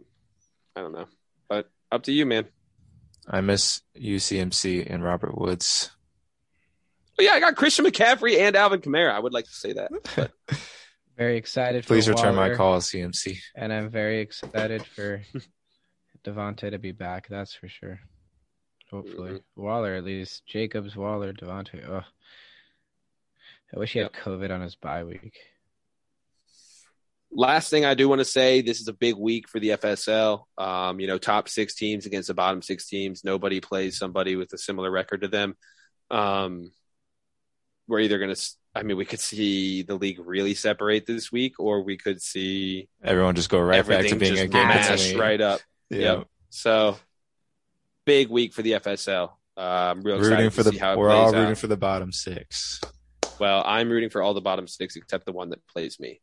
Speaker 3: I don't know, but up to you, man.
Speaker 2: I miss UCMC and Robert Woods.
Speaker 3: But Oh, yeah, I got Christian McCaffrey and Alvin Kamara. I would like to say that.
Speaker 1: Very excited.
Speaker 2: Please
Speaker 1: for
Speaker 2: return my
Speaker 1: Waller,
Speaker 2: call, CMC.
Speaker 1: And I'm very excited for Devontae to be back. That's for sure. Hopefully, Waller at least. Jacobs, Waller, Devontae. Ugh. I wish he had COVID on his bye week.
Speaker 3: last thing I do want to say, this is a big week for the FSL. Um, you know, top six teams against the bottom six teams. Nobody plays somebody with a similar record to them. Um, we're either going to, I mean, we could see the league really separate this week, or we could see
Speaker 2: Everyone just go right back to
Speaker 3: everything
Speaker 2: being
Speaker 3: just
Speaker 2: a game
Speaker 3: mashed
Speaker 2: between.
Speaker 3: right up.
Speaker 2: Yeah.
Speaker 3: So, big week for the FSL. Uh, I'm real excited
Speaker 2: Rooting
Speaker 3: to
Speaker 2: for
Speaker 3: see
Speaker 2: the
Speaker 3: how it
Speaker 2: we're all
Speaker 3: plays
Speaker 2: rooting
Speaker 3: out.
Speaker 2: for the bottom six.
Speaker 3: Well, I'm rooting for all the bottom six except the one that plays me.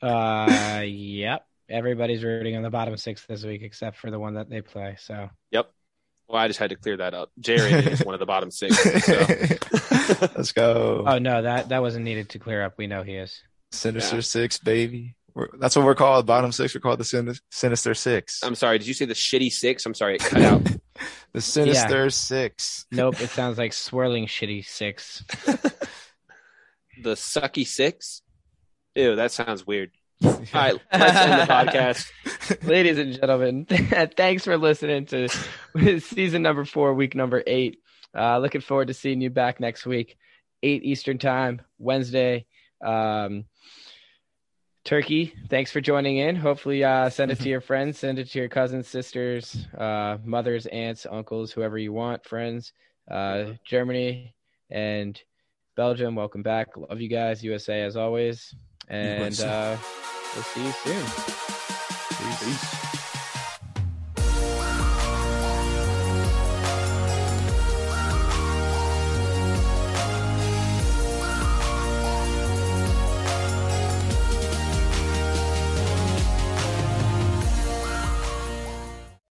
Speaker 1: Uh, yep. Everybody's rooting on the bottom six this week except for the one that they play. So
Speaker 3: Well, I just had to clear that up. Jerry is one of the bottom six. So.
Speaker 2: Let's go.
Speaker 3: Uh,
Speaker 1: Oh no, that that wasn't needed to clear up. We know he is.
Speaker 2: Sinister
Speaker 3: yeah.
Speaker 2: Six, baby. We're, that's what we're called. Bottom six, we're called the sin- Sinister Six.
Speaker 3: I'm sorry. Did you say the shitty six? I'm sorry. It cut out.
Speaker 2: the Sinister Six.
Speaker 1: Nope, it sounds like swirling shitty six.
Speaker 3: the sucky six. Ew, that sounds weird. All right, let's end the podcast.
Speaker 1: Ladies and gentlemen, thanks for listening to season number four, week number eight. Uh, looking forward to seeing you back next week, eight Eastern time, Wednesday. Um, Turkey, thanks for joining in. Hopefully, uh, send it to your friends, send it to your cousins, sisters, uh, mothers, aunts, uncles, whoever you want, friends. Uh, Germany and Belgium, welcome back. Love you guys, USA as always, and
Speaker 2: USA.
Speaker 1: uh, we'll see you soon.
Speaker 2: Peace.